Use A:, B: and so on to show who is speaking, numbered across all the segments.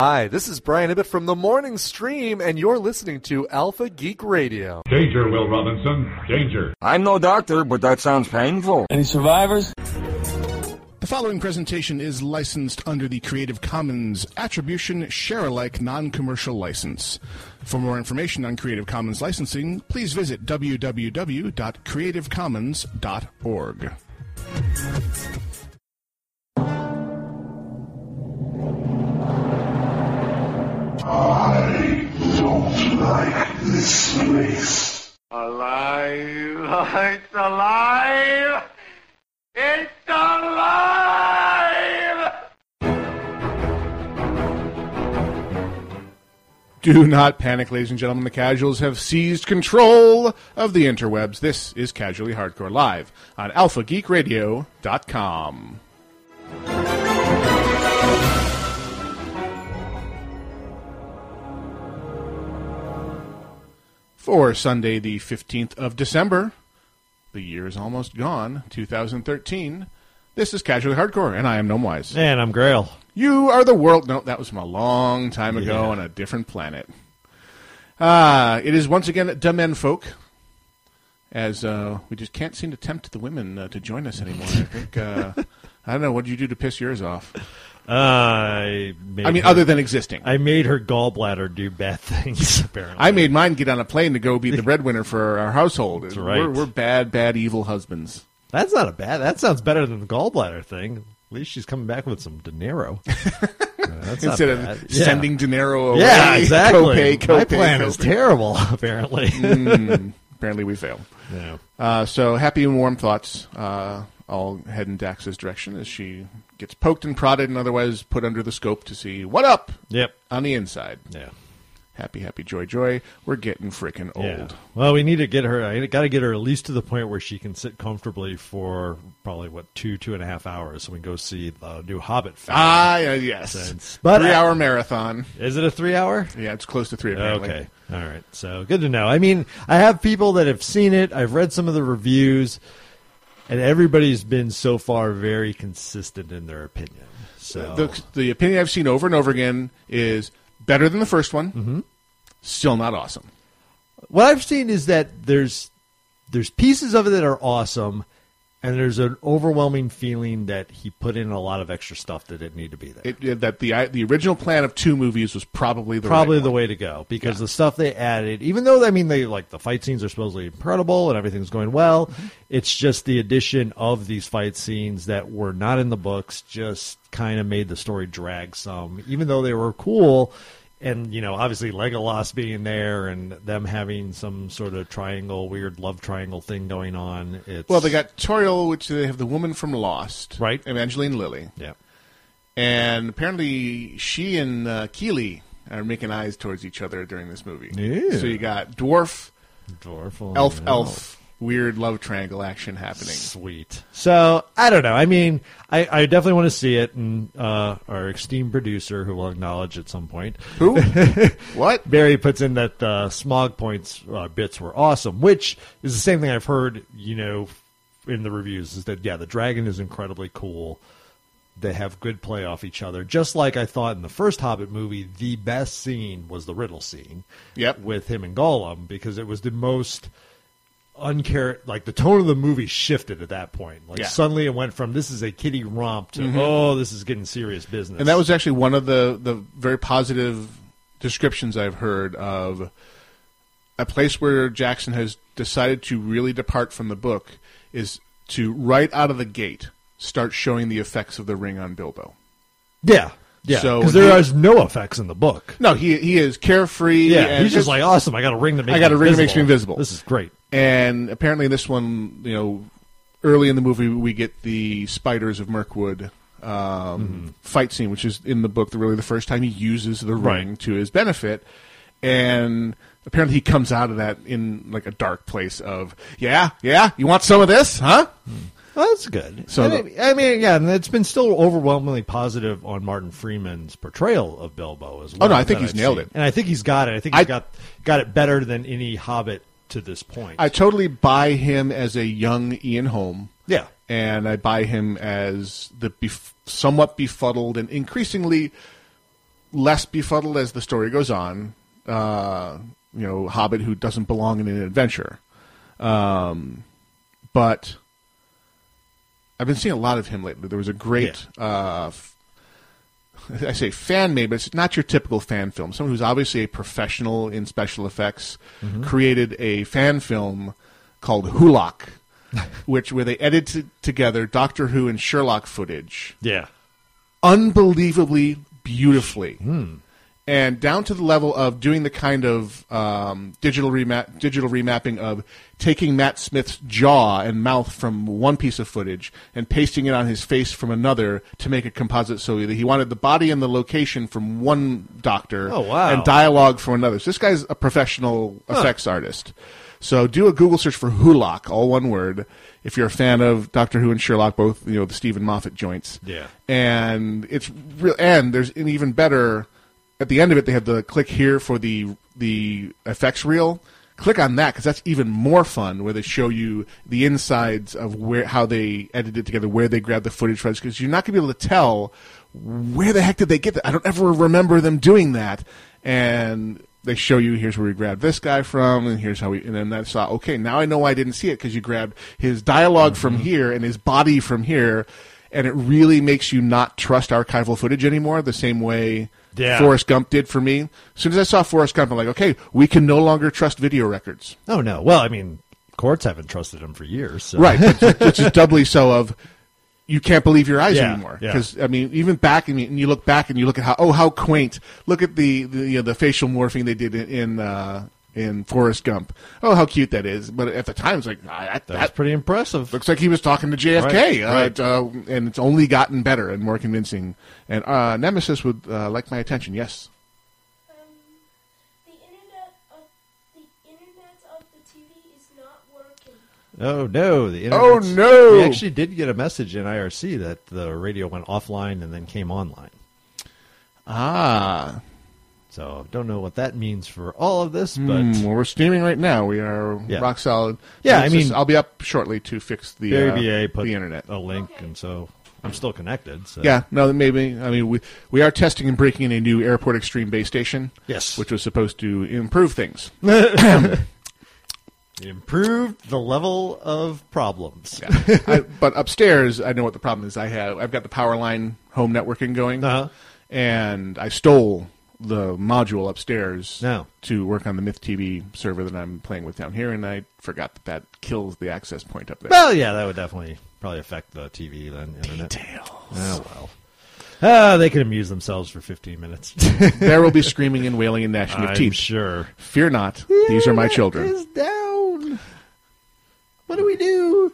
A: Hi, this is Brian Ibbett from the Morning Stream, and you're listening to Alpha Geek Radio.
B: Danger, Will Robinson. Danger.
C: I'm no doctor, but that sounds painful.
D: Any survivors?
E: The following presentation is licensed under the Creative Commons Attribution Share Alike Non Commercial License. For more information on Creative Commons licensing, please visit www.creativecommons.org.
F: I don't like this place.
G: Alive! It's alive! It's alive!
E: Do not panic, ladies and gentlemen. The casuals have seized control of the interwebs. This is Casually Hardcore Live on AlphaGeekRadio.com. For Sunday, the 15th of December, the year is almost gone, 2013. This is Casually Hardcore, and I am Gnomewise.
H: And I'm Grail.
E: You are the world. No, that was from a long time ago
H: Yeah.
E: on a different planet. Ah, it is once again the men folk. As uh, we just can't seem to tempt the women uh, to join us anymore. I think uh, I don't know what did you do to piss yours off.
H: Uh, I made
E: I mean,
H: her,
E: other than existing, I,
H: I made her gallbladder do bad things. Apparently,
E: made mine get on a plane to go be the breadwinner for our household. That's
H: right.
E: We're, we're bad, bad, evil husbands.
H: that's not a bad. That sounds better than the gallbladder thing. At least she's coming back with some dinero. Uh, that's not
E: Instead
H: bad.
E: of
H: Yeah.
E: sending dinero away,
H: yeah, exactly.
E: Copay, copay,
H: My plan is
E: copay. Mm.
H: terrible. Apparently,
E: Apparently, we fail.
H: yeah.
E: Uh, so happy and warm thoughts uh, all head in Dax's direction as she gets poked and prodded and otherwise put under the scope to see what up
H: Yep.
E: on the inside.
H: Yeah.
E: Happy, happy, joy, joy. We're getting frickin' old.
H: Yeah. Well, we need to get her. I got to get her at least to the point where she can sit comfortably for probably what two, two and a half hours, so we can go see the new Hobbit film.
E: Ah, yeah, yes.
H: Sense. But-
E: Three-hour marathon.
H: Is it a three-hour?
E: Yeah, it's close to three, apparently.
H: Okay. All right. So good to know. I mean, I have people that have seen it. I've read some of the reviews, and everybody's been so far very consistent in their opinion. So
E: The, the opinion I've seen over and over again is better than the first one.
H: Mm-hmm.
E: Still not awesome.
H: what I've seen is that there's there's pieces of it that are awesome, and there's an overwhelming feeling that he put in a lot of extra stuff that didn't need to be there.
E: It, it- that the I- the original plan of two movies was probably the
H: probably
E: right
H: the
E: one.
H: way to go because the stuff they added, even though I mean they like the fight scenes are supposedly incredible and everything's going well,
E: Mm-hmm.
H: it's just the addition of these fight scenes that were not in the books just kind of made the story drag some, even though they were cool. And you know, obviously Legolas being there and them having some sort of triangle, weird love triangle thing going on. It's
E: Well, they got Toriel, which they have the woman from Lost,
H: Right.
E: Evangeline Lilly,
H: yeah,
E: and apparently she and uh, Keeley are making eyes towards each other during this movie.
H: Yeah.
E: So you got dwarf,
H: dwarf,
E: elf,
H: oh,
E: elf, weird love triangle action happening.
H: Sweet. So I don't know. I mean, I, I definitely want to see it, and uh, our esteemed producer, who will acknowledge at some point,
E: Who? what?
H: Barry puts in that uh, smog points uh, bits were awesome, which is the same thing I've heard. You know, in the reviews is that yeah, the dragon is incredibly cool. They have good play off each other, just like I thought in the first Hobbit movie. The best scene was the riddle scene,
E: Yep.
H: with him and Gollum because it was the most uncar like the tone of the movie shifted at that point. Like
E: Yeah. Mm-hmm.
H: suddenly it went from this is a kiddie romp to oh this is getting serious business.
E: And that was actually one of the the very positive descriptions I've heard of a place where Jackson has decided to really depart from the book is to right out of the gate start showing the effects of the ring on Bilbo.
H: yeah yeah
E: So
H: because there
E: he-
H: is no effects in the book.
E: No, he he is carefree.
H: Yeah,
E: and
H: he's just like "Oh, awesome. I got a ring that makes
E: I got
H: me
E: a ring that
H: invisible.
E: makes me invisible.
H: This is great.
E: And apparently, this one, you know, early in the movie, we get the spiders of Mirkwood um, fight scene, which is in the book. The really the first time he uses the ring to his benefit, and apparently he comes out of that in like a dark place of yeah, yeah. You want some of this, huh?
H: Well, that's good.
E: So
H: So I mean, yeah, and it's been still overwhelmingly positive on Martin Freeman's portrayal of Bilbo as well.
E: no, I think
H: that
E: he's nailed it.
H: and I Oh, think he's got it. I think he's
E: I-
H: got got it better than any Hobbit to this point.
E: I totally buy him as a young Ian Holm.
H: yeah,
E: and I buy him as the bef- somewhat befuddled and increasingly less befuddled as the story goes on. Uh, you know, Hobbit who doesn't belong in an adventure. Um, but I've been seeing a lot of him lately. There was a great, uh, f- I say fan made, but it's not your typical fan film. Someone who's obviously a professional in special effects created a fan film called Hulock, which where they edited together Doctor Who and Sherlock footage
H: Yeah.
E: unbelievably beautifully,
H: Hmm.
E: and down to the level of doing the kind of um, digital remap, digital remapping of taking Matt Smith's jaw and mouth from one piece of footage and pasting it on his face from another to make a composite so that he wanted the body and the location from one doctor
H: Oh, wow.
E: and dialogue from another. So this guy's a professional effects artist. So do a Google search for Hulock, all one word, if you're a fan of Doctor Who and Sherlock, both you know the Stephen Moffat joints.
H: Yeah.
E: and it's real. And there's an even better. At the end of it, they have the click here for the the effects reel. Click on that because that's even more fun. Where they show you the insides of where how they edited it together, where they grabbed the footage from, because you're not going to be able to tell where the heck did they get that? I don't ever remember them doing that. And they show you here's where we grabbed this guy from, and here's how we. And then I saw okay, now I know why I didn't see it because you grabbed his dialog from here and his body from here, and it really makes you not trust archival footage anymore. The same way
H: Yeah.
E: Forrest Gump did for me. As soon as I saw Forrest Gump, I'm like, okay, we can no longer trust video records.
H: Oh no. Well, I mean, courts haven't trusted him for years. So.
E: Right, but- which is doubly so of you can't believe your eyes
H: Yeah,
E: anymore
H: yeah.
E: because I mean even back and you, and you look back and you look at how oh how quaint look at the the, you know, the facial morphing they did in in, uh, in Forrest Gump oh how cute that is but at the time it's like ah, that,
H: That's
E: that
H: pretty impressive.
E: looks like he was talking to JFK
H: Right,
E: uh,
H: right.
E: it, uh, and it's only gotten better and more convincing and uh, Nemesis would uh, like my attention yes
D: Um, The internet of the internet of the TV is not working.
H: Oh no! The internet.
E: Oh, no!
H: We actually did get a message in IRC that the radio went offline and then came online.
E: ah
H: So don't know what that means for all of this, but
E: Hmm, well we're streaming right now we are
H: Yeah.
E: rock solid
H: Yeah, I
E: Nemesis,
H: mean-
E: I'll be up shortly to fix the
H: Barry
E: uh,
H: BA put
E: the internet
H: a link, and so I'm still connected. So.
E: Yeah, no, maybe. I mean, we we are testing and breaking in a new Airport Extreme base station.
H: Yes.
E: which was supposed to improve things.
H: It improved the level of problems.
E: I, but upstairs, I know what the problem is. I have I've got the power line home networking going,
H: Uh-huh.
E: and I stole the module upstairs
H: No.
E: to work on the Myth TV server that I'm playing with down here, and I forgot that that kills the access point up there.
H: Well, yeah, that would definitely probably affect the TV then. Internet. Oh well. Ah, they can amuse themselves for 15 minutes.
E: there will be screaming and wailing and gnashing of
H: I'm
E: teeth.
H: sure.
E: Fear not; these are my children.
H: down. What do we do?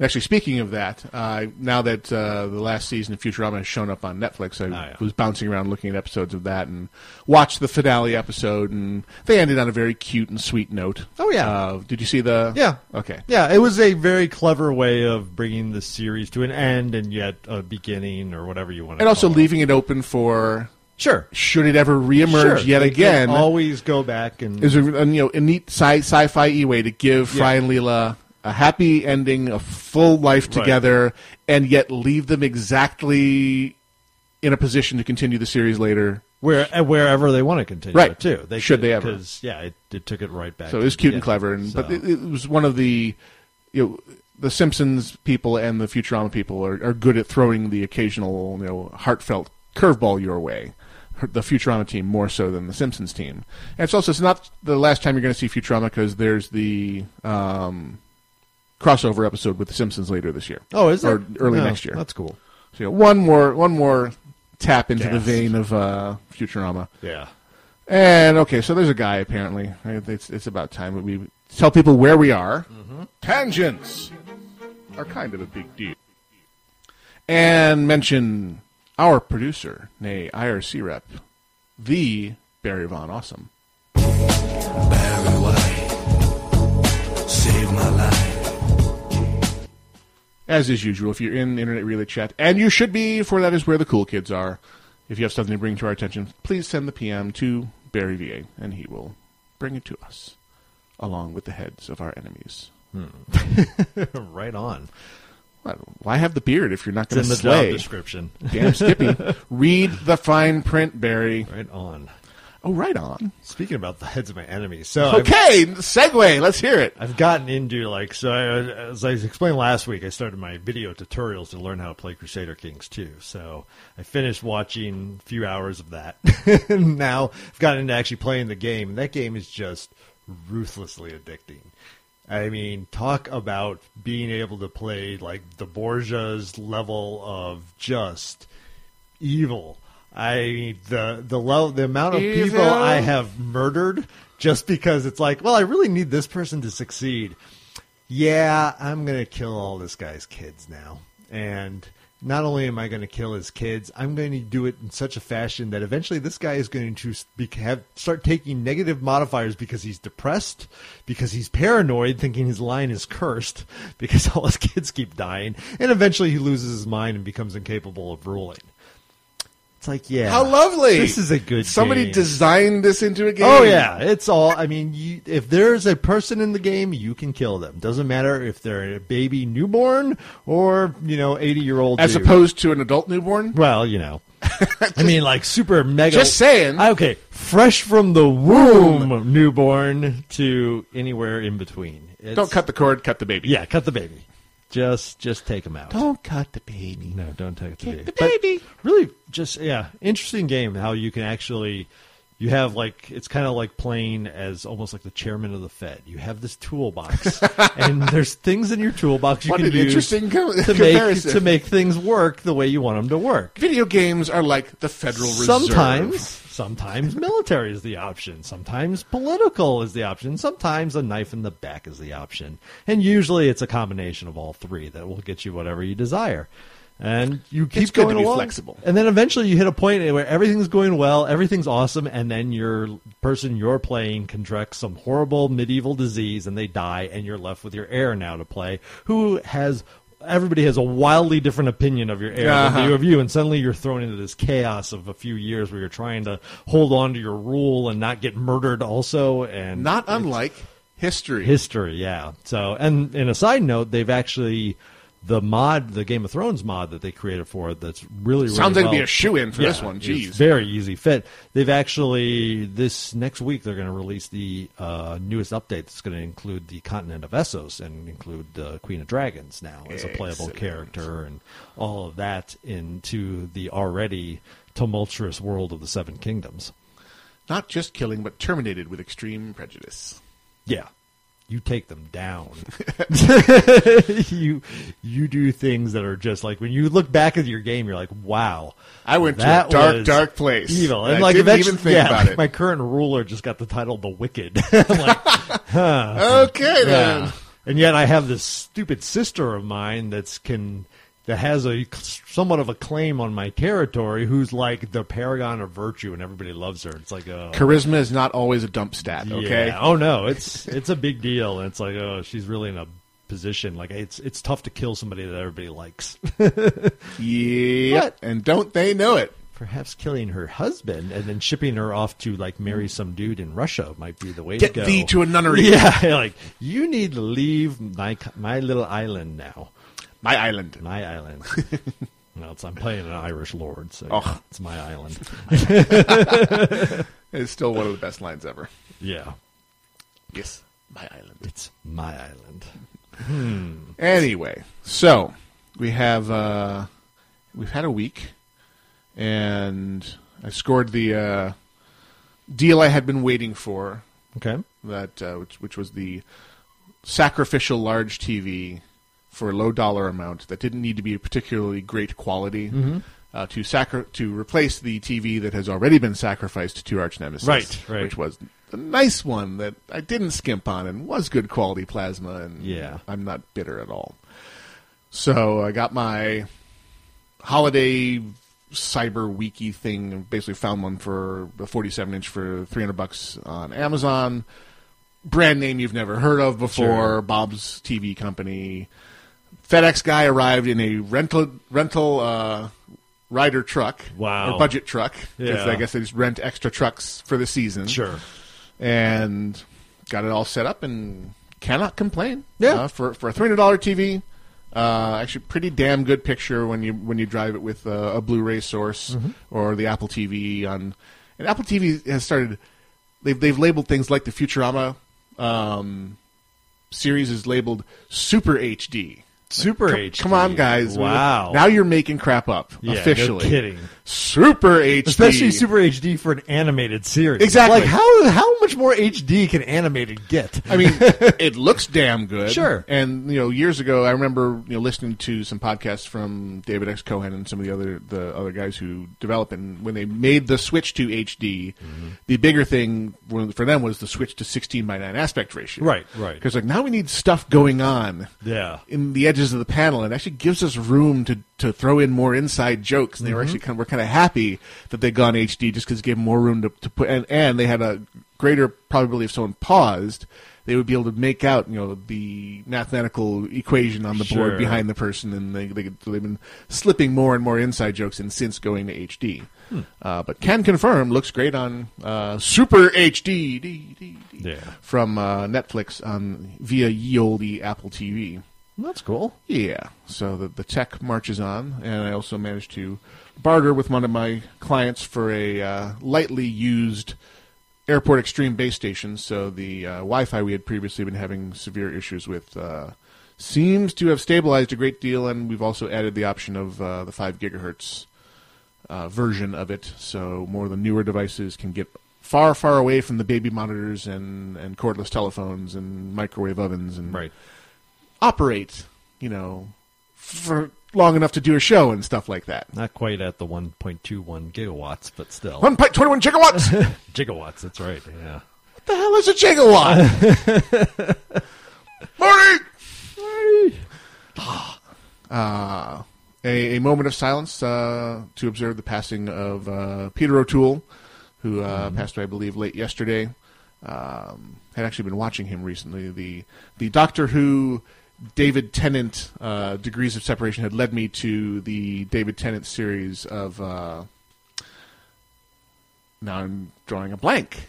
E: Actually, speaking of that, uh, now that uh, the last season of Futurama has shown up on Netflix, I
H: Oh, yeah.
E: was bouncing around looking at episodes of that and watched the finale episode, and they ended on a very cute and sweet note.
H: Oh, yeah.
E: Uh, did you see the?
H: Yeah.
E: Okay.
H: Yeah, it was a very clever way of bringing the series to an end and yet a beginning or whatever you want to
E: And also
H: call it.
E: leaving it open for
H: Sure.
E: should it ever reemerge
H: sure.
E: yet
H: They
E: again
H: can Always go back and
E: is a, a, you know a neat sci sci-fi e way to give Fry and Leela a happy ending, a full life together, and yet leave them exactly in a position to continue the series later.
H: where and wherever they want to continue
E: Right.
H: it too. They
E: Should
H: could-
E: they ever.
H: 'cause, yeah, it, it took it right back.
E: So
H: to
E: it was
H: the
E: cute and
H: beginning.
E: clever, and but
H: So-
E: it, it was one of the you know the Simpsons people and the Futurama people are, are good at throwing the occasional you know heartfelt curveball your way. The Futurama team more so than the Simpsons team, and it's also it's not the last time you're going to see Futurama because there's the um, crossover episode with the Simpsons later this year.
H: Oh, is
E: or
H: there?
E: early
H: No,
E: next year?
H: That's cool.
E: So, you know, one more one more tap into the
H: Gasp.
E: vein of uh, Futurama.
H: Yeah.
E: And okay, so there's a guy apparently. It's, it's about time we tell people where we are. Tangents are kind of a big deal. And mention our producer, nay, IRC rep, the Barry Von Awesome.
I: Barry White, save my life.
E: As is usual, if you're in Internet Relay Chat, and you should be, for that is where the cool kids are. If you have something to bring to our attention, please send the PM to Barry VA, and he will bring it to us, along with the heads of our enemies.
H: right on.
E: Why have the beard if you're not
H: It's
E: going
H: in
E: to
H: the
E: slay?
H: job description.
E: Damn Skippy. Read the fine print, Barry.
H: Right on.
E: Oh, right on.
H: Speaking about the heads of my enemies, so I've-
E: Okay, segue. Let's hear it.
H: I've gotten into like so. I, as I explained last week, I started my video tutorials to learn how to play Crusader Kings 2. So I finished watching a few hours of that. And now I've gotten into actually playing the game, and that game is just ruthlessly addicting. I mean, talk about being able to play like the Borgias level of just evil. I the the level the amount of people
E: Evil.
H: I have murdered just because it's like, well, I really need this person to succeed. Yeah, I'm gonna kill all this guy's kids now, and not only am I gonna kill his kids, I'm going to do it in such a fashion that eventually this guy is going to be, have start taking negative modifiers because he's depressed, because he's paranoid, thinking his line is cursed, because all his kids keep dying, and eventually he loses his mind and becomes incapable of ruling. It's like, yeah,
E: How lovely.
H: This is a good.
E: Somebody
H: game.
E: designed this into a game.
H: Oh yeah, it's all. I mean, you, if there's a person in the game, you can kill them. Doesn't matter if they're a baby newborn or you know eighty year old.
E: As opposed to an adult newborn?
H: well, you know, I mean, like super mega. Ah,
E: Just saying.
H: Okay, fresh from the womb, newborn to anywhere in between. It's-
E: Don't cut the cord, cut the baby.
H: Yeah, cut the baby. Just just take them out.
E: Don't cut the baby.
H: No, don't take the baby.
E: the
H: But
E: baby.
H: really, just yeah, interesting game. How you can actually, you have like it's kind of like playing as almost like the chairman of the Fed. You have this toolbox, and there's things in your toolbox you
E: What
H: can
E: an
H: use
E: interesting co-
H: to make
E: comparison.
H: to make things work the way you want them to work.
E: Video games are like the Federal Reserve.
H: Sometimes, sometimes military is the option. Sometimes political is the option. Sometimes a knife in the back is the option. And usually it's a combination of all three that will get you whatever you desire. And you keep
E: It's good to
H: going
E: be
H: along.
E: flexible.
H: And then eventually you hit a point where everything's going well, everything's awesome, and then your person you're playing contracts some horrible medieval disease and they die, and you're left with your heir now to play, who has everybody has a wildly different opinion of your heir than
E: Uh-huh.
H: you of you, and suddenly you're thrown into this chaos of a few years where you're trying to hold on to your rule and not get murdered also and
E: Not unlike history.
H: history yeah so and in a side note they've actually the mod the game of thrones mod that they created for it that's really, really
E: Sounds like it'd be
H: well-
E: a shoe-in for this one.
H: it's
E: Jeez.
H: very easy fit they've actually this next week they're going to release the uh, newest update that's going to include the continent of essos and include the queen of dragons now as a playable character and all of that into the already tumultuous world of the seven kingdoms
E: Not just killing, but terminated with extreme prejudice.
H: Yeah. You take them down. you you do things that are just like when you look back at your game, you're like, wow.
E: I went to a dark,
H: was
E: dark place,
H: Evil. And,
E: and I
H: like
E: didn't
H: eventually,
E: even think
H: yeah,
E: about
H: like,
E: it.
H: my current ruler just got the title The Wicked. I'm like,
E: Okay, then.
H: Hmm. yeah. And yet I have this stupid sister of mine that's can that has a somewhat of a claim on my territory who's like the paragon of virtue and everybody loves her. It's like oh,
E: Charisma is not always a dump stat, okay?
H: Yeah. Oh no, it's it's a big deal, and it's like oh, she's really in a position like it's it's tough to kill somebody that everybody likes.
E: Yep. And don't they know it?
H: Perhaps killing her husband and then shipping her off to like marry some dude in Russia might be the way
E: Get
H: to go.
E: thee to a nunnery.
H: Yeah, like you need to leave my co- my little island now.
E: My island.
H: My island. no, it's, I'm playing an Irish lord, so
E: Oh.
H: yeah, it's my island.
E: It's still one of the best lines ever.
H: yeah,
E: Yes, my island.
H: it's my island.
E: Anyway, so we have uh, we've had a week, and I scored the uh, deal I had been waiting for.
H: Okay.
E: That uh, which, which was the sacrificial large TV for a low dollar amount that didn't need to be particularly great quality.
H: Mm-hmm.
E: Uh, to sacri- to replace the TV that has already been sacrificed to Arch Nemesis,
H: Right, right.
E: which was a nice one that I didn't skimp on and was good quality plasma, and
H: Yeah.
E: I'm not bitter at all. So I got my holiday cyber weeky thing. and Basically, found one for the 47 inch for 300 bucks on Amazon. Brand name you've never heard of before.
H: Sure.
E: Bob's TV company. FedEx guy arrived in a rental rental uh, rider truck.
H: Wow.
E: Or budget truck. 'cause
H: Yeah.
E: I guess they just rent extra trucks for the season
H: Sure.
E: and got it all set up and cannot complain.
H: Yeah.
E: Uh, for for a three hundred dollar TV, uh, actually pretty damn good picture when you when you drive it with uh, a Blu-ray source
H: Mm-hmm.
E: or the Apple TV on. And Apple TV has started. They've they've labeled things like the Futurama um, series is labeled Super HD.
H: Super
E: Come-
H: HD.
E: Come on, guys!
H: Wow.
E: Now you're making crap up
H: Yeah, no
E: officially.
H: kidding.
E: Super HD,
H: Especially Super HD for an animated series.
E: Exactly.
H: Like how how much more HD can animated get?
E: I mean, it looks damn good.
H: Sure.
E: And you know, years ago, I remember you know listening to some podcasts from David X. Cohen and some of the other the other guys who develop. And when they made the switch to HD,
H: Mm-hmm.
E: the bigger thing for for them was the switch to 16 by 9 aspect ratio.
H: Right, right.
E: Because like now we need stuff going on.
H: Yeah.
E: In the edges of the panel, it actually gives us room to, to throw in more inside jokes. And they were
H: Mm-hmm.
E: actually kind of, were kind of happy that they'd gone HD just because it gave them more room to, to put. And, and they had a greater probability if someone paused, they would be able to make out you know the mathematical equation on the
H: Sure.
E: board behind the person, and they, they could, they've been slipping more and more inside jokes in since going to HD.
H: Hmm.
E: Uh, but can confirm looks great on uh, Super HD. D, D, D
H: Yeah.
E: from uh, Netflix on via ye olde Apple TV.
H: That's cool.
E: Yeah, so the, the tech marches on, and I also managed to barter with one of my clients for a uh, lightly used Airport Extreme base station. So the uh, Wi-Fi we had previously been having severe issues with uh, seems to have stabilized a great deal, and we've also added the option of uh, the five gigahertz uh, version of it, so more of the newer devices can get far, far away from the baby monitors and, and cordless telephones and microwave ovens and operate, you know, for long enough to do a show and stuff like that.
H: Not quite at the 1.21 gigawatts, but still.
E: 1.21 gigawatts? what
H: Gigawatts, that's right. Yeah.
E: the hell is a gigawatt? Marty! Ah. Uh, a, a moment of silence uh, to observe the passing of uh, Peter O'Toole, who uh, passed away, I believe, late yesterday. Um, had actually been watching him recently. The the Doctor Who David Tennant uh, degrees of separation had led me to the David Tennant series of. Uh, now I'm drawing a blank.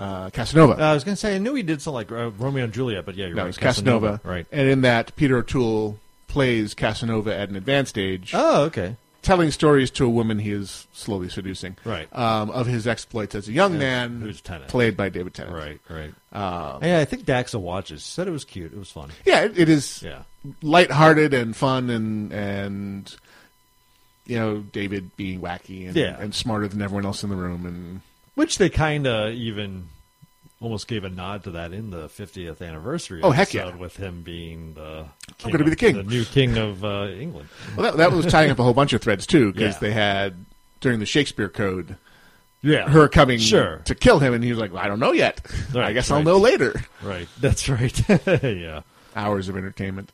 E: Uh, Casanova.
H: I was going to say, I knew he did something like uh, Romeo and Juliet, but yeah, you're
E: No,
H: right.
E: it's Casanova.
H: Right.
E: And in that, Peter O'Toole plays Casanova at an advanced age,
H: Oh, okay.
E: telling stories to a woman he is slowly seducing.
H: Right.
E: Um, of his exploits as a young man,
H: who's Tennant.
E: played by David Tennant.
H: Right, right. yeah, I think Daxa watches. She said it was cute. It was fun.
E: Yeah, it, it is
H: Yeah.
E: lighthearted and fun and and you know David being wacky and,
H: Yeah.
E: and smarter than everyone else in the room and
H: Which they kind of even almost gave a nod to that in the 50th anniversary.
E: Oh, heck yeah.
H: episode With him being the king
E: gonna be
H: of-
E: the king.
H: the new king of uh, England.
E: well that, that was tying up a whole bunch of threads too because
H: Yeah.
E: they had during the Shakespeare Code
H: Yeah,
E: her coming
H: Sure,
E: to kill him and he was like well, I don't know yet I
H: Right,
E: guess I'll
H: right.
E: know later
H: right. That's right. yeah.
E: hours of entertainment.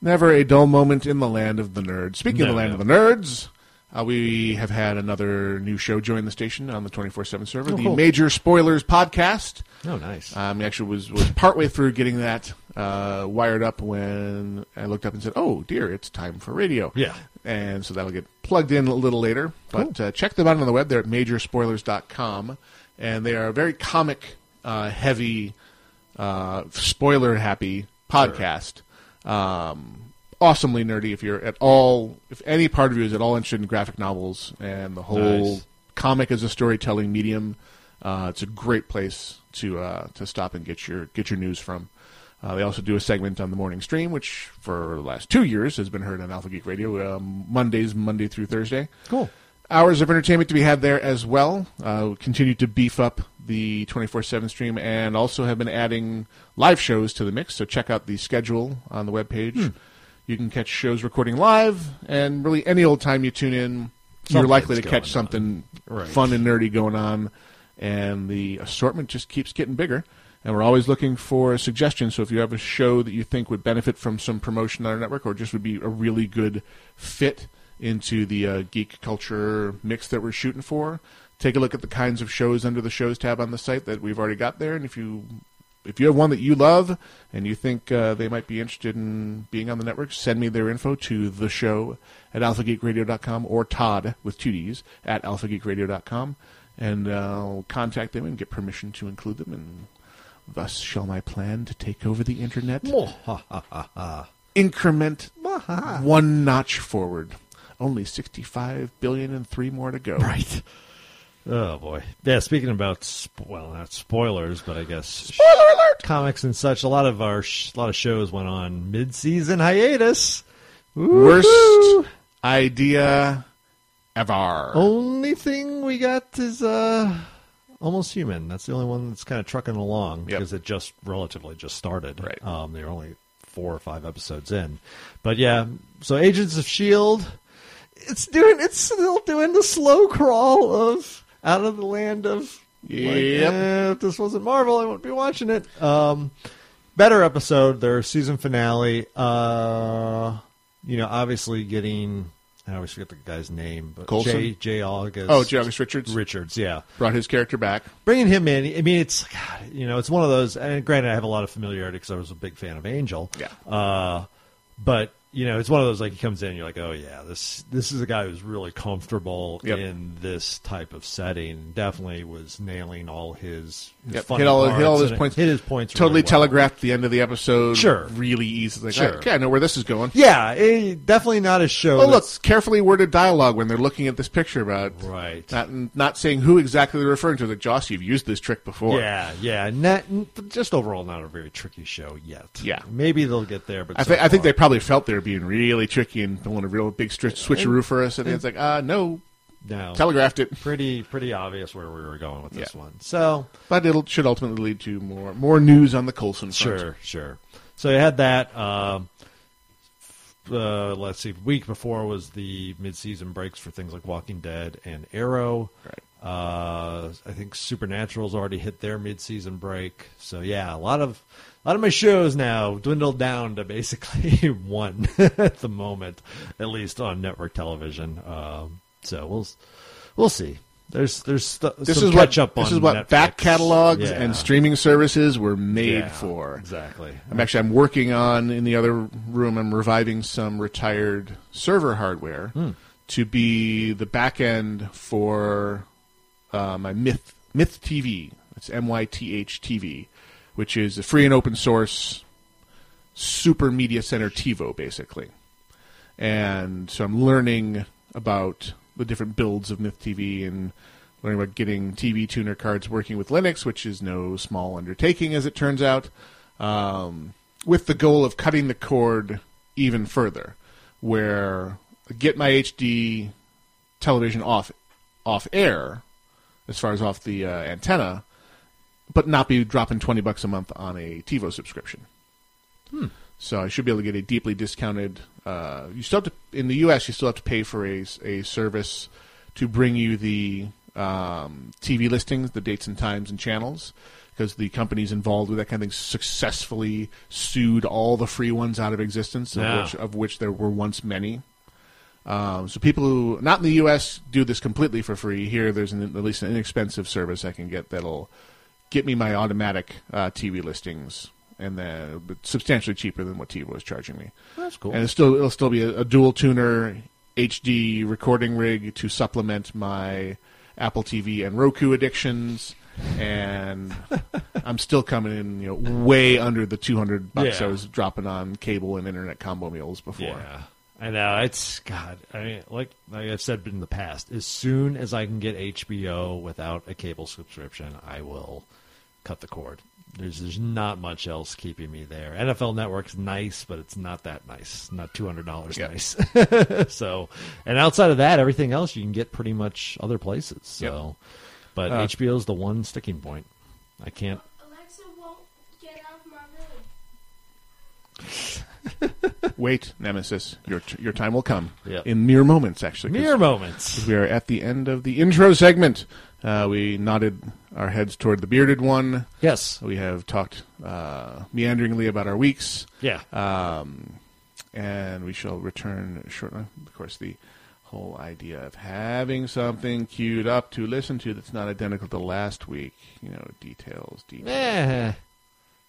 E: Never a dull moment in the land of the nerds. Speaking of
H: Uh. No,
E: the land
H: no.
E: of the nerds, uh, we have had another new show join the station on the 24 7 server, the
H: Oh, cool.
E: Major Spoilers Podcast.
H: Oh, nice.
E: Um, actually, was, was partway through getting that uh, wired up when I looked up and said, oh, dear, it's time for radio.
H: Yeah.
E: And so that'll get plugged in a little later. But uh, check them out on the web. They're at majorspoilers.com. And they are a very comic uh, heavy uh, spoiler happy podcast. Um, awesomely nerdy if you're at all, if any part of you is at all interested in graphic novels and the whole
H: Nice.
E: comic as a storytelling medium. Uh, it's a great place to uh, to stop and get your get your news from. Uh, they also do a segment on the morning stream, which for the last two years has been heard on Alpha Geek Radio, um, Mondays, Monday through Thursday.
H: cool.
E: Hours of entertainment to be had there as well. Uh, we continue to beef up the 24 7 stream and also have been adding live shows to the mix. So check out the schedule on the webpage. You can catch shows recording live, and really any old time you tune in, you're
H: Something's
E: likely to
H: going
E: catch
H: on.
E: something
H: Right.
E: fun and nerdy going on. And the assortment just keeps getting bigger. And we're always looking for suggestions. So if you have a show that you think would benefit from some promotion on our network or just would be a really good fit into the uh, geek culture mix that we're shooting for. Take a look at the kinds of shows under the shows tab on the site that we've already got there, and if you if you have one that you love and you think uh, they might be interested in being on the network, send me their info to the show at alphageekradio.com or Todd with two D's at alphageekradio.com, and I'll contact them and get permission to include them, and Thus shall my plan to take over the internet increment one notch forward. Only 65 billion and three more to go.
H: Right. Oh boy. Yeah. Speaking about sp- well, not spoilers, but I guess
E: Spoiler alert!
H: comics and such. A lot of our sh- a lot of shows went on mid-season hiatus.
E: Worst idea ever.
H: Only thing we got is uh almost human. That's the only one that's kind of trucking along
E: Yep.
H: because it just relatively just started.
E: Right.
H: Um, they're only four or five episodes in, but yeah. So Agents of Shield, E it's doing it's still doing the slow crawl of out of the land of. like,
E: Yep.
H: eh, if this wasn't Marvel, I wouldn't be watching it. Um, better episode, their season finale. Uh, you know, obviously getting. I always forget the guy's name, but
E: Coulson?
H: Jay, Jay August.
E: Oh, J. August Richards?
H: Richards, yeah.
E: Brought his character back.
H: Bringing him in, I mean, it's God, you know, it's one of those. And granted, I have a lot of familiarity because I was a big fan of Angel.
E: Yeah.
H: Uh, but you know, it's one of those like he comes in, you're like, oh yeah, this this is a guy who's really comfortable
E: Yep.
H: in this type of setting. Definitely was nailing all his, his
E: Yep.
H: funny
E: Hit all, hit
H: parts
E: all his
H: and it
E: points.
H: Hit his points. really
E: Totally
H: well.
E: telegraphed the end of the episode.
H: Sure.
E: Really easy. Like,
H: Sure.
E: okay, I know where this is going.
H: Yeah, it, definitely not a show.
E: Oh, look,
H: that's-
E: carefully worded dialogue when they're looking at this picture about
H: Right.
E: not not saying who exactly they're referring to. Like, Joss, you've used this trick before.
H: Yeah, yeah. Not, but just overall, not a very tricky show yet.
E: Yeah.
H: Maybe they'll get there, but
E: I,
H: so
E: think I think
H: far-
E: they probably felt they were being really tricky and pulling a real big stri- switcheroo for us, and it's like, uh, no,
H: no.
E: telegraphed it.
H: pretty pretty obvious where we were going with this
E: Yeah.
H: one. So
E: But it should ultimately lead to more more news on the Colson front.
H: sure, sure. So you had that. Um, uh, let's see. Week before was the mid-season breaks for things like Walking Dead and Arrow.
E: Right.
H: Uh, I think Supernatural's already hit their mid-season break. So yeah, a lot of a lot of my shows now dwindled down to basically one at the moment, at least on network television. Um, so we'll s- we'll see. There's there's st-
E: This
H: some
E: is
H: catch
E: what
H: up on
E: this is what
H: Netflix.
E: back catalogs
H: Yeah.
E: and streaming services were made
H: Yeah,
E: for.
H: exactly.
E: I'm actually I'm working on in the other room. I'm reviving some retired server hardware to be the back end for uh, my Myth Myth TV. It's M Y T H TV, which is a free and open source super media center TiVo basically. And so I'm learning about the different builds of Myth TV and learning about getting TV tuner cards working with Linux, which is no small undertaking as it turns out, um, with the goal of cutting the cord even further, where get my HD television off off air, as far as off the uh, antenna, but not be dropping twenty bucks a month on a TiVo subscription. So I should be able to get a deeply discounted. Uh, you still have to in the U.S. You still have to pay for a, a service to bring you the um, TV listings, the dates and times and channels, because the companies involved with that kind of thing successfully sued all the free ones out of existence, of,
H: Yeah.
E: which, of which there were once many. Um, so people who not in the U.S. do this completely for free. Here, there's an, at least an inexpensive service I can get that'll get me my automatic uh, TV listings, and then but substantially cheaper than what TiVo is charging me.
H: That's cool.
E: And it's still it'll still be a, a dual tuner HD recording rig to supplement my Apple TV and Roku addictions. And I'm still coming in, you know, way under the 200 bucks
H: Yeah.
E: I was dropping on cable and internet combo meals before.
H: Yeah, I know. It's God. I mean, like, like I've said in the past, as soon as I can get HBO without a cable subscription, I will cut the cord. There's there's not much else keeping me there. NFL Network's nice, but it's not that nice. Not two hundred dollars
E: Yeah.
H: nice. so, and outside of that, everything else you can get pretty much other places. So, but
E: Uh,
H: HBO's the one sticking point. I can't.
D: Alexa won't get out of my room.
E: Wait, Nemesis, your t- your time will come
H: Yep.
E: in mere moments. Actually, 'cause
H: Mere moments.
E: we are at the end of the intro segment. Uh, we nodded our heads toward the bearded one.
H: Yes.
E: We have talked uh, meanderingly about our weeks,
H: Yeah.
E: um, and we shall return shortly. Of course, the whole idea of having something queued up to listen to that's not identical to last week. You know, details, details.
H: Eh.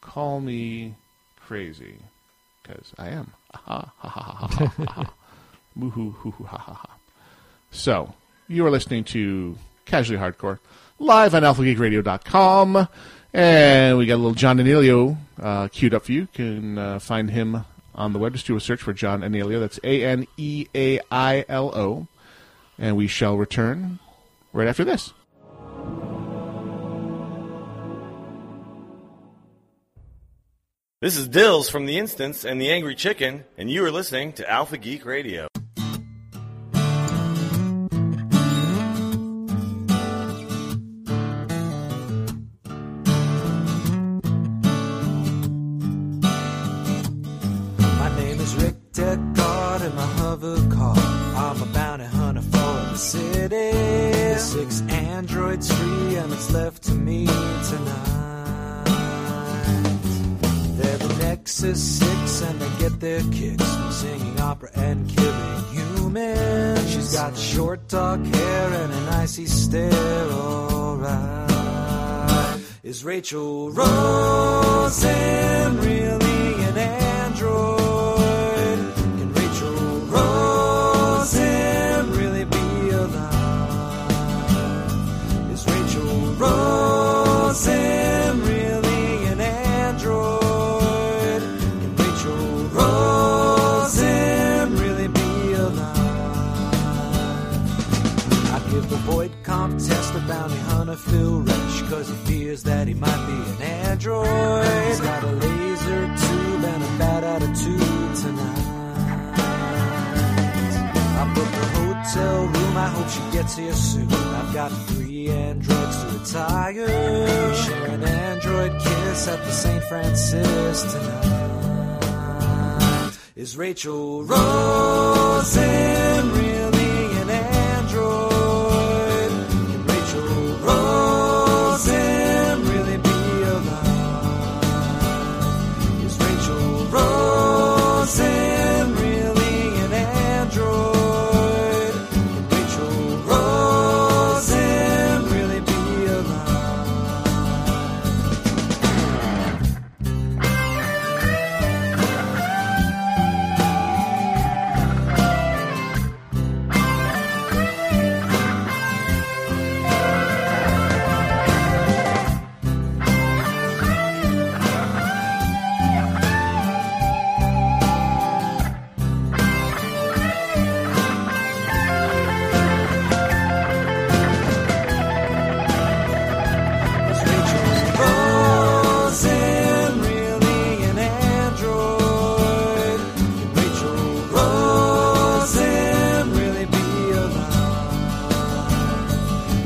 E: Call me crazy because I am. Moo hoo hoo hoo ha ha ha. So you are listening to Casually Hardcore, live on alphageekradio.com. And we got a little John Anelio uh, queued up for you. You can uh, find him on the web. Just do a search for John Anelio. That's A N E A I L O. And we shall return right after this.
J: This is Dills from The Instance and The Angry Chicken, and you are listening to Alpha Geek Radio.
K: My name is Rick Deckard and my hover car. I'm a bounty hunter for the city. Six androids free and it's left to me tonight. They're the Nexus 6 and they get their kicks from singing opera and killing humans. She's got short dark hair and an icy stare, alright. Is Rachel Rosen really an android? Can Rachel Rosen really be alive? Is Rachel Rosen really an android? Can Rachel Rosen really be alive? I give the void comp test the bounty hunter Phil Resch Cause he fears that he might be an android He's got a laser tube and a bad attitude tonight I booked a hotel room, I hope she gets here soon I've got three androids to retire Share an android kiss at the St. Francis tonight Is Rachel Rosen really an android? Can Rachel Rosen really be alive? Is Rachel Rosen really an android? Can Rachel Rosen really be alive? Is Rachel Rosen really an android? Can Rachel Rosen really be alive?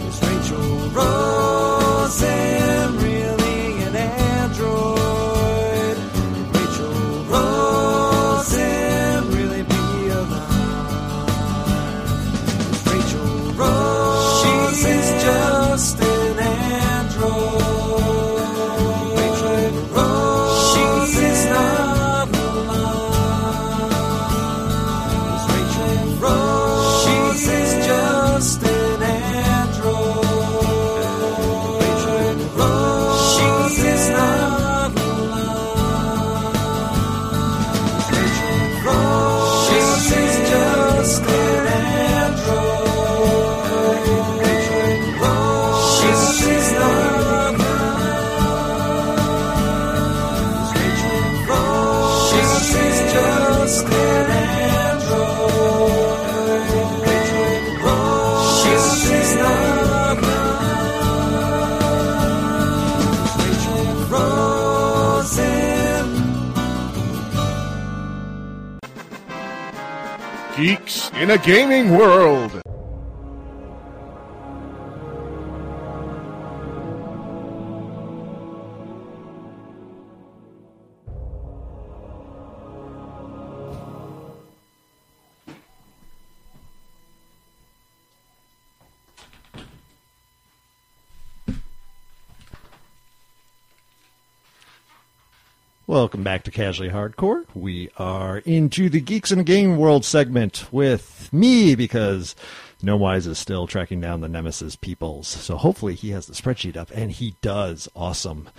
K: Is Rachel Rosen really an android? Can Rachel Rosen really be alive? Is Rachel Rosen She's just an android. Rachel Rosen. She's not alive. Rachel Rosen. She's just an android. Rachel Rosen. She's not alive. Rachel Rosen. She's just an android. Rachel Rosen. She's not alive. Rachel Rosen. She's just an android. Rachel Rosen. She's not alive. Rachel Rosen.
E: Geeks in a Gaming World.
H: Welcome back to Casually Hardcore. We are into the Geeks in the Game World segment with me because Gnomewise is still tracking down the Nemesis peoples. So hopefully he has the spreadsheet up, and he does. Awesome.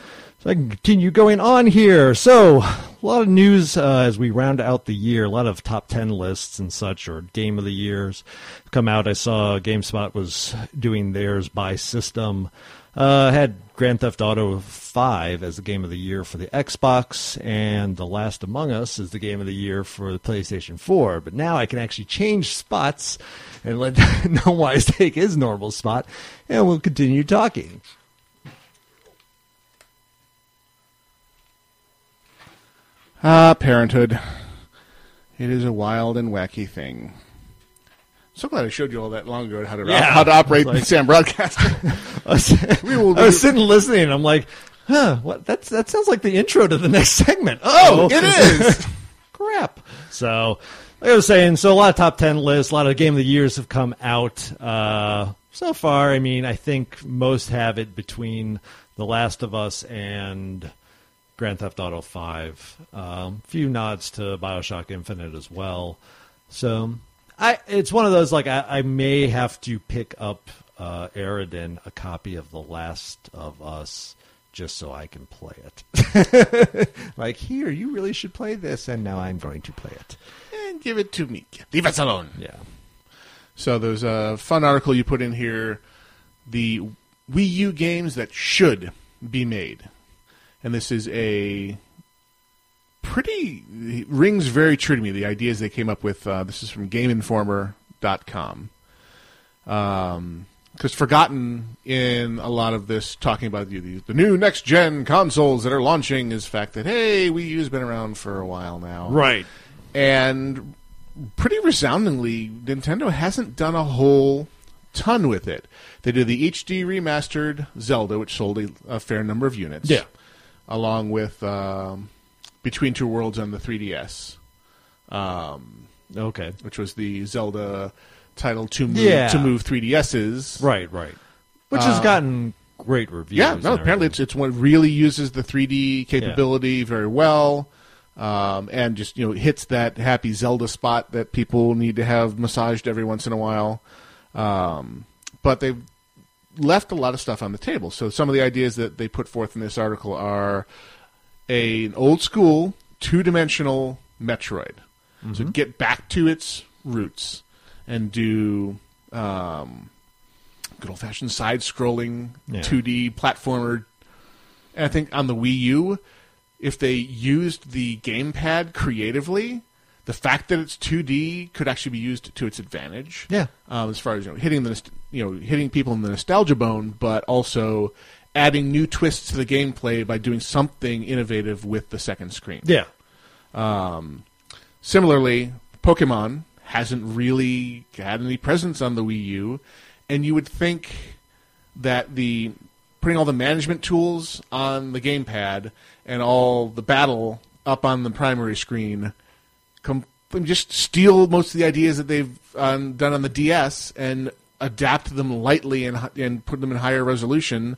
H: So I can continue going on here. So a lot of news uh, as we round out the year. A lot of top ten lists and such, or game of the years come out. I saw GameSpot was doing theirs by system. Uh, had Grand Theft Auto 5 as the game of the year for the Xbox, and The Last Among Us is the game of the year for the PlayStation 4. But now I can actually change spots and let No Wise take his normal spot, and we'll continue talking.
E: Ah, parenthood. It is a wild and wacky thing. So glad I showed you all that long ago how to
H: Yeah.
E: how to operate
H: Like-
E: the Sam Broadcaster.
H: I was,
E: We will
H: I was
E: do-
H: sitting listening, and I'm like, huh, what? That's, that sounds like the intro to the next segment. Oh,
E: it is.
H: crap. So, like I was saying, so a lot of top 10 lists, a lot of game of the years have come out uh, so far. I mean, I think most have it between The Last of Us and Grand Theft Auto 5. Um, few nods to Bioshock Infinite as well. So, I it's one of those, like, I, I may have to pick up uh, Aridin a copy of The Last of Us just so I can play it. like, here, you really should play this, and now I'm going to play it.
E: and give it to me. Leave us alone.
H: Yeah.
E: So there's a fun article you put in here: the Wii U games that should be made, and this is a pretty it rings very true to me. The ideas they came up with. Uh, this is from GameInformer.com. Um, because forgotten in a lot of this talking about the, the, the new next gen consoles that are launching is the fact that hey, Wii U's been around for a while now,
H: Right.
E: and pretty resoundingly, Nintendo hasn't done a whole ton with it. They did the HD remastered Zelda, which sold a, a fair number of units.
H: Yeah.
E: Along with um, Between Two Worlds on the 3DS, um,
H: Okay.
E: which was the Zelda title to move,
H: Yeah.
E: to move 3DSs.
H: Right, right. Uh, Which has gotten great reviews.
E: Yeah,
H: and
E: no, apparently
H: everything.
E: it's, it's one really uses the 3D capability very well, um, and just you know hits that happy Zelda spot that people need to have massaged every once in a while. Um, but they've left a lot of stuff on the table. So some of the ideas that they put forth in this article are a, an old school two dimensional Metroid. So
H: Mm-hmm.
E: get back to its roots and do um, good old fashioned side scrolling
H: Yeah.
E: 2D platformer. And I think on the Wii U, if they used the gamepad creatively, the fact that it's 2D could actually be used to its advantage
H: Yeah.
E: um, as far as you know, hitting the nost- you know hitting people in the nostalgia bone, but also adding new twists to the gameplay by doing something innovative with the second screen.
H: Yeah.
E: Similarly, Pokemon hasn't really had any presence on the Wii U, and you would think that the putting all the management tools on the gamepad and all the battle up on the primary screen com- just steal most of the ideas that they've um, done on the DS and adapt them lightly and, hi- and put them in higher resolution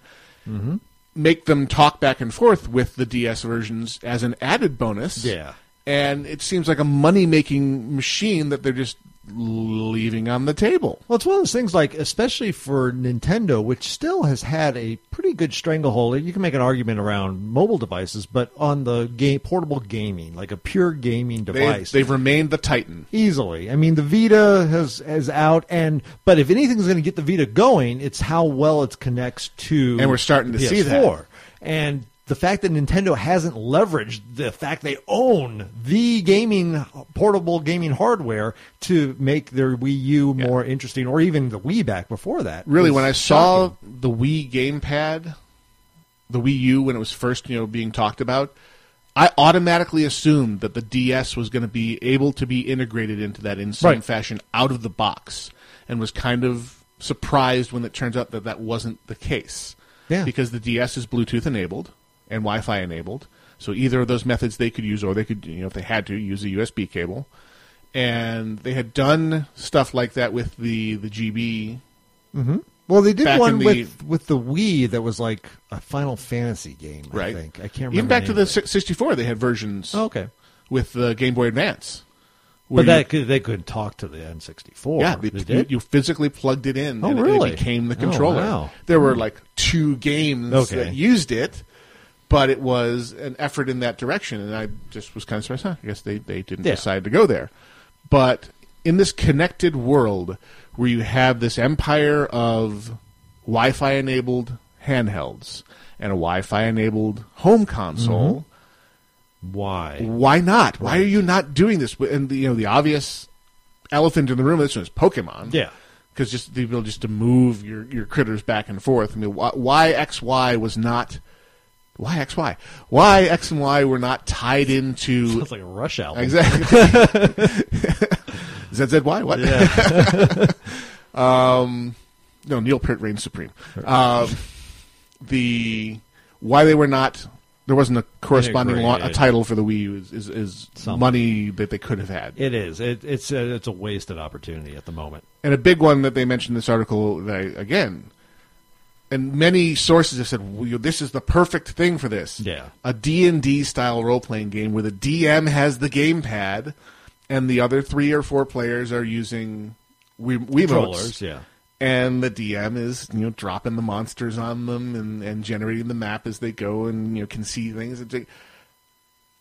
E: make them talk back and forth with the DS versions as an added bonus.
H: Yeah.
E: And it seems like a money making machine that they're just leaving on the table.
H: Well, it's one of those things, like especially for Nintendo, which still has had a pretty good stranglehold. You can make an argument around mobile devices, but on the game, portable gaming, like a pure gaming
E: They've,
H: device,
E: they've remained the Titan.
H: easily. I mean, the Vita has is out, and but if anything's going to get the Vita going, it's how well it connects to.
E: And we're starting to
H: the
E: see that.
H: PS4. And the fact that Nintendo hasn't leveraged the fact they own the gaming portable gaming hardware to make their Wii U more interesting, or even the Wii back before that.
E: Really,
H: is
E: when I saw
H: shocking.
E: the Wii gamepad, the Wii U, when it was first you know being talked about, I automatically assumed that the DS was going to be able to be integrated into that in some
H: Right.
E: fashion out of the box, and was kind of surprised when it turns out that that wasn't the case.
H: Yeah.
E: because the DS is Bluetooth enabled and Wi-Fi enabled. So either of those methods they could use, or they could, you know, if they had to, use a USB cable. And they had done stuff like that with the the GB.
H: well, they did
E: back
H: one
E: in the-
H: with with the Wii that was like a Final Fantasy game.
E: Right.
H: I think I can't remember
E: Even back
H: the
E: to
H: name
E: the
H: of
E: si-
H: it.
E: 64, they had versions
H: Oh, okay.
E: with the Game Boy Advance where
H: but that could, they could talk to the N64.
E: Yeah, they,
H: They
E: you,
H: did?
E: you physically plugged it in.
H: Oh,
E: and it-
H: really?
E: It became the
H: Oh,
E: controller.
H: wow.
E: There were like two games
H: Okay.
E: that used it, but it was an effort in that direction. And I just was kind of surprised. Huh, I guess they, they didn't
H: Yeah.
E: decide to go there. But in this connected world where you have this empire of Wi Fi enabled handhelds and a Wi Fi enabled home console
H: Mm-hmm. Why?
E: why not? Why are you not doing this? And the, you know the obvious elephant in the room. This one is Pokemon.
H: Yeah.
E: because just the ability just to move your your critters back and forth. I mean, why, why X Y was not why X Y why X and Y were not tied into
H: Sounds like a Rush album.
E: exactly ZZY what? um, no, Neil Peart reigns supreme. Um, the why they were not there wasn't a corresponding la- a
H: Integrated.
E: title for the Wii U is is, is
H: Something.
E: money that they could have had,
H: It is. It, it's a, it's a wasted opportunity at the moment.
E: and a big one that they mentioned in this article that I, again, and many sources have said well, you- this is the perfect thing for this.
H: Yeah.
E: a D and D style role playing game where the DM has the gamepad, and the other three or four players are using. We,
H: Controllers, yeah.
E: and the DM is you know dropping the monsters on them and, and generating the map as they go and you know can see things. It's like,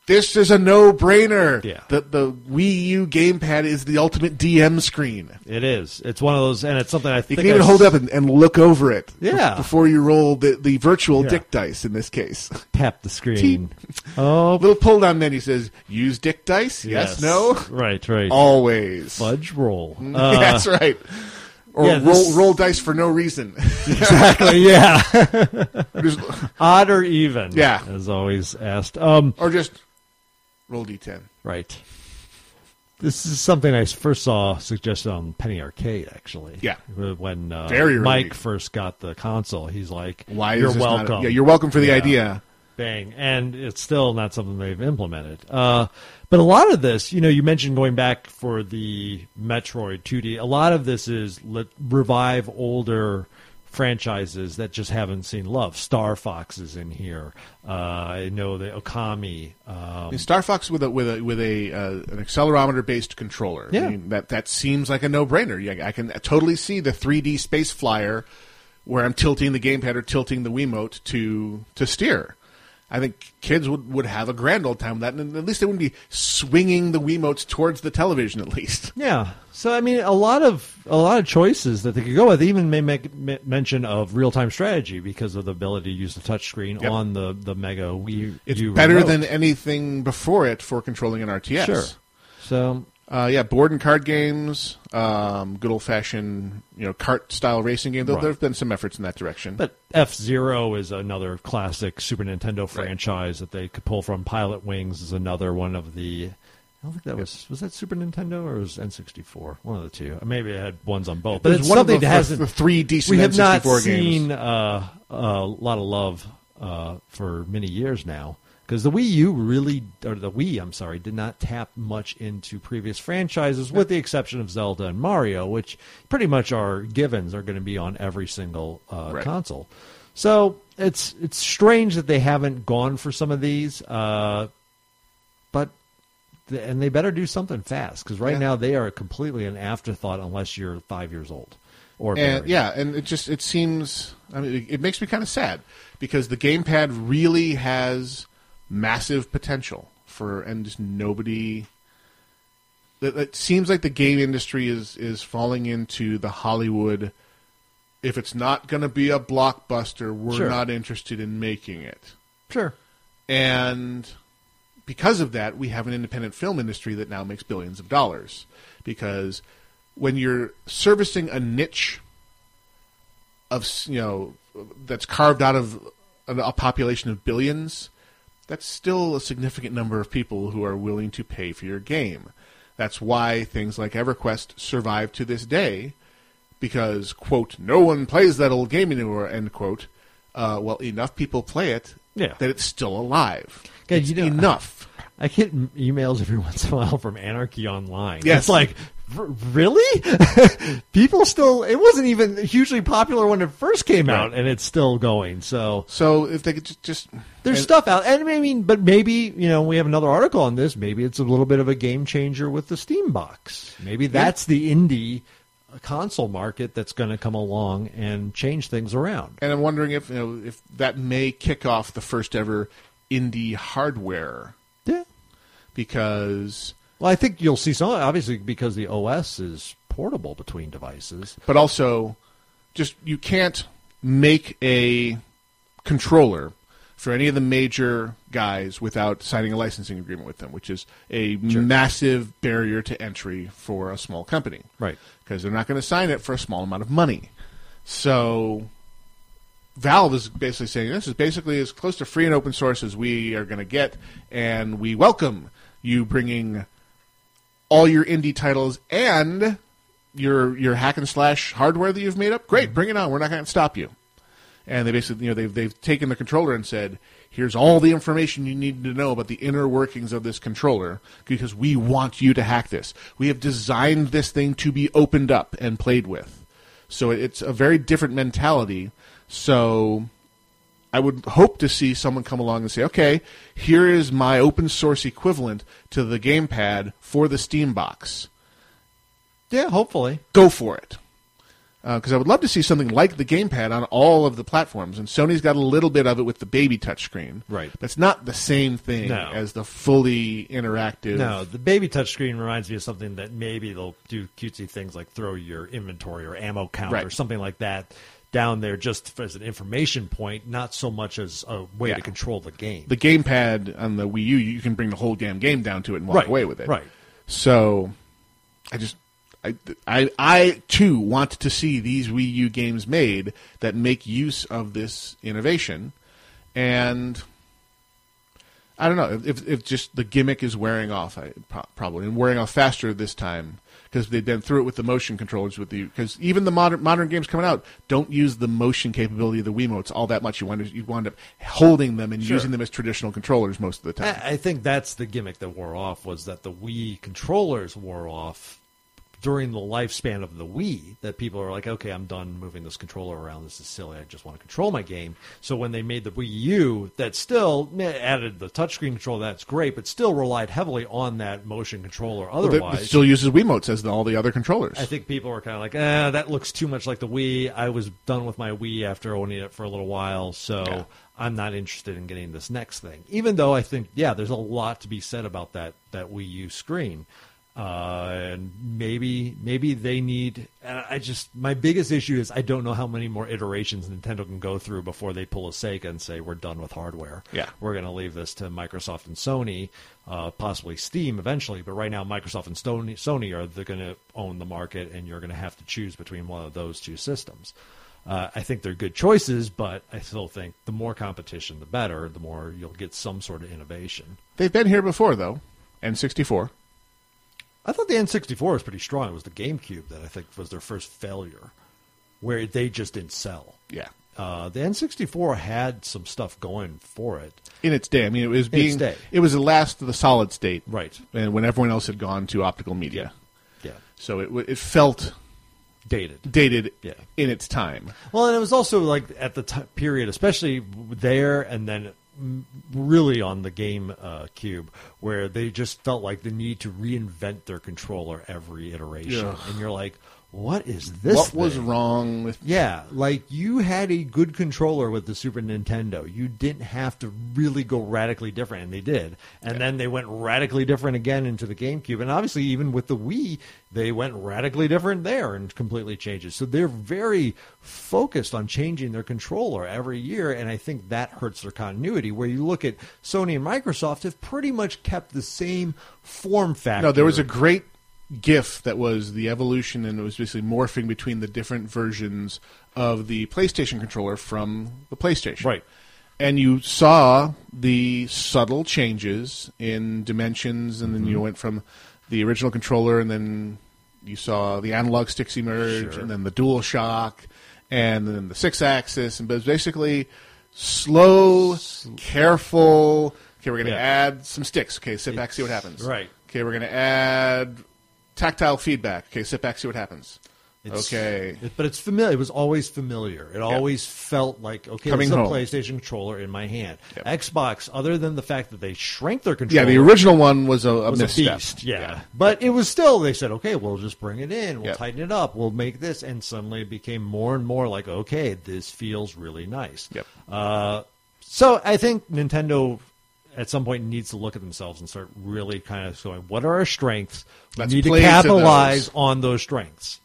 E: this is a no brainer.
H: Yeah.
E: the the Wii U gamepad is the ultimate DM screen.
H: It is. It's one of those, and it's something I
E: You
H: think
E: can even
H: I
E: hold up and, and look over it. bef-
H: Yeah.
E: before you roll the, the virtual
H: Yeah.
E: dick dice in this case.
H: tap the screen. Oh,
E: Little pull down menu says use dick dice. Yes, no,
H: Right, right.
E: always.
H: Fudge roll.
E: That's right. Or
H: yeah,
E: roll
H: this-
E: roll dice for no reason.
H: exactly. Uh, Yeah.
E: Just-
H: Odd or even.
E: Yeah.
H: As always asked. Um,
E: or just roll d10.
H: right. This is something I first saw suggested on Penny Arcade, actually.
E: Yeah.
H: When uh,
E: Very early.
H: Mike first got the console, he's like,
E: Why
H: you're
E: is this not a-
H: welcome.
E: yeah, you're welcome for the
H: Yeah.
E: idea.
H: Bang. And it's still not something they've implemented. Uh, but a lot of this, you know, you mentioned going back for the Metroid 2D. A lot of this is let, revive older franchises that just haven't seen love. Star Fox is in here. Uh, I know the Okami. Um,
E: In Star Fox with a with a with a uh, an accelerometer based controller. I
H: Yeah.
E: mean, that that seems like a no brainer. Yeah, I can totally see the 3D space flyer where I'm tilting the gamepad or tilting the Wiimote to to steer. I think kids would, would have a grand old time with that, and at least they wouldn't be swinging the Wiimotes towards the television. At least
H: Yeah. So I mean, a lot of a lot of choices that they could go with. They Even may make m- mention of real time strategy because of the ability to use the touchscreen
E: Yep.
H: on the the Mega Wii.
E: it's
H: U
E: better
H: remote.
E: than anything before it for controlling an RTS.
H: sure. So
E: Uh, yeah, board and card games, um, good old fashioned, you know, cart style racing game. Though
H: Right.
E: there have been some efforts in that direction.
H: But F Zero is another classic Super Nintendo franchise that they could pull from. Pilot Wings is another one of the. I don't think that was was that Super Nintendo or was N sixty four one of the two. Maybe it had ones on both, but
E: There's
H: it's
E: one of
H: something
E: the-
H: that hasn't
E: the three decent
H: We have not
E: N64 games.
H: seen uh, a lot of love uh, for many years now because the Wii U really or the Wii I'm sorry did not tap much into previous franchises with the exception of Zelda and Mario, which pretty much are givens are going to be on every single uh,
E: Right.
H: console. So it's it's strange that they haven't gone for some of these, uh, but th- and they better do something fast because right
E: Yeah.
H: now they are completely an afterthought unless you're five years old or
E: and
H: married.
E: yeah, and it just it seems. I mean, it, it makes me kind of sad because the gamepad really has massive potential for, and just nobody. It, it seems like the game industry is is falling into the Hollywood. If it's not going to be a blockbuster, we're
H: Sure.
E: not interested in making it.
H: sure.
E: And because of that, we have an independent film industry that now makes billions of dollars. Because when you're servicing a niche of s- you know that's carved out of an- a population of billions, that's still a significant number of people who are willing to pay for your game. That's why things like EverQuest survive to this day, because quote no one plays that old game anymore end quote. Uh, well, enough people play it
H: Yeah.
E: that it's still alive.
H: Yeah,
E: It's
H: you know-
E: enough.
H: I get m- emails every once in a while from Anarchy Online.
E: Yes.
H: It's like R- really? People still. It wasn't even hugely popular when it first came out, and it's still going. So,
E: so if they could ju- just
H: there's stuff out, and I mean, but maybe you know we have another article on this. Maybe it's a little bit of a game changer with the Steam box. Maybe that's the indie console market that's going to come along and change things around.
E: And I'm wondering if you know if that may kick off the first ever indie hardware.
H: Yeah.
E: Because
H: Well, I think you'll see some obviously because the OS is portable between devices.
E: but also just you can't make a controller for any of the major guys without signing a licensing agreement with them, which is a massive barrier to entry for a small company.
H: Right.
E: Because they're not going to sign it for a small amount of money. So Valve is basically saying this is basically as close to free and open source as we are going to get, and we welcome you bringing all your indie titles and your your hack and slash hardware that you've made up. Great, bring it on. We're not going to stop you. And they basically, you know, they've they've taken the controller and said, "Here's all the information you need to know about the inner workings of this controller because we want you to hack this. We have designed this thing to be opened up and played with." So it's a very different mentality. So I would hope to see someone come along and say, okay, here is my open source equivalent to the gamepad for the Steam box.
H: Yeah, hopefully.
E: Go for it. Because I would love to see something like the gamepad on all of the platforms. And Sony's got a little bit of it with the baby touchscreen.
H: Right.
E: But it's not the same thing
H: No.
E: as the fully interactive.
H: No, the baby touchscreen reminds me of something that maybe they'll do cutesy things like throw your inventory or ammo count
E: Right.
H: or something like that down there just as an information point, not so much as a way
E: Yeah.
H: to control the game.
E: The gamepad on the Wii U, you can bring the whole damn game down to it and walk
H: Right,
E: away with it.
H: right.
E: So I just. I, I, I too want to see these Wii U games made that make use of this innovation, and I don't know if if just the gimmick is wearing off, I, pro- probably and wearing off faster this time because they've been through it with the motion controllers with the because even the modern modern games coming out don't use the motion capability of the Wiimotes all that much. You wind up, you wind up holding them and using them as traditional controllers most of the time.
H: I, I think that's the gimmick that wore off was that the Wii controllers wore off during the lifespan of the Wii. That people are like, okay, I'm done moving this controller around. This is silly. I just want to control my game. So when they made the Wii U, that still meh, added the touchscreen control. That's great, but still relied heavily on that motion controller.
E: Well, that-
H: Otherwise,
E: that still uses Wiimotes as the, all the other controllers.
H: I think people were kind of like, eh, that looks too much like the Wii. I was done with my Wii after owning it for a little while, so I'm not interested in getting this next thing. Even though I think, yeah, there's a lot to be said about that that Wii U screen. Uh, and maybe maybe they need. And I just my biggest issue is I don't know how many more iterations Nintendo can go through before they pull a Sega and say we're done with hardware.
E: Yeah.
H: we're going to leave this to Microsoft and Sony, uh, possibly Steam eventually. But right now, Microsoft and Sony, Sony are they're going to own the market, and you're going to have to choose between one of those two systems. Uh, I think they're good choices, but I still think the more competition, the better. The more you'll get some sort of innovation.
E: They've been here before though, N64.
H: I thought the N64 was pretty strong. It was the GameCube that I think was their first failure, where they just didn't sell.
E: Yeah.
H: Uh, the N64 had some stuff going for it.
E: in its day. I mean, it was
H: In
E: being
H: its day.
E: it was the last of the solid state,
H: Right.
E: And when everyone else had gone to optical media,
H: Yeah.
E: so it w- it felt
H: Dated.
E: dated
H: Yeah.
E: in its time.
H: Well, and it was also like at the t- period, especially there, and then mm, really on the game uh, cube, where they just felt like the need to reinvent their controller every iteration,
E: Yeah.
H: and you're like, what is this?
E: what was
H: thing?
E: wrong with
H: Yeah, like you had a good controller with the Super Nintendo. You didn't have to really go radically different, and they did. And then they went radically different again into the GameCube. And obviously, even with the Wii, they went radically different there and completely changes. So they're very focused on changing their controller every year, and I think that hurts their continuity. Where you look at Sony and Microsoft have pretty much kept the same form factor.
E: No, there was a great GIF that was the evolution, and it was basically morphing between the different versions of the PlayStation controller from the PlayStation.
H: Right.
E: And you saw the subtle changes in dimensions, and then
H: Mm-hmm.
E: you went from the original controller, and then you saw the analog sticks emerge, and then the dual shock, and then the six axis, and but it was basically slow, careful. Okay, we're going to
H: Yeah.
E: add some sticks. Okay, sit back, see what happens.
H: Right.
E: Okay, we're going to add Tactile feedback. Okay, sit back, see what happens.
H: It's-
E: okay.
H: it- but it's familiar. It was always familiar. It always felt like okay,
E: Coming
H: there's a
E: home.
H: PlayStation controller in my hand. Xbox, other than the fact that they shrank their controller,
E: Yeah, the original one was a, a
H: was
E: misstep.
H: beast. Yeah. but it was still. They said, okay, we'll just bring it in. We'll
E: Yeah.
H: tighten it up. We'll make this, and suddenly it became more and more like, okay, this feels really nice. Yep. Uh, so I think Nintendo. At some point, needs to look at themselves and start really kind of going. What are our strengths? We
E: Let's
H: need to
E: play to those.
H: capitalize on those strengths.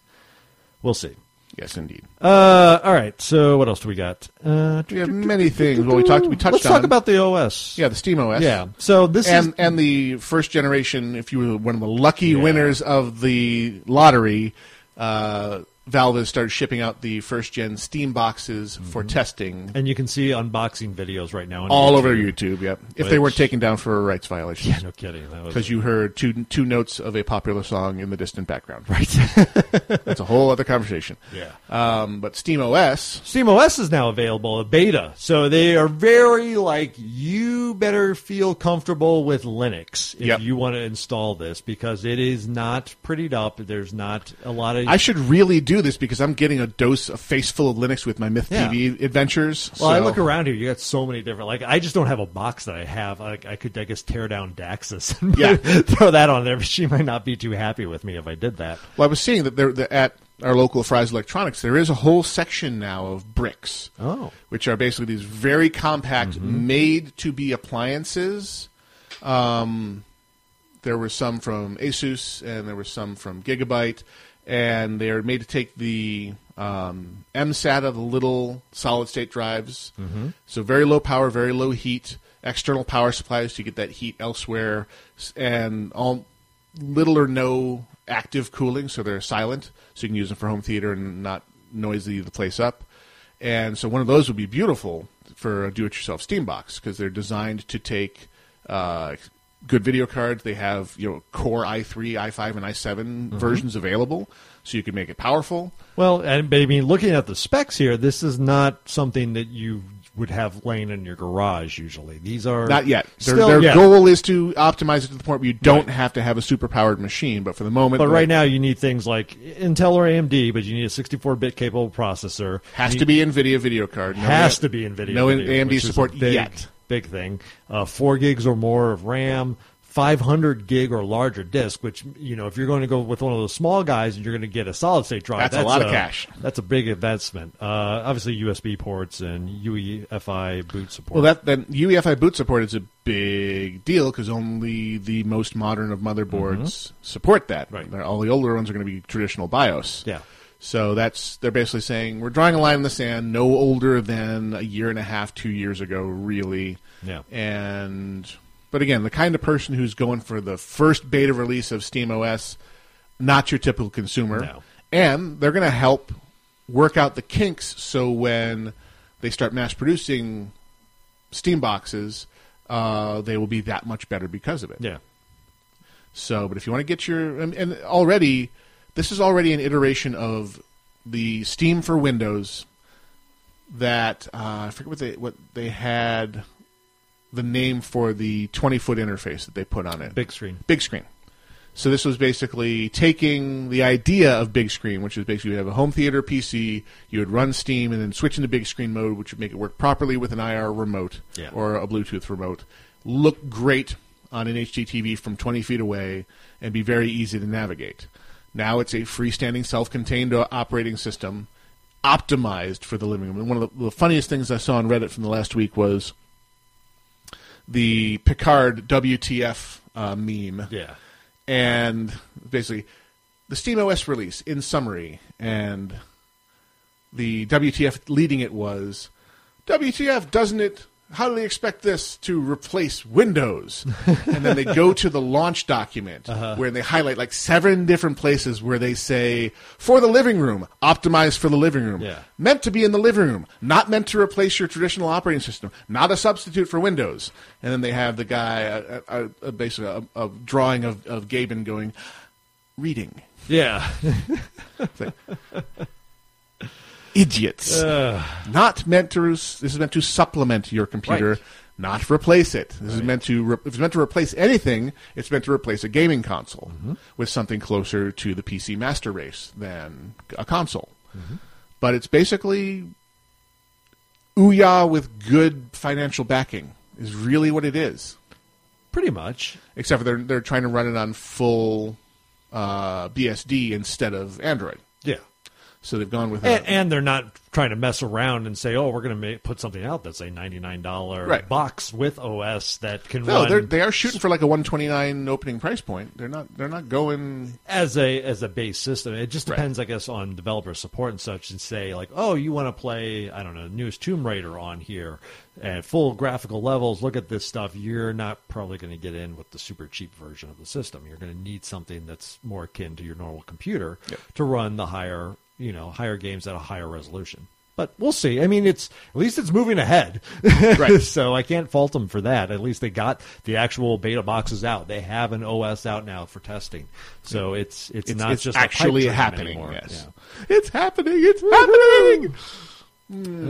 H: We'll see.
E: Yes, indeed.
H: Uh, all right. So what else do we got? Uh,
E: We have many things. Well, we talked. We touched.
H: Let's
E: on,
H: talk about the OS.
E: Yeah, the Steam OS.
H: Yeah. So this
E: and,
H: is-
E: and the first generation. If you were one of the lucky winners of the lottery, uh, Valve has started shipping out the first gen Steam boxes
H: Mm-hmm.
E: for testing
H: and you can see unboxing videos right now on
E: all
H: YouTube.
E: over YouTube. Yep. If they
H: Which-
E: weren't taken down for a rights violation.
H: No kidding. That was-
E: Because you heard two two notes of a popular song in the distant background. Right. That's a whole other conversation.
H: Yeah.
E: Um, but Steam OS.
H: Steam OS is now available, a beta. So they are very like you better feel comfortable with Linux if
E: Yep.
H: you want to install this because it is not prettied up. There's not a lot of
E: I should really do this because I'm getting a dose, a face full of Linux with my Myth
H: Yeah.
E: TV adventures.
H: Well, I
E: so-
H: look around here. You got so many different. Like, I just don't have a box that I have. I, I could, I guess, tear down Daxus and
E: Yeah.
H: throw that on there. But she might not be too happy with me if I did that.
E: Well, I was seeing that there that at our local Fry's Electronics there is a whole section now of bricks.
H: Oh.
E: which are basically these very compact, made to be appliances. Um, there were some from Asus, and there were some from Gigabyte, and they are made to take the um, MSATA, the little solid state drives.
I: Mhm.
E: So very low power, very low heat. External power supplies to get that heat elsewhere, s- and all little or no active cooling, so they're silent, so you can use them for home theater and not noisy the place up. And so one of those would be beautiful for a do-it-yourself Steam box because they're designed to take uh, good video cards. They have you know Core i3, i5, and i7
H: Mhm.
E: versions available, so you can make it powerful.
H: Well, and but I mean, looking at the specs here, this is not something that you would have laying in your garage usually. These are
E: Not yet. Their,
H: Still,
E: their
H: yeah.
E: goal is to optimize it to the point where you don't have to have a superpowered machine. But for the moment,
H: But
E: they're-
H: right now, you need things like Intel or AMD, but you need a 64-bit capable processor.
E: has
H: You-
E: to be NVIDIA video card. No-
H: has to be NVIDIA.
E: No
H: video,
E: AMD
H: which is a
E: support
H: big,
E: yet.
H: Big thing. Uh, four gigs or more of RAM, 500 gig or larger disk. Which you know, if you're going to go with one of those small guys and you're going to get a solid state drive,
E: That's a lot of cash.
H: That's a big investment. Uh, obviously, USB ports and UEFI boot support.
E: Well, that then UEFI boot support is a big deal because only the most modern of motherboards
H: Mm-hmm.
E: support that. Right. All the older ones are going to be traditional BIOS.
H: Yeah.
E: So that's they're basically saying we're drawing a line in the sand, no older than a year and a half, two years ago, really.
H: Yeah.
E: And but again, the kind of person who's going for the first beta release of Steam OS, not your typical consumer.
H: No.
E: And they're going to help work out the kinks so when they start mass producing Steam boxes, uh, they will be that much better because of it.
H: Yeah.
E: So, but if you want to get your and, and already, this is already an iteration of the Steam for Windows that uh, I forget what they what they had the name for the twenty foot interface that they put on it.
H: Big screen.
E: Big screen. So this was basically taking the idea of big screen, which is basically you have a home theater PC, you would run Steam, and then switch into big screen mode, which would make it work properly with an IR remote
H: Yeah.
E: or a Bluetooth remote, look great on an HDTV from 20 feet away, and be very easy to navigate. Now it's a freestanding, self-contained o- operating system optimized for the living room. And one of the, the funniest things I saw on Reddit from the last week was the Picard WTF uh, meme.
H: Yeah.
E: And basically, the Steam OS release in summary, and the WTF leading it was WTF, doesn't it? How do they expect this to replace Windows? and then they go to the launch document where they highlight like seven different places where they say, for the living room, optimized for the living room,
H: Yeah.
E: meant to be in the living room, not meant to replace your traditional operating system, not a substitute for Windows. And then they have the guy, uh uh uh basically, a, a drawing of, of Gaben going, reading.
H: yeah.
E: It's like, idiots.
H: Ugh.
E: Not meant to. This is meant to supplement your computer,
H: Right.
E: not replace it. This is meant to. Re- if it's meant to replace anything, it's meant to replace a gaming console
H: Mm-hmm.
E: with something closer to the PC master race than a console.
H: Mm-hmm.
E: But it's basically Ouya with good financial backing is really what it is.
H: Pretty much.
E: Except for they're they're trying to run it on full uh, BSD instead of Android.
H: Yeah.
E: So they've gone with
H: And,
E: a-
H: and they're not trying to mess around and say, "Oh, we're going to make, put something out that's a ninety-nine dollar
E: Right.
H: box with OS that can
E: no,
H: run
E: they're, they are shooting for like a 129 opening price point. They're not they're not going
H: as a as a base system. It just depends, I guess, on developer support and such, and say like, oh, you want to play, I don't know, newest Tomb Raider on here at full graphical levels. Look at this stuff. You're not probably going to get in with the super cheap version of the system. You're going to need something that's more akin to your normal computer to run the higher you know higher games at a higher resolution. But we'll see. I mean, it's at least it's moving ahead,
E: Right.
H: so I can't fault them for that. At least they got the actual beta boxes out. They have an OS out now for testing, so it's it's, not just a pipe
E: actually
H: dream
E: happening.
H: anymore.
E: Yes,
H: Yeah.
E: it's happening. It's happening.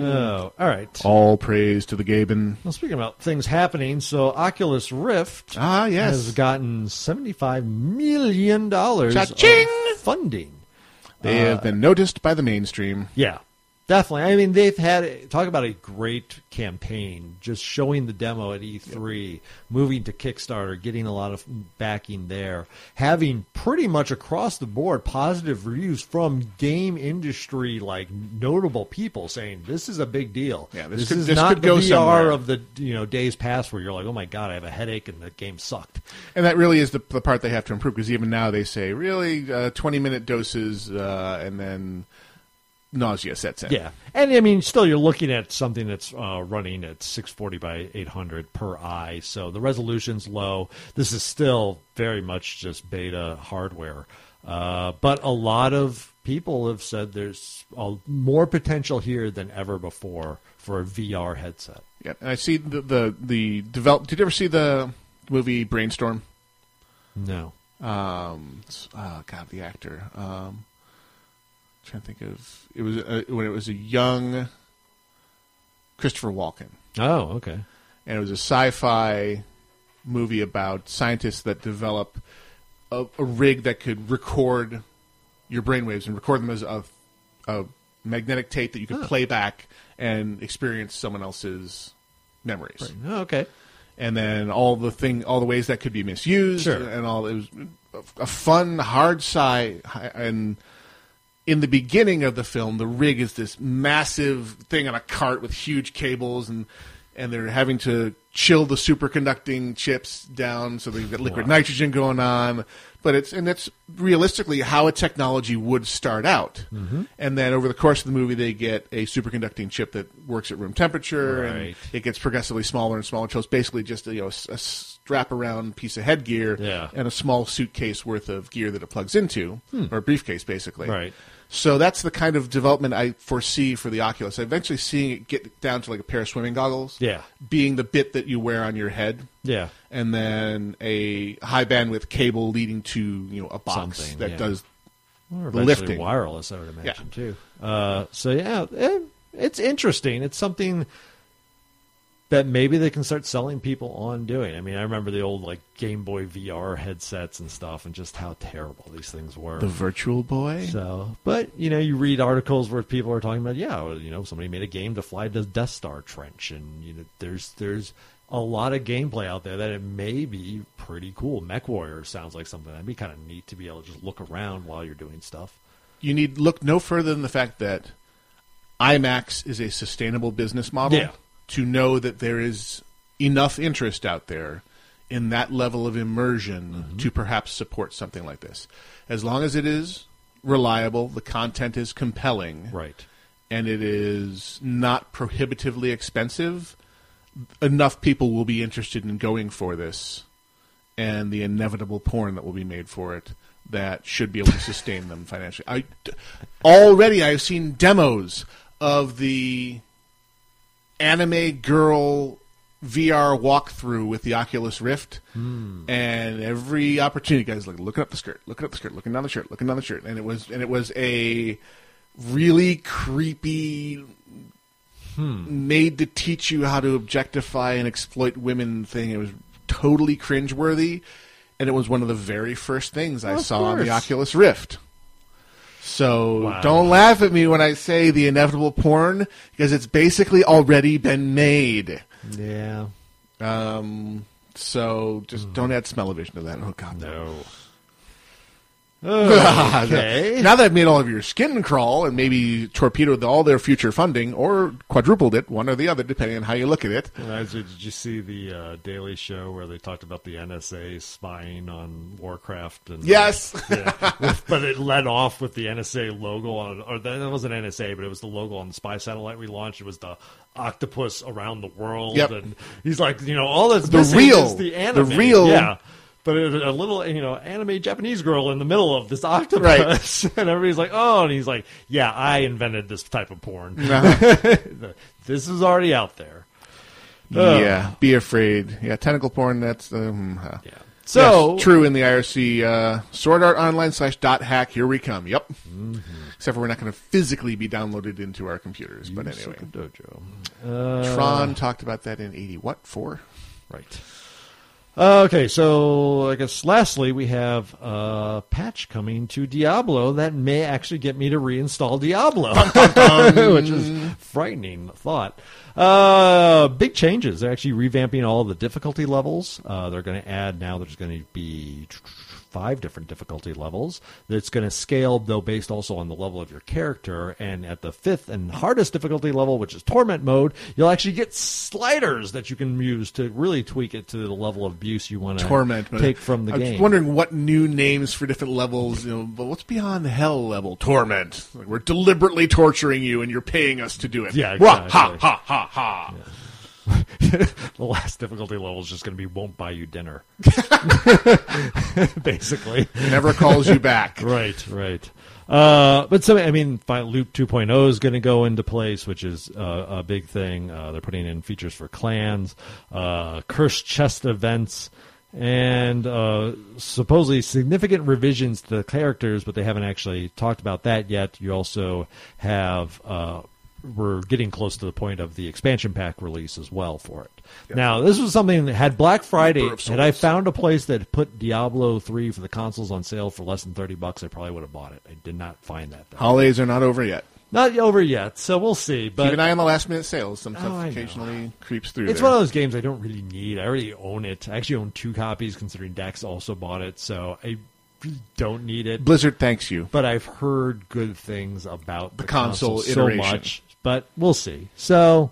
H: Oh, all right.
E: All praise to the Gaben.
H: Well, speaking about things happening, so Oculus Rift
E: Ah, yes.
H: has gotten seventy five million dollars
E: Cha-ching!
H: funding.
E: They
H: Uh,
E: have been noticed by the mainstream.
H: Yeah, definitely. I mean, they've had talk about a great campaign, just showing the demo at E3, moving to Kickstarter, getting a lot of backing there, having pretty much across the board positive reviews from game industry like notable people saying this is a big deal.
E: Yeah, this
H: this
E: could-
H: is
E: this
H: not
E: could
H: the
E: go
H: VR
E: somewhere.
H: of the you know days past where you're like, oh my god, I have a headache and the game sucked.
E: And that really is the, the part they have to improve because even now they say really uh, twenty minute doses uh, and then nausea sets in.
H: Yeah, and I mean, still, you're looking at something that's uh, running at 640 by 800 per eye, so the resolution's low. This is still very much just beta hardware, uh, but a lot of people have said there's uh more potential here than ever before for a VR headset.
E: Yeah, and I see the the, the develop. Did you ever see the movie Brainstorm?
H: No,
E: Um, it's- oh God, the actor. Um, trying to think of it was uh when it was a young Christopher Walken,
H: oh, okay,
E: and it was a sci-fi movie about scientists that develop a, a rig that could record your brainwaves and record them as a, a magnetic tape that you could play back and experience someone else's memories
H: Oh, okay,
E: and then all the thing, all the ways that could be misused,
H: Sure.
E: and all it was a fun, hard sigh. And in the beginning of the film, the rig is this massive thing on a cart with huge cables, and and they're having to chill the superconducting chips down, so they've got liquid nitrogen going on. But it's and that's realistically how a technology would start out,
H: Mm-hmm.
E: and then over the course of the movie, they get a superconducting chip that works at room temperature, and
H: Right.
E: it gets progressively smaller and smaller until it's basically just you know a, s- a strap around piece of headgear
H: Yeah. Hmm.
E: and a small suitcase worth of gear that it plugs into or a briefcase basically
H: Right.
E: so that's the kind of development i foresee for the oculus eventually seeing it get down to like a pair of swimming goggles
H: Yeah.
E: being the bit that you wear on your head
H: yeah,
E: and then a high bandwidth cable leading to you know a box
H: Something,
E: that
H: yeah.
E: does
H: or
E: The
H: eventually
E: lifting.
H: wireless, I would imagine
E: Yeah.
H: too. Uh, so yeah, eh, it's interesting. It's something that maybe they can start selling people on doing. I mean, I remember the old like Game Boy VR headsets and stuff, and just how terrible these things were.
E: the virtual boy
H: so, but you know, you read articles where people are talking about, yeah, well, you know, somebody made a game to fly to Death Star trench, and you know, there's there's a lot of gameplay out there that it may be pretty cool. Mech Warrior sounds like something that'd be kind of neat to be able to just look around while you're doing stuff.
E: you need look no further than the fact that IMAX is a sustainable business model
H: Yeah.
E: to know that there is enough interest out there in that level of immersion
H: Mm-hmm.
E: to perhaps support something like this. As long as it is reliable, the content is compelling,
H: Right.
E: and it is not prohibitively expensive, enough people will be interested in going for this and the inevitable porn that will be made for it that should be able to sustain them financially. I, already I've seen demos of the anime girl VR walkthrough with the Oculus Rift,
L: Hmm.
E: and every opportunity, guys, like looking up the skirt, looking up the skirt, looking down the shirt, looking down the shirt, and it was and it was a really creepy
L: Hmm.
E: made to teach you how to objectify and exploit women thing. It was totally cringeworthy, and it was one of the very first things I
L: Of
E: saw on the
L: course.
E: Oculus Rift. So don't laugh at me when I say the inevitable porn because it's basically already been made.
H: Yeah.
E: Um. So just don't add smell-o-vision to that. Hmm. Oh God,
H: no.
L: Okay.
E: now that I've made all of your skin crawl and maybe torpedoed all their future funding or quadrupled it, one or the other, depending on how you look at it.
H: And I was- did you see the uh, Daily Show where they talked about the NSA spying on Warcraft? And uh,
E: Yes.
H: Yeah. With- but it led off with the NSA logo on, or that that wasn't NSA, but it was the logo on the spy satellite we launched. It was the octopus around the world,
E: Yep.
H: and he's like, you know, all that's
E: The
H: missing
E: real-
H: is the
E: the
H: anime,
E: real-
H: yeah. But it was a little, you know, anime Japanese girl in the middle of this octopus, and everybody's like, "Oh!" And he's like, "Yeah, I invented this type of porn.
E: Uh-huh.
H: this is already out there." Ugh.
E: Yeah, be afraid. Yeah, tentacle porn. That's um, huh. yeah.
H: So-
E: true in the IRC uh, Sword Art Online slash dot hack. Here we come. Yep.
H: Mm-hmm.
E: Except for we're not going to physically be downloaded into our computers. but anyway,
H: dojo. Uh,
E: Tron talked about that in eighty what four?
H: Right. Uh, Okay, so I guess lastly we have a patch coming to Diablo that may actually get me to reinstall Diablo, which is frightening thought. Uh, big changes. They're actually revamping all the difficulty levels. Uh, they're going to add now. There's going to be five different difficulty levels. That's going to scale though based also on the level of your character. And at the fifth and hardest difficulty level, which is torment mode, you'll actually get sliders that you can use to really tweak it to the level of abuse you want to
E: Torment. but
H: take from the
E: I was
H: game.
E: wondering what new names for different levels. You know, but what's beyond hell level? Torment. Like we're deliberately torturing you, and you're paying us to do it.
H: Yeah,
E: Wah, ha
H: exactly.
E: ha ha ha.
H: the last difficulty level is just going to be won't buy you dinner. Basically.
E: Never calls you back.
H: right, right. Uh, but some, I mean, fi- Loop 2.0 is going to go into place, which is uh, a big thing. Uh, they're putting in features for clans, uh, cursed chest events, and uh, supposedly significant revisions to the characters, but they haven't actually talked about that yet. You also have. Uh, we're getting close to the point of the expansion pack release as well for it. Now, this was something that had Black Friday,
E: Number of
H: had I found a place that put Diablo 3 for the consoles on sale for less than 30 bucks, I probably would have bought it. I did not find that. Though.
E: Holidays are not over yet.
H: Not over yet, so we'll see. But
E: Keep an eye on the last minute sales. Some stuff
H: Oh, I know.
E: occasionally creeps through.
H: it's
E: there.
H: one of those games I don't really need. I already own it. I actually own two copies considering Dax also bought it, so I really don't need it.
E: Blizzard thanks you.
H: But I've heard good things about the,
E: console
H: so
E: iteration.
H: much. But we'll see. So,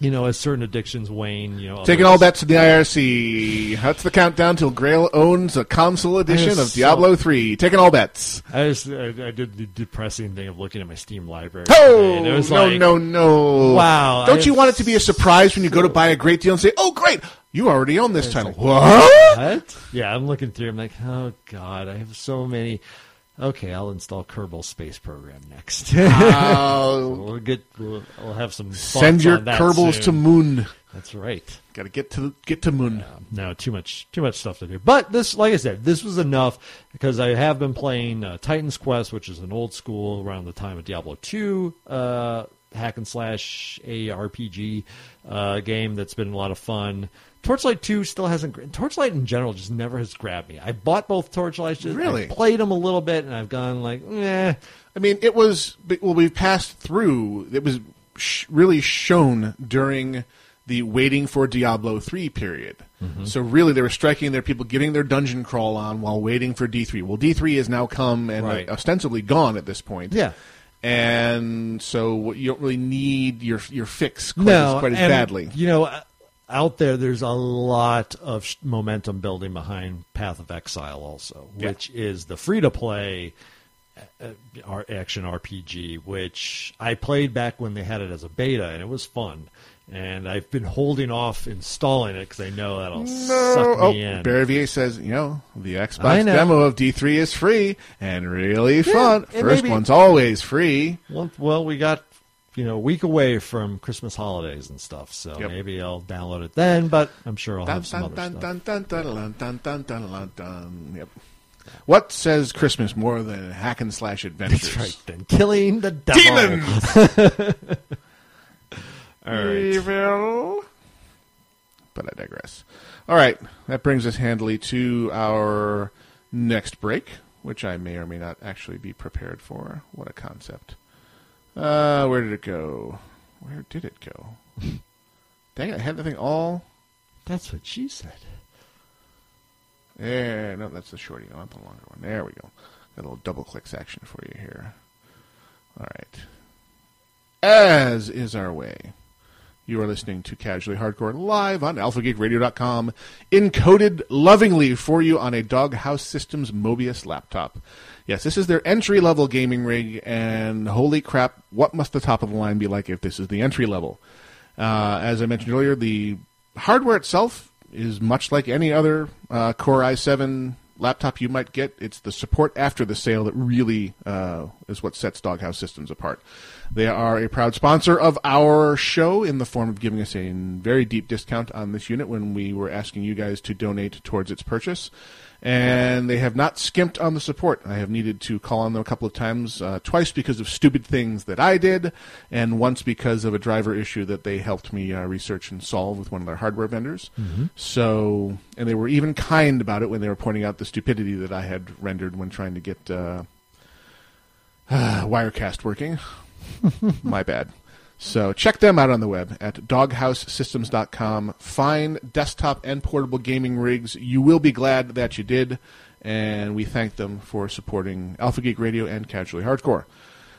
H: you know, as certain addictions wane, you know,
E: Taking
H: others-
E: all bets to the IRC. That's the countdown till Grail owns a console edition of
H: so-
E: Diablo 3. Taking all bets.
H: I just I, I did the depressing thing of looking at my Steam library. today,
E: Oh,
H: and it was
E: no,
H: like,
E: no, no.
H: Wow,
E: Don't
H: I
E: you
H: have
E: want it to be a surprise when you go to buy a great deal and say, oh, great, you already own this title. what?
H: What? Yeah, I'm looking through. I'm like, oh god, I have so many. Okay, I'll install Kerbal Space Program next.
E: Wow.
H: we'll get. We'll, I'll have some.
E: Oh. Send
H: thoughts
E: your
H: on that
E: Kerbals
H: soon.
E: to Moon.
H: That's right.
E: Got to get to get to Moon.
H: no, too much, too much stuff to do. But this, like I said, this was enough because I have been playing uh, Titan's Quest, which is an old school around the time of Diablo two uh, hack and slash ARPG uh, game that's been a lot of fun. Torchlight two still hasn't. gra- Torchlight in general just never has grabbed me. I bought both Torchlights, I've
E: Really?
H: played them a little bit, and I've gone like, eh.
E: I mean, it was but- well. We passed through. It was sh- really shown during the waiting for Diablo three period.
H: Mm-hmm.
E: So really, they were striking their people, getting their dungeon crawl on while waiting for D three. Well, D three has now come and
H: Right.
E: ostensibly gone at this point.
H: Yeah.
E: and so you don't really need your your fix quite,
H: no,
E: as, quite as
H: and,
E: badly.
H: You know, uh, out there, there's a lot of sh- momentum building behind Path of Exile, also,
E: Yeah.
H: which is the free to play our action RPG, which I played back when they had it as a beta, and it was fun. And I've been holding off installing it because I know that'll suck
E: oh,
H: me in.
E: Barry VA says, you know, the
H: I
E: Xbox
H: know.
E: demo of D3 is free and really fun.
H: it may
E: First
H: be-
E: one's always free.
H: Well, well, we got you know a week away from Christmas holidays and stuff, so
E: Yep.
H: maybe I'll download it then. But I'm sure I'll
E: Dun,
H: have some
E: dun,
H: other
E: dun,
H: stuff.
E: dun, dun, dun, dun, dun, dun, dun, dun, dun. Yep. What says Christmas more than hack and slash adventures?
H: That's right. Then killing the devil.
E: Demons! All right. Evil. But I digress. All right, that brings us handily to our next break, which I may or may not actually be prepared for. What a concept. Uh, where did it go? Where did it go? Dang it, I had the thing all.
H: That's what she said.
E: There, no, that's the shorty. I want the longer one. There we go. Got a little double click section for you here. All right. As is our way. You are listening to Casually Hardcore live on alphageekradio.com, encoded lovingly for you on a Doghouse Systems Mobius laptop. Yes, this is their entry level gaming rig, and holy crap, what must the top of the line be like if this is the entry level? Uh, as I mentioned earlier, the hardware itself is much like any other uh, Core i7 laptop you might get. It's the support after the sale that really uh, is what sets Doghouse Systems apart. They are a proud sponsor of our show in the form of giving us a very deep discount on this unit when we were asking you guys to donate towards its purchase. And they have not skimped on the support. I have needed to call on them a couple of times, uh, twice because of stupid things that I did, and once because of a driver issue that they helped me uh, research and solve with one of their hardware vendors.
L: Mhm.
E: So, and they were even kind about it when they were pointing out the stupidity that I had rendered when trying to get uh, Wirecast working. My bad. So check them out on the web at doghousesystems.com. Find desktop and portable gaming rigs. You will be glad that you did. And we thank them for supporting Alpha Geek Radio and Casually Hardcore.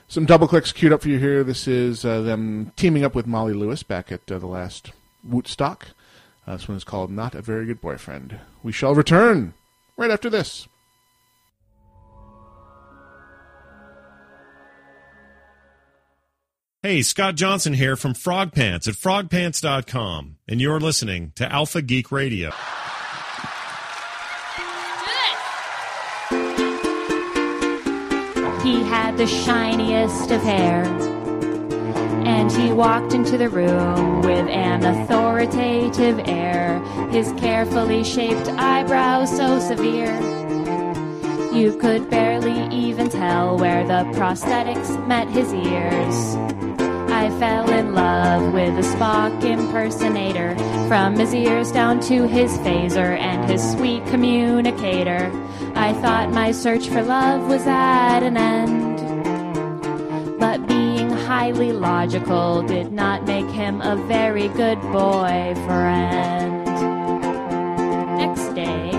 E: Some double clicks queued up for you here. This is uh, them teaming up with Molly Lewis back at uh, the last Wootstock. Uh, this one is called Not a Very Good Boyfriend. We shall return right after this.
M: Hey, Scott Johnson here from Frog Pants at frogpants.com, and you're listening to Alpha Geek Radio.
N: He had the shiniest of hair, and he walked into the room with an authoritative air, his carefully shaped eyebrows so severe. You could barely even tell where the prosthetics met his ears. I fell in love with a Spock impersonator, from his ears down to his phaser and his sweet communicator. I thought my search for love was at an end. But being highly logical did not make him a very good boyfriend. Next day,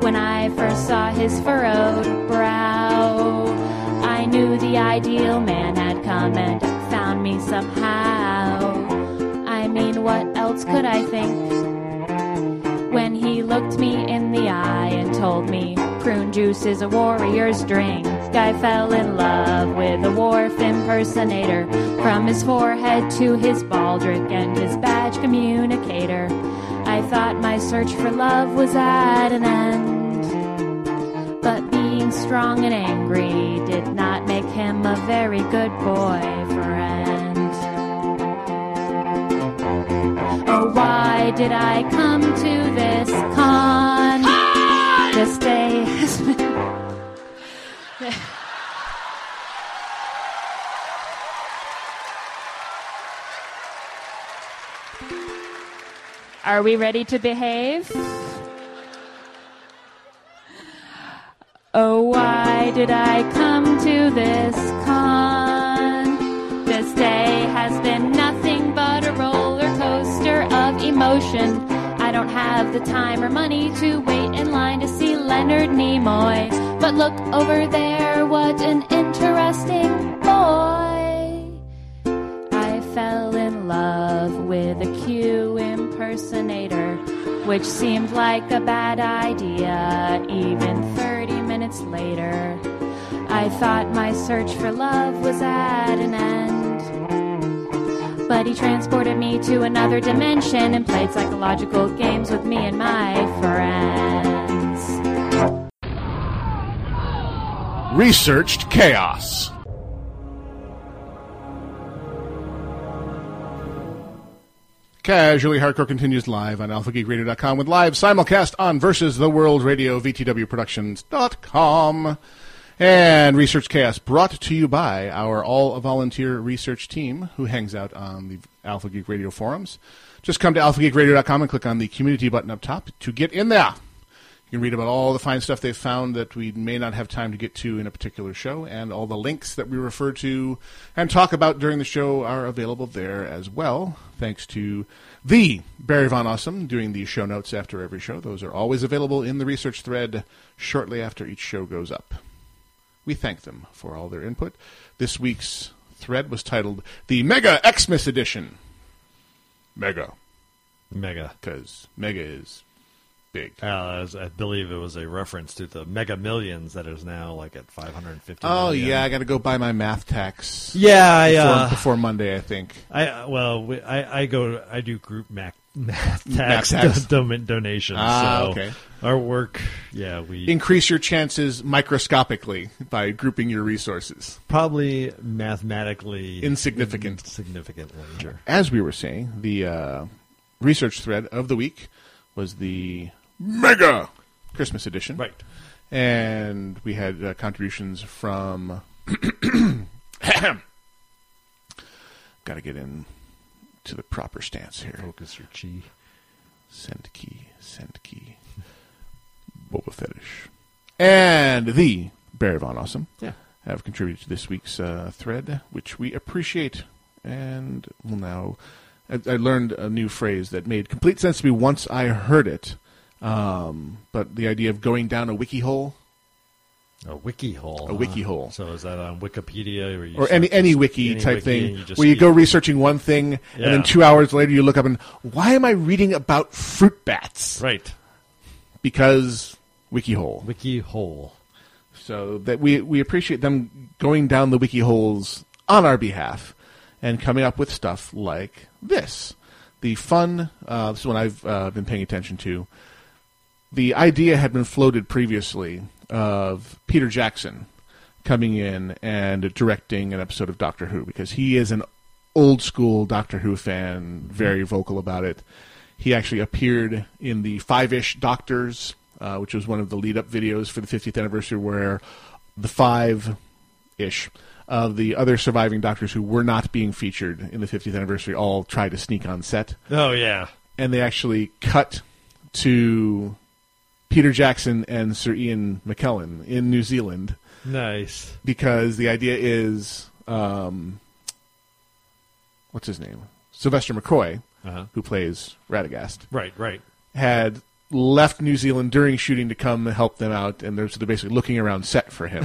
N: when I first saw his furrowed brow, I knew the ideal man had come and found me somehow. I mean, what else could I think? When he looked me in the eye and told me prune juice is a warrior's drink, I fell in love with a wharf impersonator from his forehead to his baldric and his badge communicator. I thought my search for love was at an end, but being strong and angry did not make him a very good boyfriend. Oh, why did I come to this con? This day has been. Are we ready to behave? Oh, why did I come to this con? This day has been nothing but a roller coaster of emotion. I don't have the time or money to wait in line to see Leonard Nimoy. But look over there, what an interesting boy! I fell in love with a Q impersonator, which seemed like a bad idea even 30 minutes later. I thought my search for love was at an end. But he transported me to another dimension and played psychological games with me and my friends.
E: Researched Chaos. Casually Hardcore continues live on AlphaGeekRadio.com with live simulcast on Versus the World Radio, VTWProductions.com. And Research Chaos brought to you by our all volunteer research team who hangs out on the Alpha Geek Radio forums. Just come to alphageekradio.com and click on the community button up top to get in there. You can read about all the fine stuff they've found that we may not have time to get to in a particular show, and all the links that we refer to and talk about during the show are available there as well. Thanks to the Barry Von Awesome doing the show notes after every show. Those are always available in the research thread shortly after each show goes up. We thank them for all their input. This week's thread was titled The Mega Xmas Edition. Mega.
H: Mega.
E: Because Mega is big.
H: Uh, as- I believe it was a reference to the Mega Millions that is now like at 550.
E: Oh
H: million.
E: yeah, I got to go buy my math tax.
H: Yeah, I,
E: before,
H: uh,
E: before Monday, I think.
H: I uh, well, we, I I go I do group mac math
E: Mac
H: tax,
E: tax.
H: do- dom- donations.
E: Ah,
H: so
E: okay.
H: Our work, yeah, we
E: Increase your chances microscopically by grouping your resources.
H: probably mathematically
E: Insignificant.
H: significantly.
E: As we were saying, the uh, research thread of the week was the Mega Christmas edition, right? And we had uh, contributions from. got to get in to the proper stance here.
H: Focus your chi.
E: Send key. Send key. Boba Fettish. And the Barry Von Awesome
H: Yeah.
E: have contributed to this week's uh, thread, which we appreciate. And will now, I, I learned a new phrase that made complete sense to me once I heard it. Um, but the idea of going down a wiki hole
H: A wiki hole.
E: A wiki
H: huh?
E: hole.
H: So is that on Wikipedia or, you
E: or
H: search-
E: any any wiki
H: any
E: type
H: wiki
E: thing
H: and just
E: where you
H: see-
E: go researching one thing and
H: Yeah.
E: then two hours later you look up and why am I reading about fruit bats?
H: Right.
E: Because wiki hole.
H: Wiki hole.
E: So that we we appreciate them going down the wiki holes on our behalf and coming up with stuff like this. The fun. Uh, this is one I've uh, been paying attention to. The idea had been floated previously of Peter Jackson coming in and directing an episode of Doctor Who because he is an old school Doctor Who fan, very vocal about it. He actually appeared in the Five Ish Doctors, uh, which was one of the lead up videos for the 50th anniversary, where the five ish of the other surviving doctors who were not being featured in the 50th anniversary all tried to sneak on set
H: Oh yeah.
E: and they actually cut to Peter Jackson and Sir Ian McKellen in New Zealand
H: Nice.
E: because the idea is um, what's his name? Sylvester McCoy,
H: Uh-huh.
E: who plays Radagast,
H: Right. Right.
E: had left New Zealand during shooting to come help them out, and they're, so they're basically looking around set for him.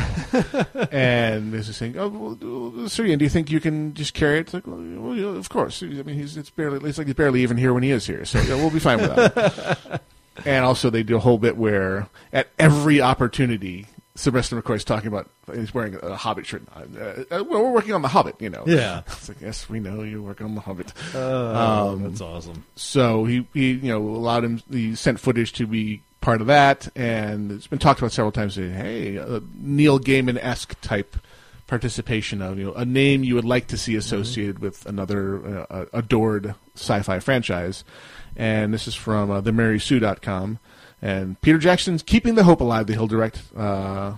E: and they're just saying, "Oh, well, Sir Ian, do you think you can just carry it?" It's like, well, you know, of course. I mean, he's it's barely it's like he's barely even here when he is here, so yeah, we'll be fine without him. and also, they do a whole bit where at every opportunity. Sylvester McCoy's talking about he's wearing a Hobbit shirt. Uh, uh, well, we're working on the Hobbit, you know.
H: Yeah.
E: It's like yes, we know you're working on the Hobbit.
H: Oh,
E: Um,
H: that's awesome.
E: So he, he you know allowed him he sent footage to be part of that, and it's been talked about several times. Saying, hey, a Neil Gaiman esque type participation of you know a name you would like to see associated with another uh, adored sci-fi franchise, and this is from uh, themarysue.com. And Peter Jackson's keeping the hope alive that he'll direct uh,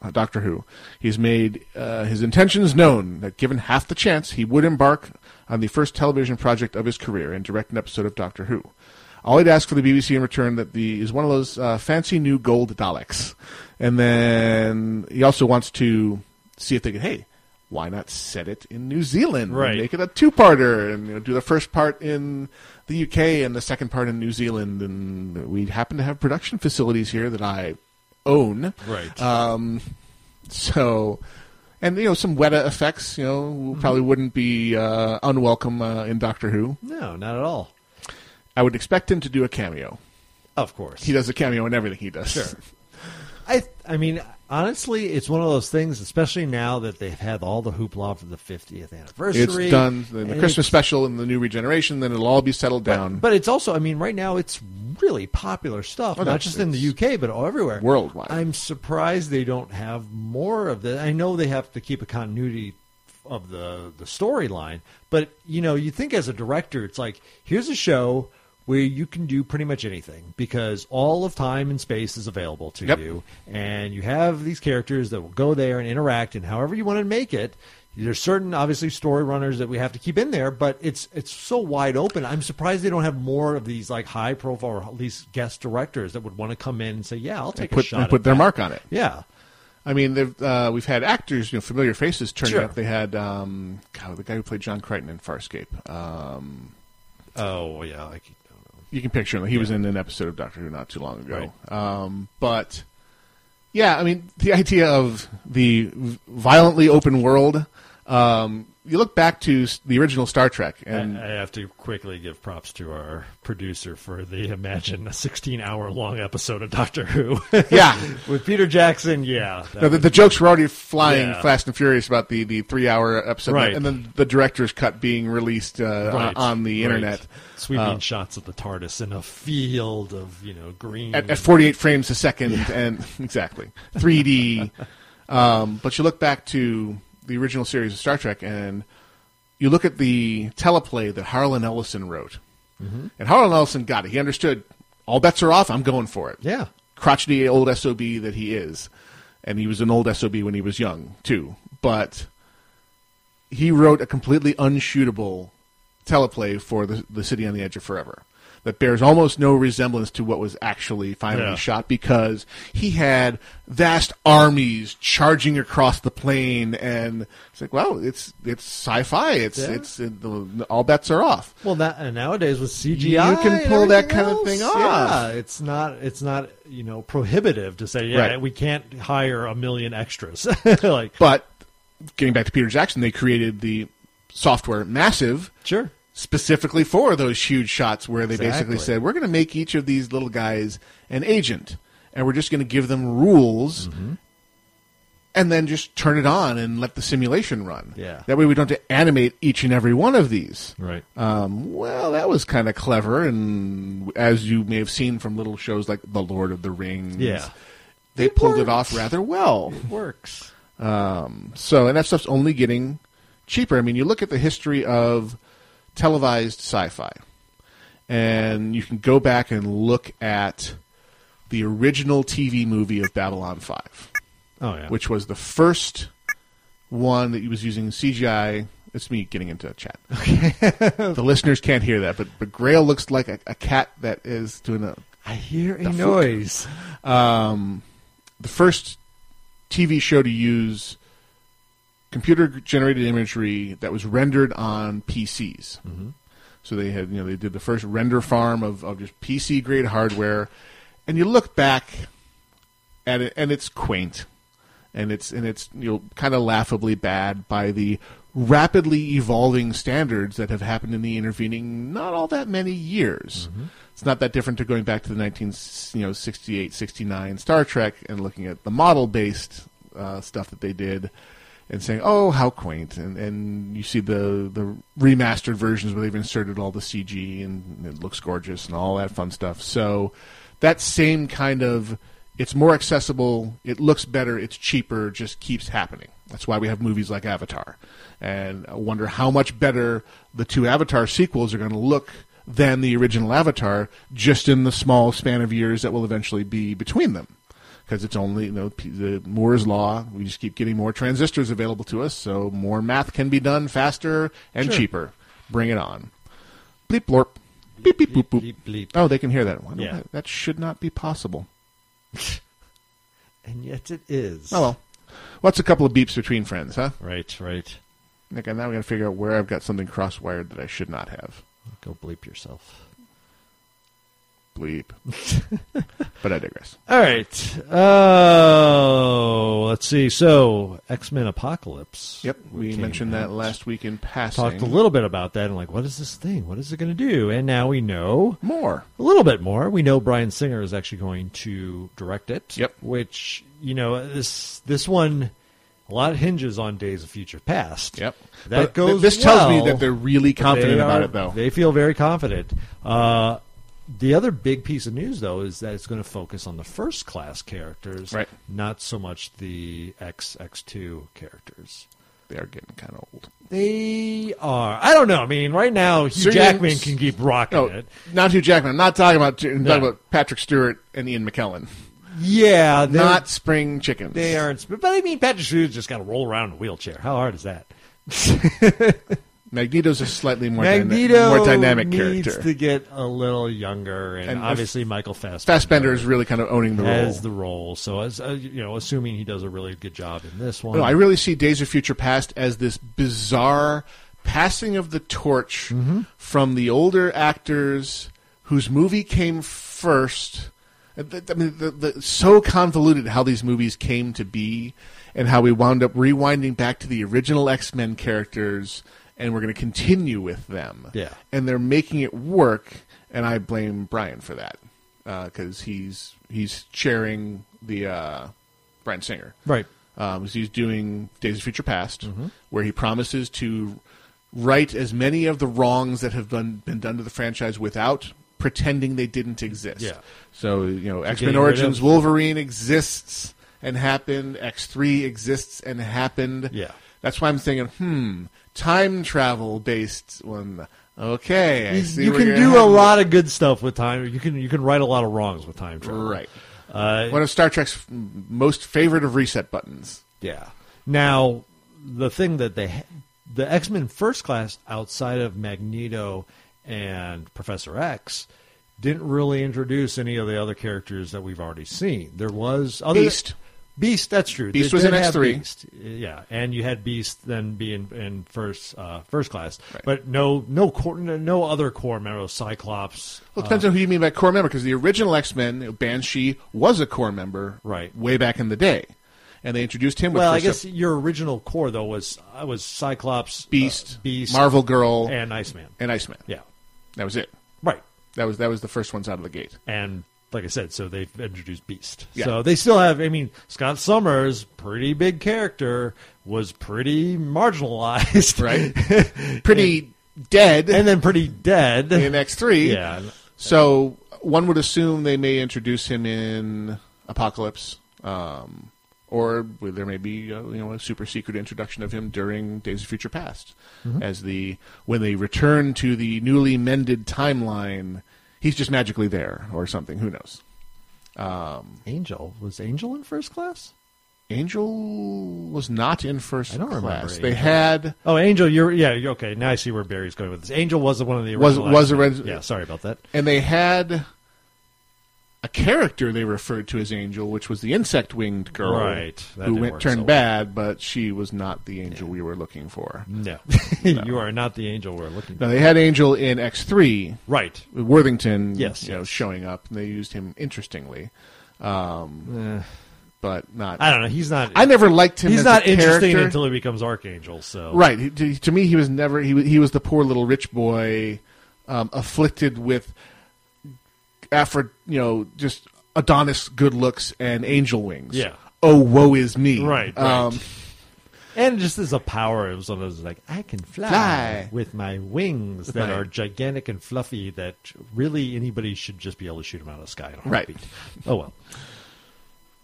E: uh, Doctor Who. He's made uh, his intentions known that given half the chance, he would embark on the first television project of his career and direct an episode of Doctor Who. All he'd ask for the BBC in return that the is one of those uh, fancy new gold Daleks, and then he also wants to see if they could. Hey, why not set it in New Zealand? and
H: Right.
E: make it a two-parter, and you know, do the first part in the UK and the second part in New Zealand. And we happen to have production facilities here that I own.
H: Right.
E: Um, so, and you know, some Weta effects, you know, probably
H: Mm-hmm.
E: wouldn't be uh, unwelcome uh, in Doctor Who.
H: No, not at all.
E: I would expect him to do a cameo.
H: Of course.
E: He does a cameo in everything he does.
H: Sure. I I mean, honestly, it's one of those things, especially now that they've had all the hoopla for the 50th anniversary.
E: It's done in the
H: and
E: Christmas
H: it's-
E: special and the new regeneration. Then it'll all be settled down.
H: But it's also, I mean, right now it's really popular stuff,
E: Oh, no,
H: not just in the UK, but all everywhere.
E: Worldwide.
H: I'm surprised they don't have more of this. I know they have to keep a continuity of the, the storyline, but, you know, you think as a director, it's like, here's a show. where you can do pretty much anything because all of time and space is available to you. And you have these characters that will go there and interact and however you want to make it. There's certain obviously story runners that we have to keep in there, but it's it's so wide open. I'm surprised they don't have more of these like high profile or at least guest directors that would want to come in and say, "Yeah, I'll take
E: put,
H: a shot."
E: and put
H: at
E: their
H: that."
E: mark on it.
H: Yeah.
E: I mean, they've, uh, we've had actors, you know, familiar faces turning
H: Sure.
E: up. They had um, God, the guy who played John Crichton in Farscape. Um,
H: oh yeah, I can,
E: you can picture him. He was in an episode of Doctor Who not too long ago. Um, but yeah, I mean, the idea of the v- violently open world. Um, you look back to s- the original Star Trek, and
H: I, I have to quickly give props to our producer for the imagine a 16 hour long episode of Doctor Who.
E: Yeah.
H: With Peter Jackson, yeah. that
E: No, the,
H: would-
E: the jokes were already flying
H: Yeah.
E: fast and furious about the, the three hour episode,
H: Right.
E: and then the director's cut being released uh,
H: Right,
E: on the
H: right.
E: internet.
H: Sweeping
E: Uh,
H: shots of the TARDIS in a field of, you know, green.
E: at, at 48 frames a second and exactly 3d um, but you look back to the original series of star trek and you look at the teleplay that harlan ellison wrote
I: Mhm.
E: and harlan ellison got it he understood all bets are off i'm going for it
H: yeah
E: crotchety old sob that he is and he was an old sob when he was young too but he wrote a completely unshootable teleplay for the, the City on the Edge of Forever that bears almost no resemblance to what was actually finally
I: Yeah.
E: shot because he had vast armies charging across the plain and it's like well it's it's sci-fi it's
H: Yeah.
E: it's it, the, all bets are off
H: Well, that, and nowadays with CGI,
E: You can
H: and
E: pull that
H: everything
E: kind of thing
H: else,
E: off.
H: Yeah, it's not, it's not, you know, prohibitive to say, yeah,
E: Right.
H: we can't hire a million extras. like,
E: but getting back to Peter Jackson they created the software massive
H: sure
E: specifically for those huge shots where they basically
H: Exactly.
E: said we're going to make each of these little guys an agent and we're just going to give them rules
H: Mm-hmm.
E: and then just turn it on and let the simulation run
H: Yeah.
E: that way we don't have to animate each and every one of these
H: Right.
E: um, well that was kind of clever and as you may have seen from little shows like the lord of the rings
H: Yeah.
E: they pulled it off rather well
H: It works.
E: um, so, and that stuff's only getting cheaper. I mean, you look at the history of televised sci-fi, and you can go back and look at the original TV movie of Babylon Five.
H: Oh, yeah.
E: which was the first one that was using CGI. It's me getting into a chat. the listeners can't hear that, but but Grail looks like a, a cat that is doing a
H: I hear a
E: the fuck?
H: noise.
E: Um, the first TV show to use computer generated imagery that was rendered on PCs. So they had, you know, they did the first render farm of, of just PC grade hardware, and you look back at it, and it's quaint, and it's and it's you know kind of laughably bad by the rapidly evolving standards that have happened in the intervening not all that many years. It's not that different to going back to the 19 you know 68 69 Star Trek and looking at the model based uh, stuff that they did and saying, "Oh, how quaint!" and and you see the the remastered versions where they've inserted all the CG and it looks gorgeous and all that fun stuff. So that same kind of it's more accessible, it looks better, it's cheaper, just keeps happening. That's why we have movies like Avatar. And I wonder how much better the two Avatar sequels are going to look than the original Avatar just in the small span of years that will eventually be between them because it's only you know p- the Moore's law. We just keep getting more transistors available to us, so more math can be done faster and
H: Sure.
E: cheaper. Bring it on. Bleep blorp. Beep beep boop boop. Oh, they can hear that one.
H: Yeah.
E: That- That should not be possible.
H: And yet it is.
E: Oh well. What's a couple of beeps between friends, huh?
H: Right, right.
E: Okay, now we got to figure out where I've got something cross-wired that I should not have.
H: Go bleep yourself.
E: Bleep. but I digress.
H: All right. Oh, let's see. So, X Men Apocalypse.
E: Yep, we
H: came
E: mentioned that
H: out.
E: last week in passing.
H: Talked a little bit about that and like, what is this thing? What is it going to do? And now we know
E: more,
H: a little bit more. We know Brian Singer is actually going to direct it.
E: Yep.
H: Which you know this this one a lot hinges on Days of Future Past. Yep. That
E: But th-
H: goes.
E: this tells me
H: well,
E: that they're really
H: but
E: confident
H: they
E: about
H: are-
E: it, though.
H: They feel very confident. Uh, the other big piece of news, though, is that it's going to focus on the first class characters, right. not so much the X X two characters.
E: they are getting kind of old.
H: They are. I don't know. I mean, right now, Hugh
E: Sir
H: Jackman
E: Ian's-
H: can keep rocking
E: No,
H: it.
E: not Hugh Jackman. I'm not talking about. I'm
H: No.
E: talking about Patrick Stewart and Ian McKellen.
H: Yeah, they're-
E: not spring chickens.
H: They aren't. sp- But I mean, Patrick Stewart's just got to roll around in a wheelchair. How hard is that?
E: Magneto's a slightly more
H: Magneto
E: dyna- more dynamic
H: needs
E: character.
H: to get a little younger, and,
E: And
H: obviously
E: F-
H: Michael Fassbender,
E: Fassbender is really kind of owning the
H: has
E: role.
H: the role. So as uh, you know, assuming he does a really good job in this one,
E: No, I really see Days of Future Past as this bizarre passing of the torch
H: Mm-hmm.
E: from the older actors whose movie came first. I th- I mean, the, the, so convoluted how these movies came to be, and how we wound up rewinding back to the original X Men characters, and we're going to continue with them.
H: Yeah.
E: and they're making it work, and I blame Brian for that because he's he's chairing the uh, Brian Singer,
H: Right.
E: um, so he's doing Days of Future Past,
H: Mm-hmm.
E: where he promises to right as many of the wrongs that have been, been done to the franchise without pretending they didn't exist.
H: Yeah.
E: So you know, X
H: getting
E: Men
H: rid
E: Origins
H: of-
E: Wolverine exists and happened. X three exists and happened.
H: Yeah.
E: That's why I'm thinking, hmm, time travel based one. Okay, I
H: you,
E: see
H: you
E: where
H: can
E: you're
H: do a
E: heading.
H: lot of good stuff with time. You can you can right a lot of wrongs with time travel.
E: Right.
H: Uh,
E: One of Star Trek's most favorite of reset buttons.
H: Yeah. Now, the thing that they, the X Men First Class outside of Magneto and Professor X, didn't really introduce any of the other characters that we've already seen. There was other,
E: Beast.
H: Beast, that's true.
E: Beast
H: They
E: was
H: did
E: in
H: have
E: X3.
H: Beast. Yeah, and you had Beast then being in first uh, first class, but no no core, no other core member of Cyclops.
E: Well, it
H: uh,
E: depends on who you mean by core member, because the original X Men Banshee was a core member,
H: Right.
E: way back in the day, and they introduced him. With
H: well, I
E: first
H: guess
E: up
H: your original core though was I was Cyclops, uh,
E: Beast,
H: Beast,
E: Marvel Girl,
H: and Iceman.
E: and Iceman.
H: Yeah.
E: that was it.
H: Right.
E: That was that was the first ones out of the gate.
H: and like I said, so they've introduced Beast.
E: Yeah.
H: So they still have. I mean, Scott Summers, pretty big character, was pretty marginalized,
E: right? Pretty dead,
H: and then pretty dead
E: in X three.
H: Yeah,
E: So one would assume they may introduce him in Apocalypse, um, or there may be uh, you know a super secret introduction of him during Days of Future Past,
H: Mm-hmm.
L: Mhm.
E: as the when they return to the newly mended timeline, he's just magically there or something. Who knows? Um,
H: Angel was Angel in first class.
E: Angel was not in first
H: I don't remember.
E: class. They
H: Angel.
E: had
H: Oh, Angel, you're yeah, you're, okay. Now I see where Barry's going with this. Angel was one of the
E: Was-
H: original
E: was
H: X-Men.
E: orig-
H: Yeah, sorry about that.
E: and they had a character they referred to as Angel, which was the insect winged girl,
H: Right. That
E: who
H: didn't
E: went
H: work
E: turned
H: so well.
E: bad, but she was not the Angel we were looking for.
H: No, you are not the Angel we're looking.
E: Now
H: for.
E: they had Angel in X three,
H: Right.
E: Worthington,
H: Yes,
E: you know, showing up, and they used him interestingly, um, but not.
H: Eh. I don't know. He's not.
E: I never liked him.
H: He's
E: as
H: not
E: a
H: interesting
E: character.
H: until he becomes Archangel. So
E: Right. He- To, to me, he was never. He was, he was the poor little rich boy, um, afflicted with, Afro, you know, just Adonis good looks and angel wings.
H: Yeah.
E: Oh, woe is me.
H: Right, right.
E: Um,
H: And just as a power, it was one of those like I can fly,
E: Fly.
H: with my wings
E: With
H: that
E: my-
H: are gigantic and fluffy. That really anybody should just be able to shoot them out of the sky. In a
E: Right.
H: heartbeat. Oh well.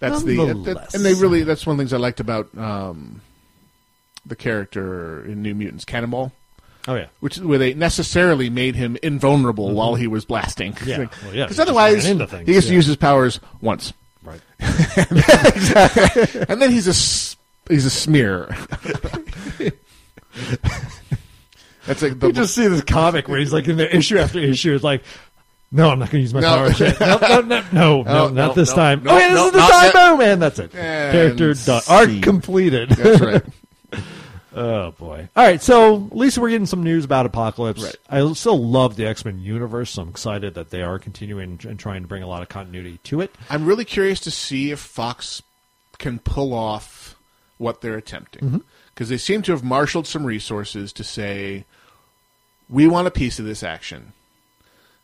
E: that's the that- that-
H: Nonetheless.
E: and they really that's one of the things I liked about um, the character in New Mutants, Cannonball.
H: Oh yeah.
E: Which where they necessarily made him invulnerable while he was blasting.
H: Mm-hmm. Yeah. Well, yeah, he
E: Because
H: just
E: otherwise,
H: ran into things,
E: he just
H: yeah.
E: uses his powers once.
H: Right.
E: and then he's a s- he's a smear. That's like the
H: you just see this comic where he's like in the issue after issue. It's like. No, I'm not going to use my
E: No.
H: powers yet. No, no, no, no,
E: No,
H: no, not
E: no,
H: this
E: no,
H: time.
E: no,
H: okay, this
E: no,
H: is the
E: not
H: time.
E: yet.
H: Boom, and that's it.
E: And
H: Character done. Arc
E: scene.
H: completed.
E: That's right.
H: Oh boy! All right, so at least we're getting some news about Apocalypse.
E: Right.
H: I still love the X Men universe. So I'm excited that they are continuing and trying to bring a lot of continuity to it.
E: I'm really curious to see if Fox can pull off what they're attempting because they seem to have marshaled some resources to say we want a piece of this action,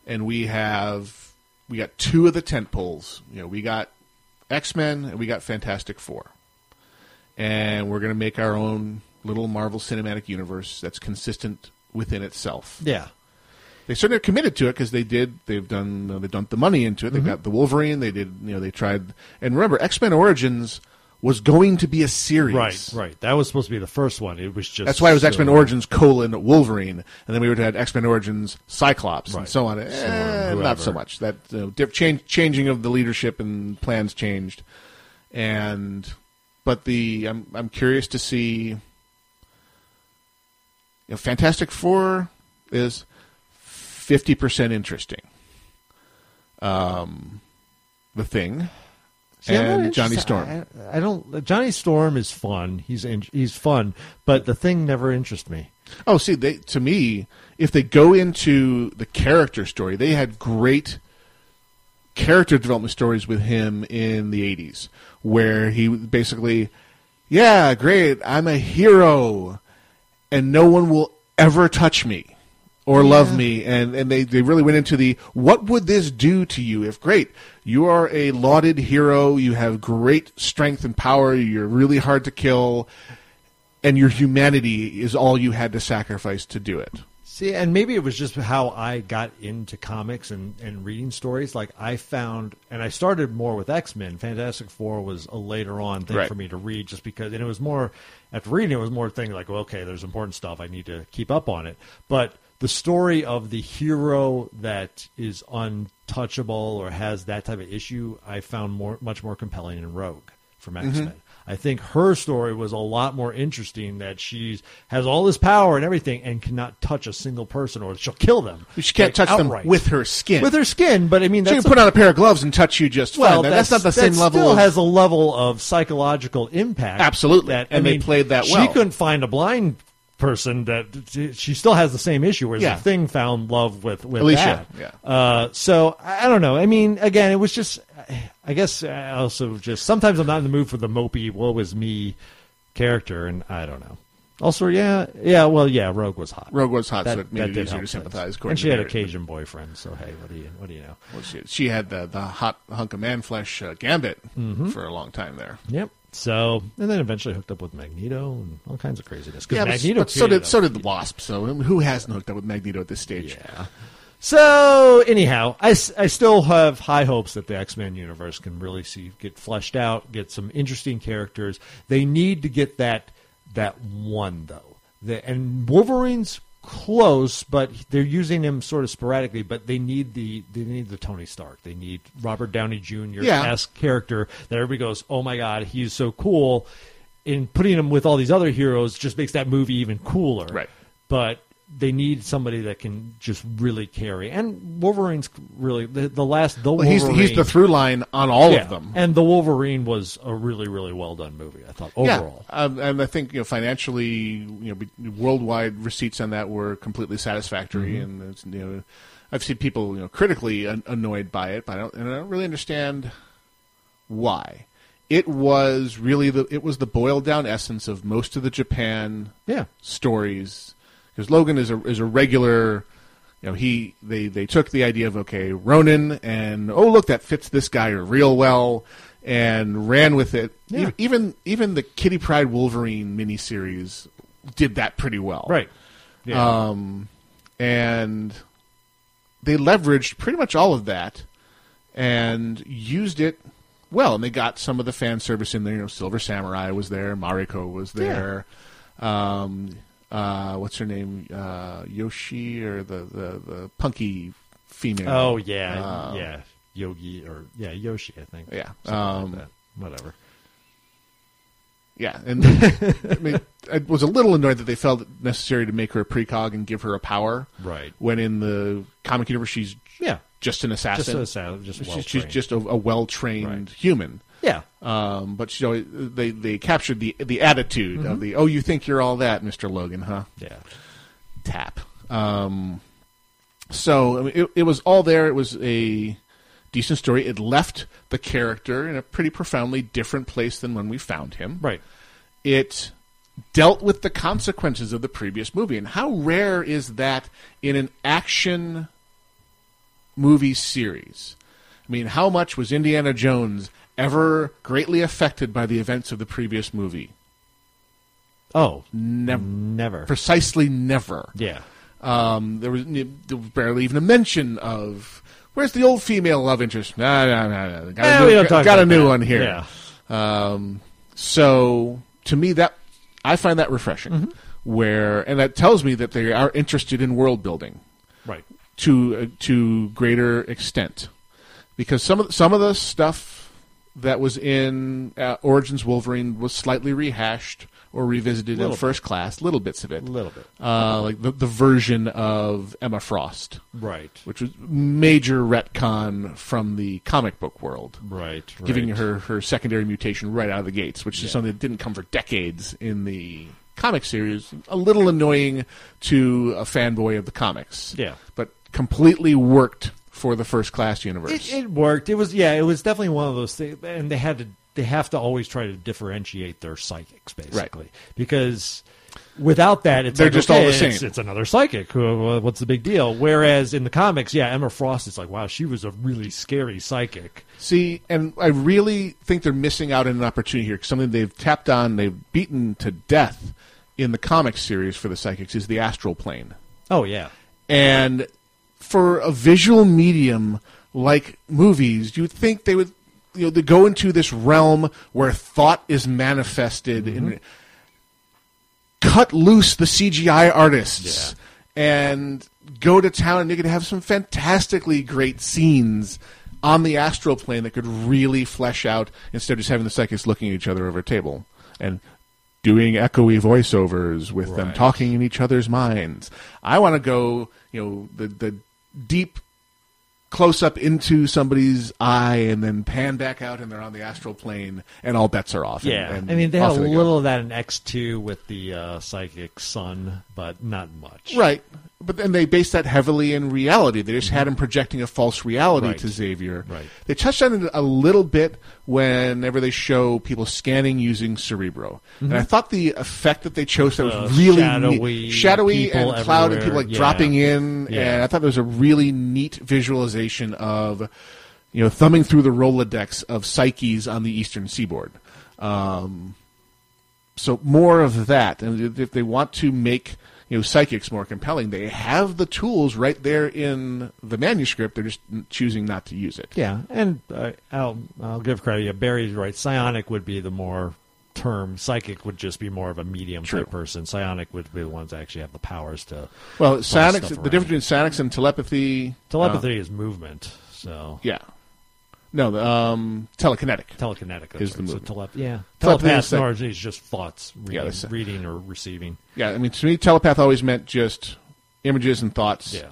E: and we have we got two of the tent poles. You know, we got X Men and we got Fantastic Four, and we're going to make our own little Marvel Cinematic Universe that's consistent within itself
H: Yeah,
E: they certainly are committed to it because they did. They've
H: Mm-hmm.
E: done. They dumped the money into it. They got the Wolverine. They did. You know, they tried. And remember, X Men Origins was going to be a series.
H: Right, right. That was supposed to be the first one. It was just
E: That's why it was
H: so-
E: X Men Origins colon Wolverine, and then we would have had X Men Origins Cyclops
H: Right.
E: and so on. Eh,
H: So on,
E: not
H: whoever.
E: so much that you know, diff- change, changing of the leadership and plans changed, and but the I'm I'm curious to see. You know, Fantastic Four is fifty percent interesting. Um, the Thing
H: See, I'm not
E: and Johnny
H: interested-
E: Storm.
H: I, I don't. Johnny Storm is fun. He's in, he's fun, but the thing never interests me.
E: Oh, see, they to me, if they go into the character story, they had great character development stories with him in the '80s, where he basically, yeah, great, I'm a hero, and no one will ever touch me or love me, and and they they really went into the what would this do to you if great, you are a lauded hero, you have great strength and power, you're really hard to kill and your humanity is all you had to sacrifice to do it.
H: See, and maybe it was just how I got into comics and, and reading stories. Like I found, and I started more with X Men. Fantastic Four was a later on thing
E: Right.
H: for me to read, just because. And it was more after reading, it was more thing like, well, okay, there's important stuff I need to keep up on it. But the story of the hero that is untouchable or has that type of issue, I found more much more compelling in Rogue from
E: Mm-hmm.
H: X Men. I think her story was a lot more interesting that she's has all this power and everything and cannot touch a single person or she'll kill them.
E: She can't
H: Like,
E: touch them
H: outright.
E: with her skin.
H: With her skin, but I mean
E: she
H: that's
E: can put on a pair of gloves and touch you just
H: well,
E: fine. That's, that's not the
H: that
E: same level.
H: Still
E: of-
H: has a level of psychological impact.
E: Absolutely.
H: that,
E: And
H: I
E: they
H: mean,
E: played that
H: She
E: well.
H: couldn't find a blind person that she still has the same issue. Whereas
E: Yeah.
H: the thing found love with with
E: Alicia,
H: that. Uh, so I I don't know. I mean, again, it was just. I guess I also just sometimes I'm not in the mood for the mopey "woe is me" character, and I don't know. Also, yeah, yeah, well, yeah, Rogue was hot.
E: Rogue was hot,
H: That-
E: so it made
H: that
E: it
H: did
E: easier
H: help
E: to sympathize, according
H: And she
E: to
H: had a
E: narrative.
H: Cajun boyfriend, so hey, what do you what do you know?
E: Well, she, she had the, the hot hunk of man flesh uh, gambit
H: Mhm.
E: for a long time there.
H: Yep. So, and then eventually hooked up with Magneto and all kinds of craziness. 'Cause
E: Yeah, but,
H: Magneto
E: but so
H: created
E: did
H: a-
E: so did the Wasp. So I mean, who hasn't hooked up with Magneto at this stage?
H: uh, Yeah. So anyhow, I, s- I still have high hopes that the X Men universe can really see get fleshed out, get some interesting characters. They need to get that that one though, the, and Wolverine's close, but they're using him sort of sporadically. But they need the they need the Tony Stark, they need Robert Downey Jr.
E: Yeah.
H: esque character that everybody goes, oh my god, he's so cool. And putting him with all these other heroes just makes that movie even cooler. Right but they need somebody that can just really carry. And Wolverine's really the, the last the
E: Well, he's,
H: Wolverine.
E: he's the through line on all
H: Yeah.
E: of them.
H: And the Wolverine was a really really well done movie. I thought overall.
E: Yeah. Um, and I think you know financially, you know, be- worldwide receipts on that were completely satisfactory,
H: Mhm.
E: and it's, you know, I've seen people you know critically an- annoyed by it, but I don't, and I don't really understand why. It was really the it was the boiled down essence of most of the Japan
H: Yeah.
E: stories because Logan is a is a regular. You know, he they they took the idea of okay, Ronin, and oh look, that fits this guy real well, and ran with it.
H: Yeah.
E: E- Even even the Kitty Pride Wolverine miniseries did that pretty well,
H: Right. Yeah.
E: Um, and they leveraged pretty much all of that and used it well, and they got some of the fan service in there. You know, Silver Samurai was there, Mariko was
H: Yeah.
E: there. Um, uh, what's her name? Uh, Yoshi or the, the, the punky female?
H: Oh yeah,
E: Uh,
H: yeah. Yogi or yeah Yoshi, I think.
E: Yeah.
H: Something
E: Um,
H: like that. Whatever.
E: Yeah, and I mean, I was a little annoyed that they felt it necessary to make her a precog and give her a power.
H: Right.
E: When in the comic universe, she's
H: Yeah.
E: just an assassin.
H: Just an assassin, just
E: she's, she's
H: well-trained.
E: just a, a well trained human.
H: Yeah.
E: Um, but she always, they they captured the the attitude
H: Mhm.
E: of the oh you think you're all that, Mister Logan, huh?
H: Yeah.
E: Tap. Um, so I mean, it, it was all there. It was a decent story. It left the character in a pretty profoundly different place than when we found him.
H: Right.
E: It dealt with the consequences of the previous movie, and how rare is that in an action movie series? I mean, how much was Indiana Jones ever greatly affected by the events of the previous movie?
H: Oh,
E: never,
H: never,
E: precisely never.
H: Yeah.
E: Um, there was there was barely even a mention of where's the old female love interest. No, no, no, no. Got
H: Eh,
E: a
H: we
E: new, got,
H: don't talk
E: got a
H: about
E: new
H: that.
E: one here.
H: Yeah.
E: Um, So to me, that I find that refreshing.
H: Mm-hmm.
E: Where and that tells me that they are interested in world building,
H: Right.
E: To uh, to greater extent, because some of some of the stuff that was in uh, Origins Wolverine was slightly rehashed or revisited
H: Little
E: in
H: bit.
E: First Class, little bits of it,
H: Little bit.
E: uh, like the, the version of Emma Frost,
H: Right.
E: which was major retcon from the comic book world,
H: Right,
E: giving
H: right.
E: her her secondary mutation right out of the gates, which is something that didn't come for decades in the comic series. A little annoying to a fanboy of the comics,
H: Yeah.
E: but completely worked for the first class universe.
H: It, it worked. It was yeah. It was definitely one of those things, and they had to they have to always try to differentiate their psychics basically because without that, it's
E: They're
H: like,
E: just
H: okay,
E: all the
H: it's-
E: same.
H: It's another psychic. Who- What's the big deal? Whereas in the comics, yeah, Emma Frost is like, wow, she was a really scary psychic.
E: See, and I really think they're missing out on an opportunity here. 'cause something they've tapped on, they've beaten to death in the comic series for the psychics is the astral plane.
H: Oh yeah,
E: And for a visual medium like movies, you'd think they would you know, they go into this realm where thought is manifested and cut loose the CGI artists and go to town and they could have some fantastically great scenes on the astral plane that could really flesh out instead of just having the psychics looking at each other over a table and doing echoey voiceovers with them
H: Right.
E: talking in each other's minds. I want to go, you know, the the deep close up into somebody's eye and then pan back out and they're on the astral plane and all bets are off. and-
H: yeah.
E: and
H: I mean, they had a
E: off go.
H: little of that in X two with the uh, psychic son, but not much.
E: Right. But then they based that heavily in reality. They just had him projecting a false reality
H: Mm-hmm. Right.
E: to Xavier.
H: Right.
E: They touched on it a little bit whenever they show people scanning using Cerebro. And
H: Mhm.
E: I thought the effect that they chose that
H: Uh,
E: was really
H: shadowy
E: neat- shadowy
H: people
E: and clouded
H: everywhere.
E: people like
H: Yeah.
E: dropping in
H: Yeah.
E: and I thought there was a really neat visualization of you know thumbing through the Rolodex of psyches on the eastern seaboard. Um, so more of that and if they want to make you know psychics more compelling they have the tools right there in the manuscript they're just choosing not to use it
H: Yeah, and uh, I'll I'll give credit. Yeah, Barry's right. Psionic would be the more term. Psychic would just be more of a medium
E: True. Uh,
H: type person. Psionic would be the ones that actually have the powers to.
E: well
H: boss
E: psionics
H: stuff
E: the
H: around.
E: difference between psionics and telepathy
H: Telepathy is movement. So
E: uh, yeah no the, um telekinetic
H: telekinetic
E: Is
H: that's
E: the
H: right. so
E: movement.
H: telep- yeah.
E: Telepathy is
H: Telepath
E: sec-
H: largely is just thoughts,
E: Yeah,
H: reading,
E: that's it.
H: reading or receiving.
E: yeah i mean to me telepath always meant just images and thoughts
H: Yeah.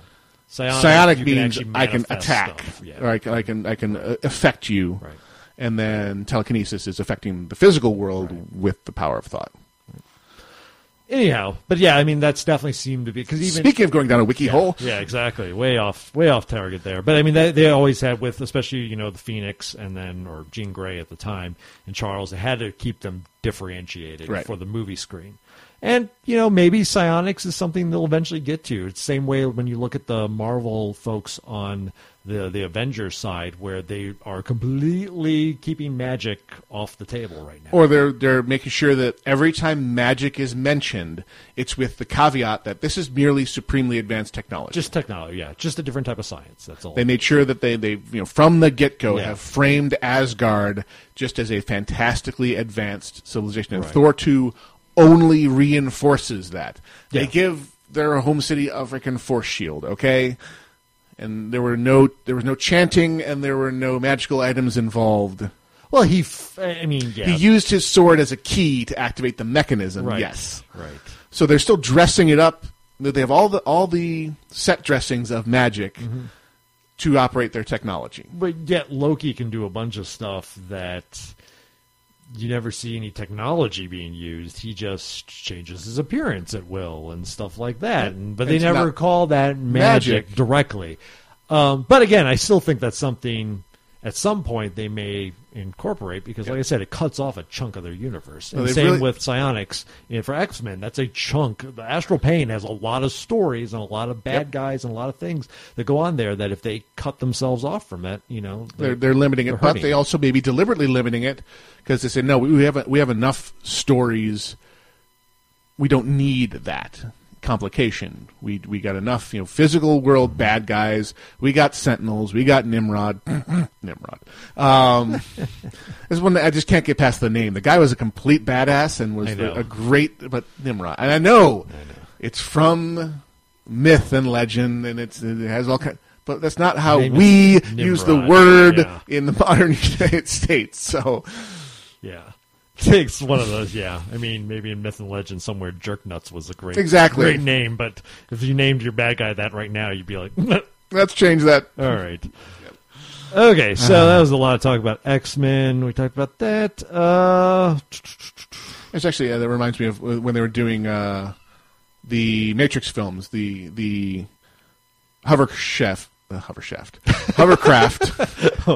E: psionic,
H: you can
E: means
H: actually
E: i can
H: manifest
E: attack
H: stuff, yeah.
E: or I can, I can i can uh, affect you right and then telekinesis is affecting the physical world with the power of thought
H: Anyhow, but yeah, I mean that's definitely seemed to be because even
E: Speaking of going down a wiki
H: Yeah,
E: hole.
H: yeah, exactly, way off, way off target there. But I mean, they, they always had with especially you know the Phoenix and then or Jean Grey at the time and Charles, they had to keep them differentiated
E: Right.
H: for the movie screen. And you know maybe psionics is something they'll eventually get to. It's the same way when you look at the Marvel folks on the the Avengers side, where they are completely keeping magic off the table right now.
E: Or they're they're making sure that every time magic is mentioned, it's with the caveat that this is merely supremely advanced technology.
H: Just technology, yeah, just a different type of science. That's all.
E: they made sure that they, they you know from the get go
H: Yeah.
E: have framed Asgard just as a fantastically advanced civilization, and
H: Right.
E: Thor two only reinforces that. They
H: Yeah.
E: give their home city a freaking force shield, okay? And there were no there was no chanting, and there were no magical items involved.
H: Well, he, f- I mean, yeah,
E: He used his sword as a key to activate the mechanism.
H: Right.
E: Yes,
H: Right.
E: So they're still dressing it up. They have all the all the set dressings of magic
H: Mm-hmm.
E: to operate their technology.
H: but yet Loki can do a bunch of stuff that you never see any technology being used. He just changes his appearance at will and stuff like that. And, but they
E: It's
H: never
E: not
H: call that magic,
E: magic.
H: directly. Um, but again, I still think that's something. At some point, they may incorporate because, like I said, it cuts off a chunk of their universe.
E: Well,
H: And
E: they
H: same
E: really-
H: with psionics. And for X Men, that's a chunk. The Astral Pain has a lot of stories and a lot of bad
E: Yep.
H: guys and a lot of things that go on there. That if they cut themselves off from it, you know,
E: They're they're limiting it,
H: they're
E: but
H: hurting
E: they
H: it.
E: also may be deliberately limiting it because they say no, we we have we have enough stories. We don't need that. complication. We we got enough, you know, physical world bad guys. We got Sentinels. We got Nimrod. Nimrod. Um, this one I just can't get past the name. The guy was a complete badass and was
L: I
E: a,
L: know.
E: a great, but Nimrod. And I know, it's from myth and legend, and it's it has all kind. But that's not how
H: Name is
E: we use the
H: Nimrod,
E: word
H: yeah.
E: in the modern United States. So
H: Yeah. Takes one of those, yeah. I mean, maybe in Myth and Legend somewhere, Jerk Nuts was a great,
E: Exactly.
H: great name. But if you named your bad guy that right now, you'd be like,
E: let's change that.
H: All right. Okay, so
E: Uh.
H: that was a lot of talk about X Men. We talked about that. Uh,
E: It's actually uh, that reminds me of when they were doing uh, the Matrix films, the the hover chef, uh, hover shaft, hovercraft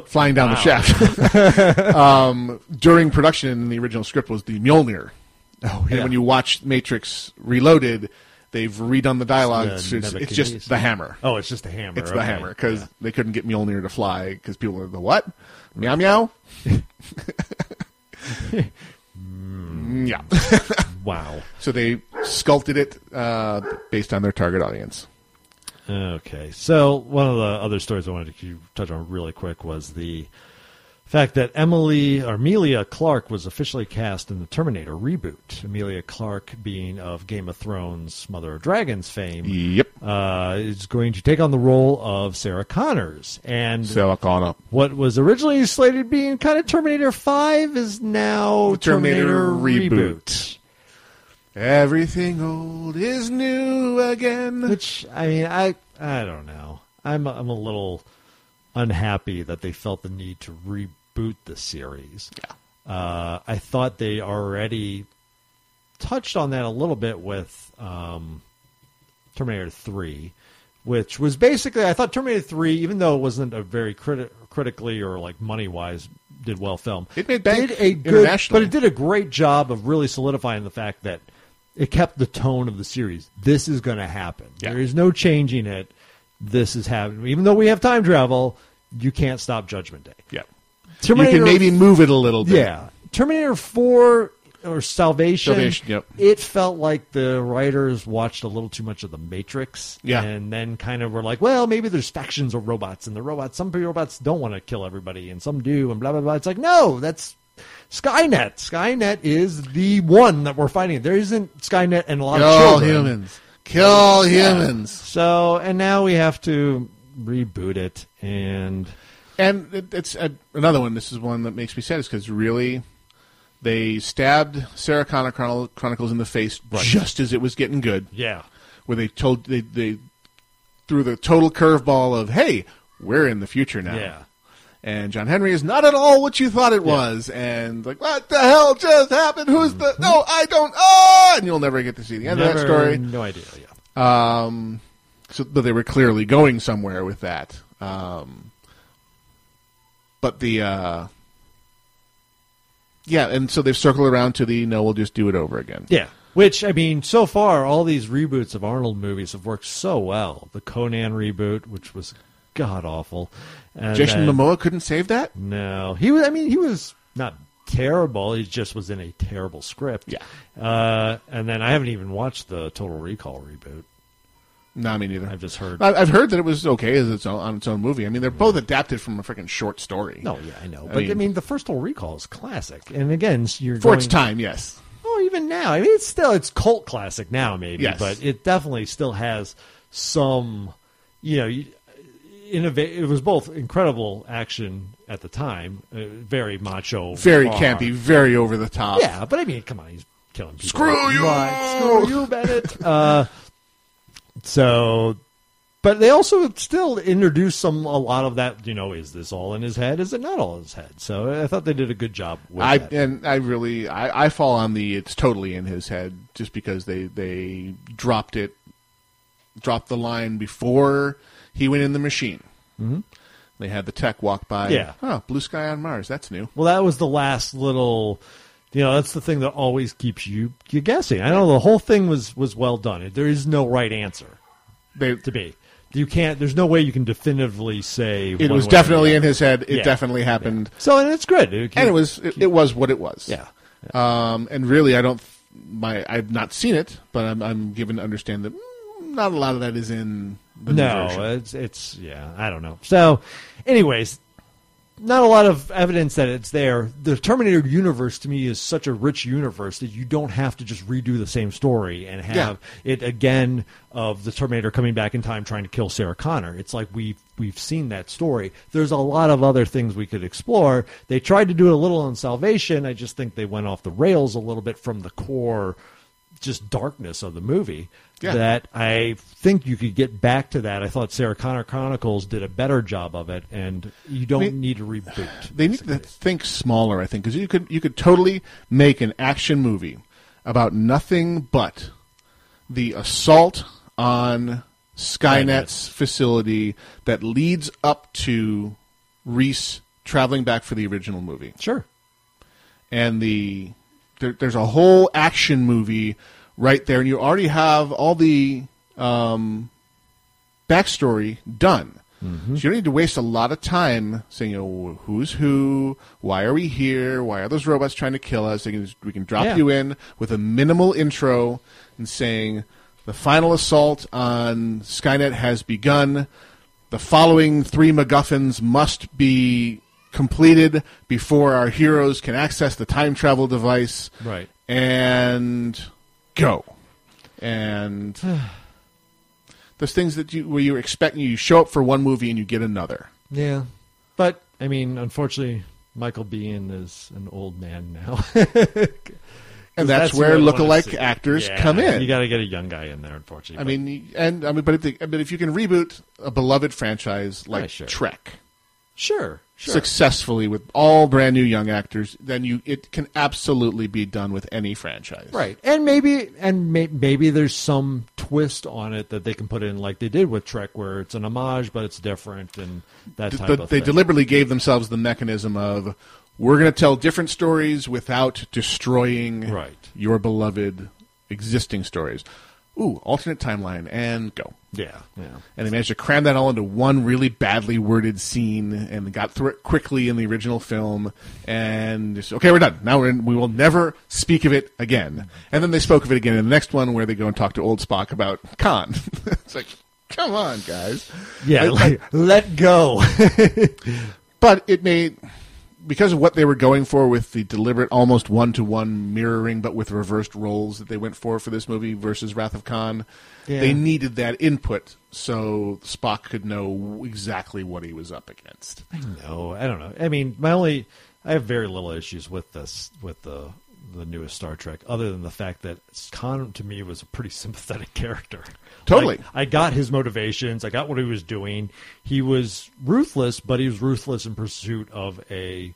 E: flying down
L: Wow.
E: the shaft. um, during production, in the original script was the Mjolnir. Oh,
L: yeah.
E: And when you watch Matrix Reloaded, they've redone the dialogue. It's,
H: It's the
E: it's- it's
H: Nebuchadnezzar.
E: just the hammer.
H: Oh, it's just the hammer.
E: It's the
H: Okay,
E: hammer because they couldn't get Mjolnir to fly because people are the what? Meow meow. Mm, yeah.
H: wow.
E: So they sculpted it uh, based on their target audience.
H: Okay. So one of the other stories I wanted to touch on really quick was the fact that Emily or Amelia Clark was officially cast in the Terminator reboot. Amelia Clark being of Game of Thrones Mother of Dragons fame.
E: Yep.
H: Uh, is going to take on the role of Sarah Connors. And
E: Sarah Connor.
H: What was originally slated being kind of Terminator 5 is now Terminator, reboot.
E: Everything old is new again.
H: Which I mean, I I don't know. I'm I'm a little unhappy that they felt the need to reboot the series. Yeah. Uh, I thought they already touched on that a little bit with um, Terminator Three, which was basically I thought Terminator Three, even though it wasn't a very criti- critically or like money wise did well film,
E: It made bank
H: did a good,
E: internationally.
H: but it did a great job of really solidifying the fact that it kept the tone of the series. This is going to happen. There is no changing it. This is happening. Even though we have time travel, you can't stop Judgment Day.
E: Yeah.
H: Terminator-
E: you can maybe move it a little bit.
H: Yeah. Terminator 4 or Salvation.
E: Salvation, yep.
H: It felt like the writers watched a little too much of The Matrix.
E: Yeah.
H: And then kind of were like, well, maybe there's factions of robots, and the robots, some robots don't want to kill everybody, and some do, and blah, blah, blah. It's like, no, that's. Skynet. Skynet is the one that we're fighting. There isn't Skynet and a lot
E: Kill
H: of children.
E: humans. Kill
H: Yeah.
E: humans.
H: So, and now we have to reboot it, and
E: And it, it's uh, another one. This is one that makes me sad, is because really, they stabbed Sarah Connor Chron- Chronicles in the face just as it was getting good.
H: Yeah,
E: where they told they they threw the total curveball of, "Hey, we're in the future now."
H: Yeah.
E: And John Henry is not at all what you thought it was, and like, what the hell just happened? Who's the? No, I don't. Oh, and you'll never get to see the end of that
H: Mm-hmm. Never-
E: story.
H: No idea. Yeah.
E: Um, so but they were clearly going somewhere with that. Um, but the uh, yeah, and so they've circled around to the no, we'll just do it over again.
H: Yeah. Which I mean, so far all these reboots of Arnold movies have worked so well. The Conan reboot, which was god awful. and
E: Jason
H: then-
E: Momoa couldn't save that.
H: No, he was. I mean, he was not terrible. He just was in a terrible script. Yeah. Uh, and then I haven't even watched the Total Recall reboot.
E: No, me neither.
H: I've just heard.
E: I- I've heard that it was okay as its own, on its own movie. I mean, they're both adapted from a freaking short story.
H: No, Oh, yeah, I know. but I mean, the first Total Recall is classic, and again, you're
E: for its
H: going-
E: time, yes.
H: Oh, even now. I mean, it's still it's cult classic now, maybe,
E: Yes.
H: but it definitely still has some, you know, you- innova- It was both incredible action at the time, uh, very macho,
E: Very
H: raw.
E: campy, very over the top.
H: Yeah, but I mean, come on, he's killing people.
E: Screw you!
H: Right, screw you, Bennett. Uh, so, but they also still introduced some a lot of that. You know, is this all in his head? Is it not all in his head? So I thought they did a good job with
E: I
H: that.
E: and I really I, I fall on the it's totally in his head just because they they dropped it dropped the line before he went in the machine.
H: Mhm.
E: They had the tech walk by.
H: Yeah.
E: Oh, blue sky on Mars. That's new.
H: Well, that was the last little. You know, that's the thing that always keeps you you guessing. I know the whole thing was was well done. There is no right answer
E: to
H: be. You can't. There's no way you can definitively say
E: It was
H: one way or the
E: definitely in
H: other.
E: his head. It
H: Yeah.
E: definitely happened.
H: So and it's good.
E: and it was it, it was what it was.
H: Yeah.
E: Um, and really, I don't. my I've not seen it, but I'm, I'm given to understand that mm, not a lot of that is in the new version.
H: no, uh, it's it's yeah, I don't know. So, anyways, not a lot of evidence that it's there. The Terminator universe to me is such a rich universe that you don't have to just redo the same story and have it again of the Terminator coming back in time trying to kill Sarah Connor. It's like we have we've seen that story. There's a lot of other things we could explore. They tried to do it a little in Salvation. I just think they went off the rails a little bit from the core just darkness of the movie
E: Yeah.
H: that I think you could get back to that. I thought Sarah Connor Chronicles did a better job of it, and you don't
E: I mean,
H: need to reboot.
E: They need to think smaller, I think, because you could you could totally make an action movie about nothing but the assault on Skynet's facility that leads up to Reese traveling back for the original movie.
H: Sure.
E: And the there, there's a whole action movie right there, and you already have all the um, backstory done. So you don't need to waste a lot of time saying, you know, who's who, why are we here, why are those robots trying to kill us? They can just- we can drop
H: Yeah.
E: you in with a minimal intro and saying, the final assault on Skynet has begun. The following three MacGuffins must be completed before our heroes can access the time travel device.
H: Right.
E: And go. And those things that you where you expect you show up for one movie and you get another.
H: Yeah, but I mean, unfortunately, Michael Biehn is an old man now,
E: And that's where lookalike actors come in.
H: You got to get a young guy in there, unfortunately.
E: I
H: but-
E: mean, and I mean, but if, they, but if you can reboot a beloved franchise like
H: Yeah, sure.
E: Trek
H: sure, sure.
E: successfully with all brand new young actors, then you it can absolutely be done with any franchise.
H: Right, and maybe and may, maybe there's some twist on it that they can put in, like they did with Trek, where it's an homage but it's different and that
E: D-
H: type
E: but
H: of
E: they
H: thing.
E: deliberately gave themselves the mechanism of we're going to tell different stories without destroying
H: Right.
E: your beloved existing stories. Ooh, alternate timeline and go.
H: Yeah, yeah.
E: and they managed to cram that all into one really badly worded scene and got through it quickly in the original film and just, okay we're done now we're in, we will never speak of it again and then they spoke of it again in the next one where they go and talk to old spock about khan it's like come on guys
H: Yeah, like, let go.
E: but it made because of what they were going for with the deliberate almost one-to-one mirroring but with reversed roles that they went for for this movie versus wrath of khan
H: Yeah.
E: they needed that input so spock could know exactly what he was up against
H: No, I don't know. I mean, my only I have very little issues with this with the the newest Star Trek, other than the fact that Khan to me was a pretty sympathetic character.
E: Totally.
H: Like, I got his motivations. I got what he was doing. He was ruthless, but he was ruthless in pursuit of a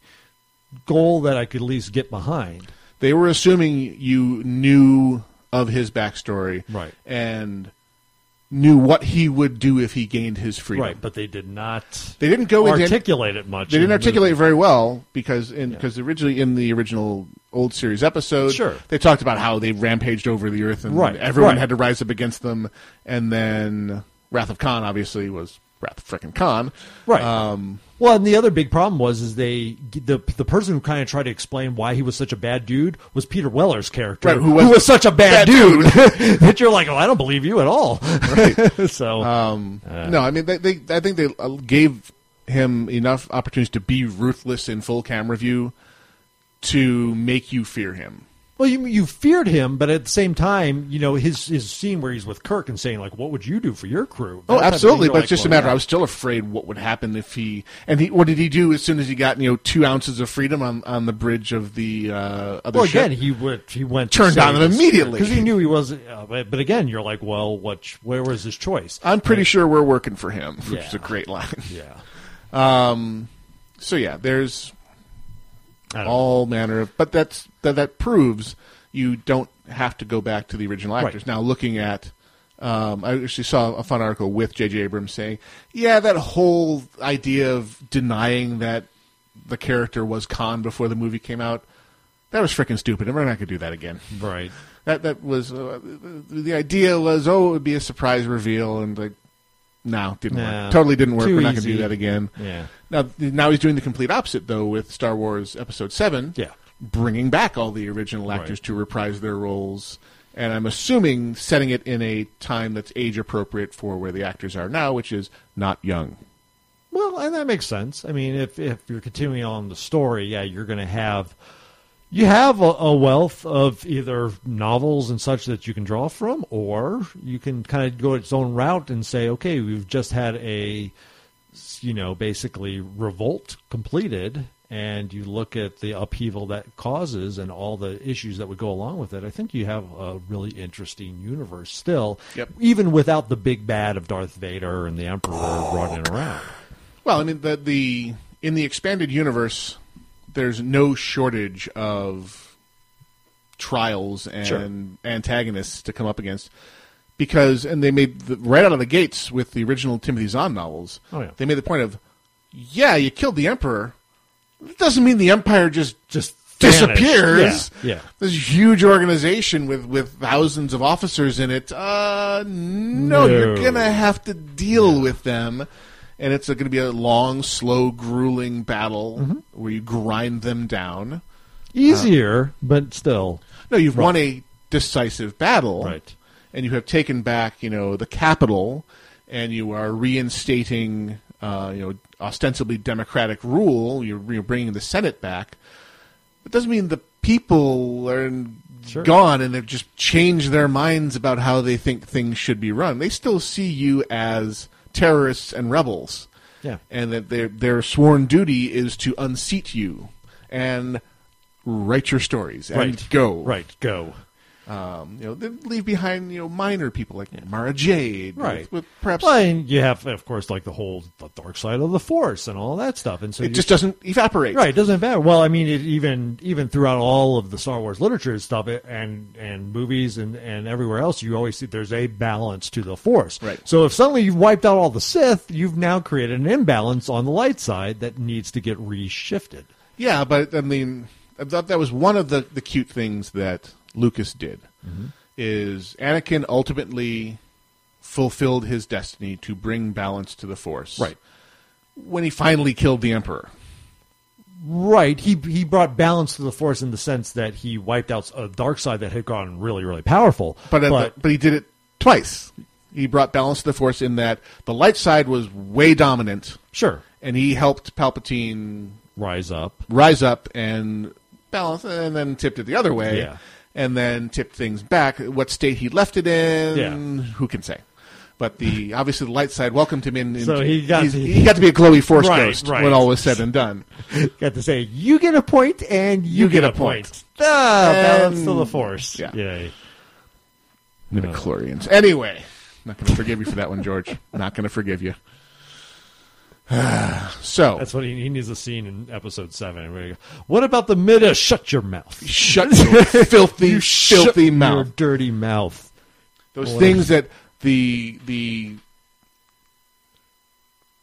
H: goal that I could at least get behind.
E: they were assuming you knew of his backstory
H: Right.
E: and knew what he would do if he gained his freedom
H: Right, but they did not.
E: They didn't go into-
H: articulate it much.
E: They
H: in
E: didn't
H: the
E: articulate
H: movie.
E: very well because in because originally in the original old series episode,
H: Sure.
E: they talked about how they rampaged over the earth and
H: Right,
E: everyone
H: right.
E: had to rise up against them, and then Wrath of Khan obviously was Wrath of frickin' Khan,
H: Right.
E: Um,
H: Well, and the other big problem was is they the the person who kind of tried to explain why he was such a bad dude was Peter Weller's character,
E: Right, who was-
H: such a
E: bad
H: bad, dude, that you're like, oh, I don't believe you at all. so
E: um, no, I mean they, they I think they uh, gave him enough opportunities to be ruthless in full camera view to make you fear him.
H: Well, you you feared him, but at the same time, you know his his scene where he's with Kirk and saying like, "What would you do for your crew?" That
E: Oh,
H: type of thing,
E: absolutely.
H: you're
E: But
H: like,
E: it's just a
H: well,
E: matter.
H: yeah.
E: I was still afraid what would happen if he and he. What did he do as soon as he got you know two ounces of freedom on on the bridge of the uh, other
H: Well,
E: ship?
H: again, he would he went
E: Turned on him immediately.
H: because he knew he wasn't. Uh, but, but again, you're like, well, what? Where was his choice?
E: I'm pretty sure we're working for him, which
H: Yeah.
E: is a great line.
H: Yeah.
E: Um. So yeah, there's
H: I don't
E: all manner of, but that's that that proves you don't have to go back to the original actors. Now looking at. Um, I actually saw a fun article with J.J. Abrams saying, "Yeah, that whole idea of denying that the character was Khan before the movie came out, that was freaking stupid, and we're not going to do that again."
H: Right.
E: That that was uh, the idea was oh it would be a surprise reveal and like no didn't
H: Nah.
E: work totally didn't work
H: Too
E: we're not going to
H: easy.
E: do that again
H: Yeah.
E: now now he's doing the complete opposite though with Star Wars Episode Seven
H: Yeah.
E: bringing back all the original actors to reprise their roles. And I'm assuming setting it in a time that's age appropriate for where the actors are now, which is not young.
H: Well, and that makes sense. I mean, if if you're continuing on the story, yeah, you're going to have you have a, a wealth of either novels and such that you can draw from, or you can kind of go its own route and say, okay, we've just had a you know basically revolt completed, and you look at the upheaval that causes and all the issues that would go along with it. I think you have a really interesting universe still, even without the big bad of Darth Vader and the Emperor brought in around.
E: Well, I mean, the, the in the expanded universe, there's no shortage of trials and
H: Sure.
E: antagonists to come up against. Because and they made the, right out of the gates with the original Timothy Zahn novels.
H: Oh, yeah.
E: They made the point of, yeah, you killed the emperor. It doesn't mean the empire just
H: just
E: disappears.
H: Yeah, yeah.
E: This huge organization with, with thousands of officers in it. Uh, no,
H: No.
E: you're gonna have to deal with them, and it's going to be a long, slow, grueling battle
H: Mm-hmm.
E: where you grind them down.
H: Easier, but still.
E: No, you've won
H: Right.
E: a decisive battle,
H: Right.
E: And you have taken back, you know, the capital, and you are reinstating, uh, you know, ostensibly democratic rule. You're, you're bringing the Senate back. It doesn't mean the people are gone and they've just changed their minds about how they think things should be run. They still see you as terrorists and rebels.
H: Yeah.
E: And that their their sworn duty is to unseat you and write your stories and
H: Right.
E: go.
H: Right, go.
E: Um, you know, then leave behind you know minor people like Mara Jade,
H: Right.
E: With, with perhaps
H: Well, and you have, of course, like the whole the dark side of the force and all that stuff. And so
E: it
H: you-
E: just doesn't evaporate.
H: Right, it doesn't matter. Well, I mean, it even even throughout all of the Star Wars literature and stuff, it, and and movies and and everywhere else, you always see there's a balance to the Force. Right. So if suddenly you've wiped out all the Sith, you've now created an imbalance on the light side that needs to get reshifted.
E: Yeah, but I mean, I thought that was one of the the cute things that Lucas did.
H: Mm-hmm.
E: Is Anakin ultimately fulfilled his destiny to bring balance to the Force? Right. When he finally killed the Emperor.
H: Right. He he brought balance to the Force in the sense that he wiped out a dark side that had gone really really powerful.
E: But at the, but he did it twice. He brought balance to the force in that the light side was way dominant.
H: Sure.
E: And he helped Palpatine
H: rise up,
E: rise up, and balance, and then tipped it the other way.
H: Yeah.
E: And then tipped things back. What state he left it in?
H: Yeah.
E: Who can say? But the obviously the light side welcomed him in. in-
H: So he got
E: he's-
H: to-
E: he got to be a glowy force
H: Right,
E: ghost
H: right.
E: when all was said and done.
H: got to say you get a point and you,
E: You get a point.
H: point. Ah, balance
E: And-
H: to the Force.
E: Yeah.
H: Yay.
E: Midichlorians. Anyway, not going to forgive you for that one, George. Not going to forgive you. so
H: That's what he, he needs a scene in episode seven. where he goes, What about the mid? Shut your mouth.
E: Shut your filthy,
H: You shut
E: filthy
H: your
E: mouth.
H: dirty mouth.
E: Those
H: Well,
E: things that the the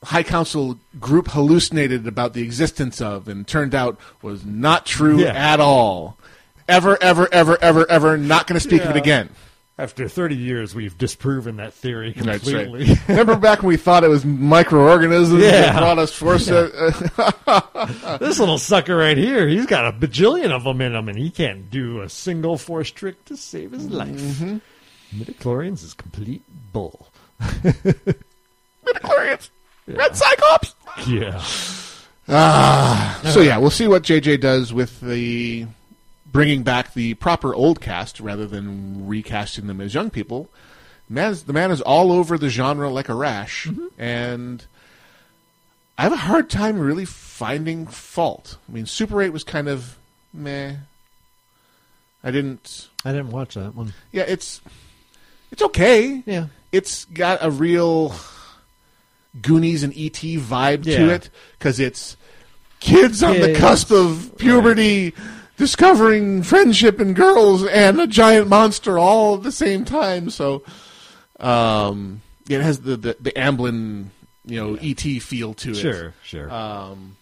E: High Council group hallucinated about the existence of and turned out was not true
H: Yeah.
E: at all. Ever, ever, ever, ever, ever. Not going to speak of it
H: Yeah.
E: again.
H: After thirty years, we've disproven that theory
E: That's right.
H: completely.
E: Remember back when we thought it was microorganisms that
H: Yeah.
E: brought us force?
H: this little sucker right here, he's got a bajillion of them in him, and he can't do a single force trick to save his life. Mm-hmm. Midichlorians is complete bull.
E: Midichlorians. uh, Red Cyclops.
H: Yeah.
E: Ah, so yeah, we'll see what JJ does with the bringing back the proper old cast rather than recasting them as young people. Man's, the man is all over the genre like a rash, and I have a hard time really finding fault. I mean, Super Eight was kind of meh. I didn't.
H: I didn't watch that one.
E: Yeah, it's it's okay.
H: Yeah.
E: It's got a real Goonies and ET vibe
H: Yeah.
E: to it because it's kids on the
H: Kids.
E: cusp of puberty, discovering friendship and girls and a giant monster all at the same time. So, um, it has the the, the Amblin, you know, ET feel to it.
H: Sure, sure.
E: Um,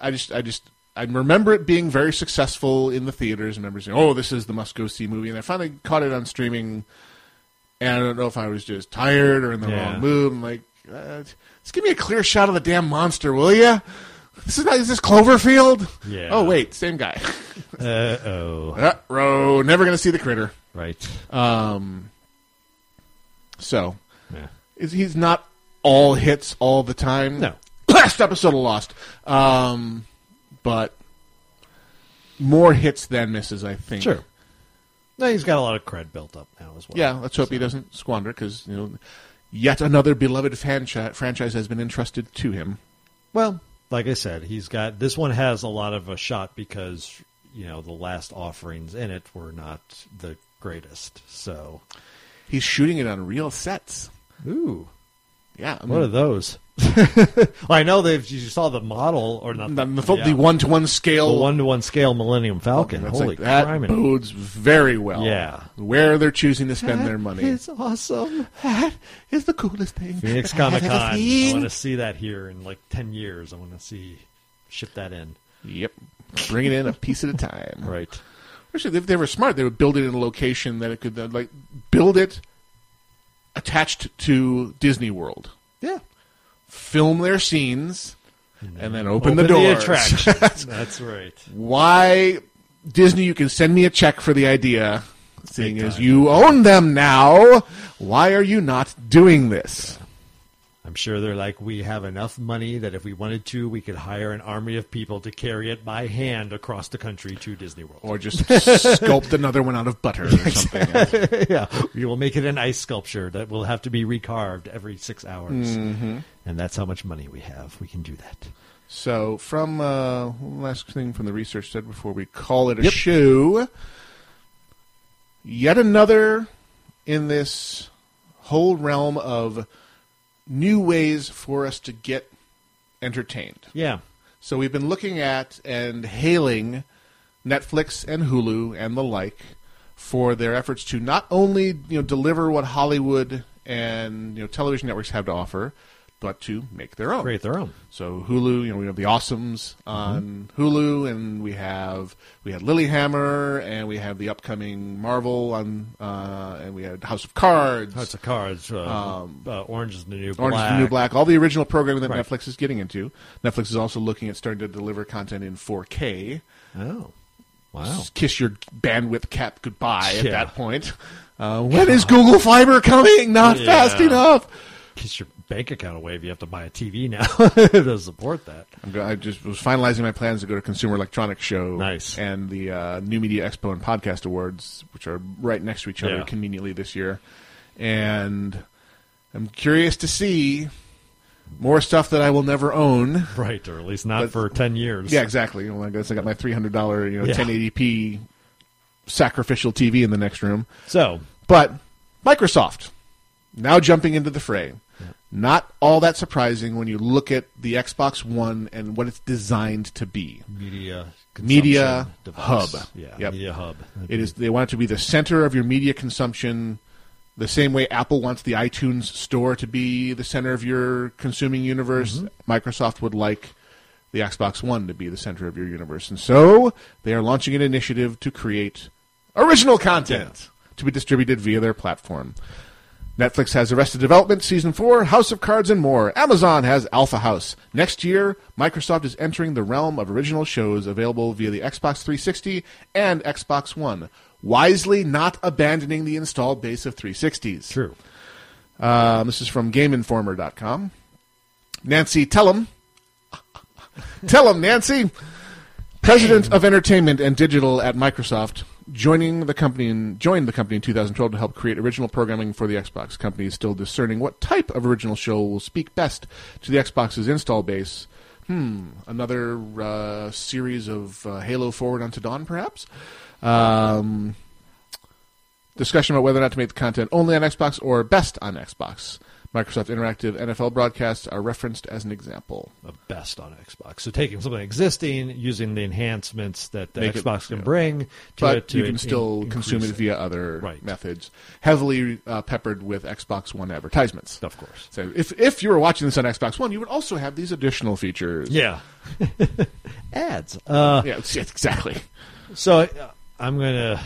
E: I just, I just, I remember it being very successful in the theaters. I remember saying, "Oh, this is the must go see movie," and I finally caught it on streaming. And I don't know if I was just tired or in the
H: Yeah.
E: wrong mood. I'm like, uh, just give me a clear shot of the damn monster, will you? This is, is this Cloverfield?
H: Yeah.
E: Oh wait, same guy.
H: Uh oh.
E: Uh, row, never gonna see the critter.
H: Right.
E: Um. So, is he's not all hits all the time. No. Last episode of Lost, um, but more hits than misses. I think.
H: Sure. No, he's got a lot of cred built up now as well.
E: Yeah, let's hope he doesn't squander because you know, yet another beloved franchi- franchise has been entrusted to him.
H: Well, like I said, he's got this one has a lot of a shot because you know the last offerings in it were not the greatest. So
E: he's shooting it on real sets.
H: Ooh,
E: yeah. I
H: what
E: mean-
H: are those? I know they've. You saw the model or not?
E: The- the fo- the one-to-one scale-
H: one to one scale Millennium Falcon.
E: That's
H: Holy
E: like, that
H: criminy.
E: bodes very well.
H: Yeah.
E: where they're choosing to spend their money.
H: It's awesome. That
E: is the coolest thing.
H: Phoenix
E: I have
H: Comic Con.
E: ever
H: I
E: seen.
H: want to see that here in like ten years. I want to see ship that in.
E: Yep. Bring it in a piece at a time.
H: Right.
E: Actually, if they were smart, they would build it in a location that it could uh, like build it attached to Disney World.
H: Yeah.
E: Film their scenes and then open, the
H: Open the
E: doors.
H: attractions. That's right.
E: Why Disney? You can send me a check for the idea, seeing as you own them now. Why are you not doing this?
H: I'm sure they're like, we have enough money that if we wanted to, we could hire an army of people to carry it by hand across the country to Disney World.
E: Or just sculpt another one out of butter or something.
H: yeah, we will make it an ice sculpture that will have to be recarved every six hours,
E: Mhm.
H: and that's how much money we have. We can do that.
E: So, from uh, last thing from the research said before we call it a
H: Yep.
E: shoe, yet another in this whole realm of new ways for us to get entertained.
H: Yeah.
E: So, we've been looking at and hailing Netflix and Hulu and the like for their efforts to not only you know deliver what Hollywood and you know television networks have to offer, but to make their own.
H: Create their own.
E: So Hulu, you know, we have the Awesomes on
H: Mm-hmm.
E: Hulu, and we have we had Lilyhammer, and we have the upcoming Marvel on, uh, and we had House of Cards,
H: House of Cards, uh, uh, Orange is the New
E: Orange is
H: Black.
E: Um, the New Black, all the original programming that
H: Right.
E: Netflix is getting into. Netflix is also looking at starting to deliver content in 4K.
H: Oh, wow!
E: kiss your bandwidth cap goodbye at
H: Yeah.
E: that point. Uh, when is Google Fiber coming? Not
H: Yeah.
E: fast enough.
H: Kiss your bank account away if you have to buy a TV now to support that.
E: I'm go- I just was finalizing my plans to go to Consumer Electronics Show and the uh, New Media Expo and Podcast Awards, which are right next to each other
H: Yeah.
E: conveniently this year. And I'm curious to see more stuff that I will never own.
H: Right, or at least not for 10 years.
E: Yeah, exactly. You know, I guess I got my $300 you know,
H: Yeah.
E: 1080p sacrificial TV in the next room.
H: So,
E: but Microsoft now jumping into the fray. Not all that surprising when you look at the Xbox One and what it's designed to be.
H: Media
E: media
H: consumption device.
E: hub.
H: Yeah,
E: Yep.
H: media hub.
E: It is. They want it to be the center of your media consumption, the same way Apple wants the iTunes store to be the center of your consuming universe. Microsoft would like the Xbox One to be the center of your universe, and so they are launching an initiative to create original content to be distributed via their platform. Netflix has Arrested Development Season 4, House of Cards, and more. Amazon has Alpha House. Next year, Microsoft is entering the realm of original shows available via the Xbox 360 and Xbox One, wisely not abandoning the installed base of 360s.
H: True.
E: Um, this is from GameInformer.com. Nancy Tellum. Tellum, Nancy. President of Entertainment and Digital at Microsoft, joining the company in, joined the company in 2012 to help create original programming for the Xbox. Company is still discerning what type of original show will speak best to the Xbox's install base. Hmm, another uh, series of uh, Halo Forward onto Dawn, perhaps. Um, discussion about whether or not to make the content only on Xbox or best on Xbox. Microsoft Interactive NFL broadcasts are referenced as an example.
H: the best on Xbox. So taking something existing, using the enhancements that the
E: Make it-
H: Xbox can
E: yeah.
H: bring, to
E: but
H: it, to
E: you
H: in-
E: can still
H: in-
E: consume it
H: increase
E: via other methods, heavily uh, peppered with Xbox One advertisements. Of
H: course.
E: So if if you were watching this on Xbox One, you would also have these additional features.
H: Yeah. Ads. Uh,
E: yeah, it's- it's exactly.
H: So uh, I'm going to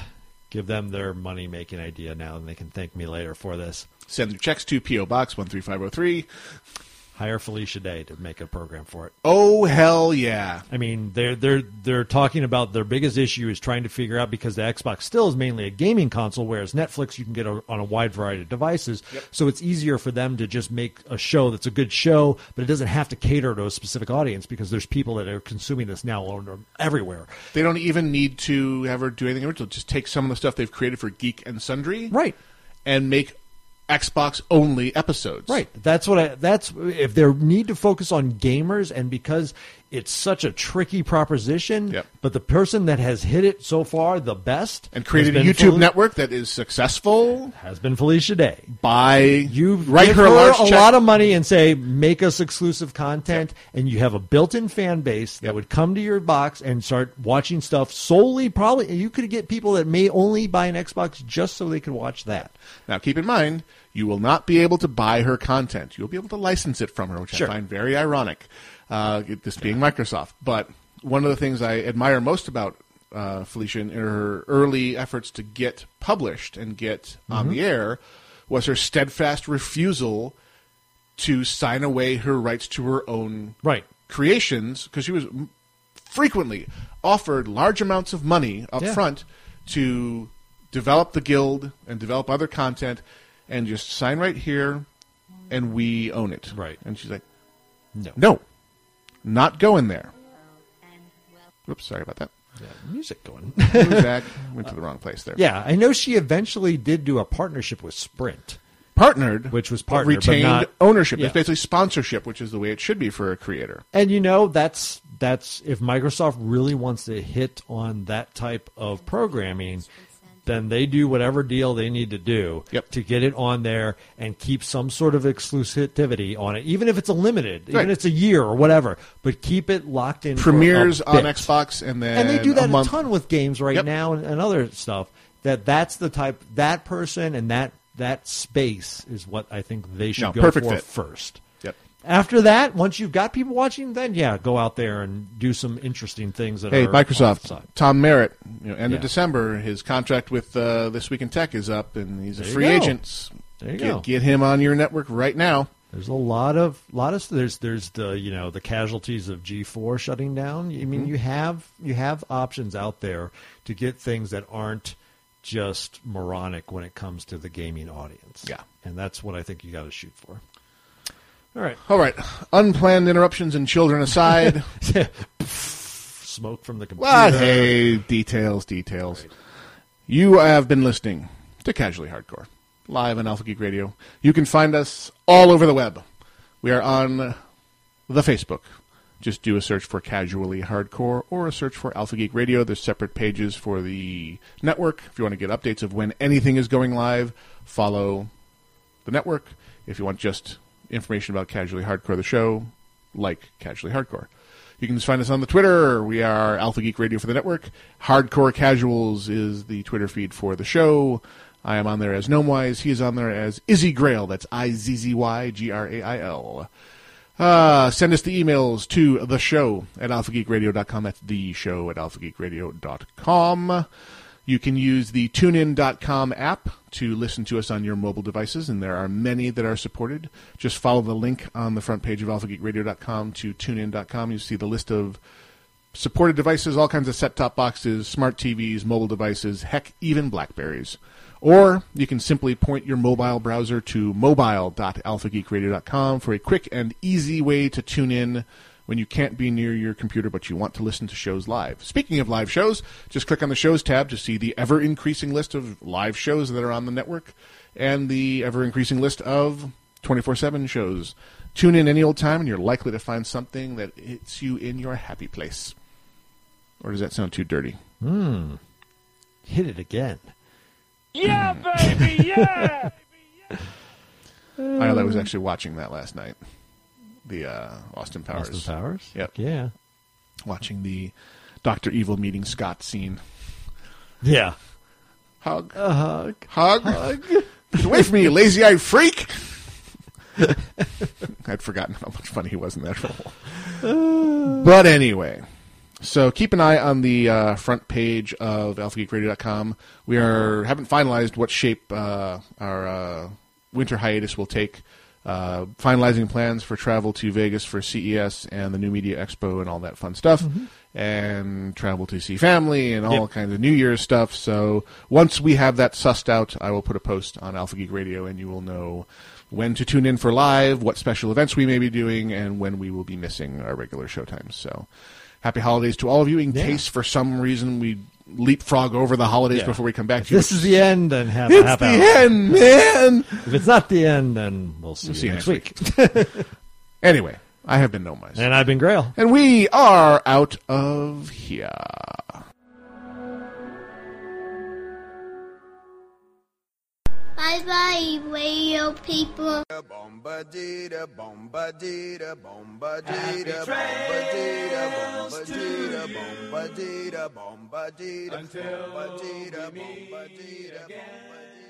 H: give them their money making idea now, and they can thank me later for this.
E: Send their checks to PO Box one oh three five zero three.
H: Hire Felicia Day to make a program for it.
E: Oh hell yeah!
H: I mean, they're they're they're talking about their biggest issue is trying to figure out because the Xbox still is mainly a gaming console, whereas Netflix you can get a, on a wide variety of devices. So it's easier for them to just make a show that's a good show, but it doesn't have to cater to a specific audience because there's people that are consuming this now on- everywhere.
E: They don't even need to ever do anything original. Just take some of the stuff they've created for Geek and Sundry,
H: right,
E: and make Xbox only episodes.
H: Right. That's what I. That's if they need to focus on gamers, and because it's such a tricky proposition. But the person that has hit it so far the best
E: and created a YouTube network that is successful
H: has been Felicia Day.
E: By you write
H: Give
E: her a large check.
H: lot of money and say make us exclusive content, and you have a built-in fan base that would come to your box and start watching stuff solely. Probably you could get people that may only buy an Xbox just so they could watch that.
E: Now, keep in mind, you will not be able to buy her content. You'll be able to license it from her, which
H: Sure.
E: I find very ironic, uh, this being Microsoft. But one of the things I admire most about uh, Felicia and her early efforts to get published and get on
H: Mm-hmm.
L: Mhm.
E: the air was her steadfast refusal to sign away her rights to her own
H: right.
E: creations because she was m- frequently offered large amounts of money up
L: Yeah.
E: front to develop the guild and develop other content and just sign right here and we own it right and she's like
H: no
E: no not going there whoops sorry about that
H: yeah, music going
E: back went to the wrong place there
H: Yeah, I know she eventually did do a partnership with Sprint.
E: Partnered,
H: which was
E: But
H: partnered, but
E: retained
H: not-
E: ownership
H: Yeah.
E: it's basically sponsorship which is the way it should be for a creator
H: And you know that's that's if Microsoft really wants to hit on that type of programming, then they do whatever deal they need to do to get it on there and keep some sort of exclusivity on it, even if it's a limited,
E: Right.
H: even if it's a year or whatever. But keep it locked in. for a
E: premieres on
H: bit.
E: xbox and then
H: and they do
E: a
H: that a,
E: month
H: ton with games right now and, and other stuff that that's the type that person and that that space is what i think they should
E: No,
H: go
E: perfect
H: for
E: fit.
H: first
E: Yep.
H: after that once you've got people watching then yeah go out there and do some interesting things that
E: Hey,
H: are
E: Microsoft,
H: outside.
E: Tom Merritt, you know, end of
H: Yeah.
E: December, his contract with uh, This Week in Tech is up, and he's a
H: There you
E: free
H: go.
E: agent.
H: There you
E: get,
H: go.
E: get him on your network right now.
H: there's a lot of lot of there's there's the you know the casualties of G4 shutting down. I mean
E: Mhm.
H: you have you have options out there to get things that aren't just moronic when it comes to the gaming audience. Yeah, and that's what I think you got to shoot for. All right.
E: All right. Unplanned interruptions and children aside.
H: Smoke from the computer.
E: what? Hey, details, details. You have been listening to Casually Hardcore, live on Alpha Geek Radio. You can find us all over the web. We are on the Facebook. Just do a search for Casually Hardcore or a search for Alpha Geek Radio. There's separate pages for the network. If you want to get updates of when anything is going live, follow the network. If you want just information about Casually Hardcore, the show, like Casually Hardcore. You can just find us on the Twitter. We are Alpha Geek Radio for the network. Hardcore Casuals is the Twitter feed for the show. I am on there as Gnomewise. He is on there as Izzy Grail. That's I Z Z Y G R A I L. Uh, send us the emails to the show at alphageekradio.com. That's the show at alphageekradio.com. You can use the tunein.com app to listen to us on your mobile devices, and there are many that are supported. Just follow the link on the front page of alphageekradio.com to tunein.com. You see the list of supported devices, all kinds of set top boxes, smart TVs, mobile devices, heck, even Blackberries. Or you can simply point your mobile browser to mobile.alphageekradio.com for a quick and easy way to tune in when you can't be near your computer but you want to listen to shows live. Speaking of live shows, just click on the shows tab to see the ever increasing list of live shows that are on the network and the ever increasing list of 24 7 shows. Tune in any old time and you're likely to find something that hits you in your happy place. Or does that sound too dirty?
H: Hmm. Hit it again.
G: Yeah, baby, yeah!
E: I know that was actually watching that last night. The uh, Austin Powers.
H: Austin Powers?
E: Yep.
H: Yeah.
E: Watching the Doctor Evil meeting Scott scene.
H: Yeah.
E: Hug.
H: A hug.
E: Hug. Get away from me, you lazy-eyed freak! I'd forgotten how much fun he was in that role. But anyway, so keep an eye on the uh, front page of alphageekradio.com. We are haven't finalized what shape uh, our uh, winter hiatus will take. uh, finalizing plans for travel to Vegas for CES and the New Media Expo and all that fun stuff,
L: Mhm.
E: and travel to see family and all
L: Yep.
E: kinds of New Year's stuff. So once we have that sussed out, I will put a post on Alpha Geek Radio, and you will know when to tune in for live, what special events we may be doing, and when we will be missing our regular show times. So happy holidays to all of you. In case for some reason we leapfrog over the holidays
H: Yeah.
E: before we come back
H: If
E: to you,
H: this is the end, then have
E: It's
H: a half
E: the
H: hour.
E: end, man.
H: If it's not the end, then we'll see,
E: We'll
H: you
E: see you
H: next,
E: next
H: week.
E: anyway, I have been no mice.
H: and I've been Grail.
E: And we are out of here.
O: Bye bye, radio people.
P: Until we meet again.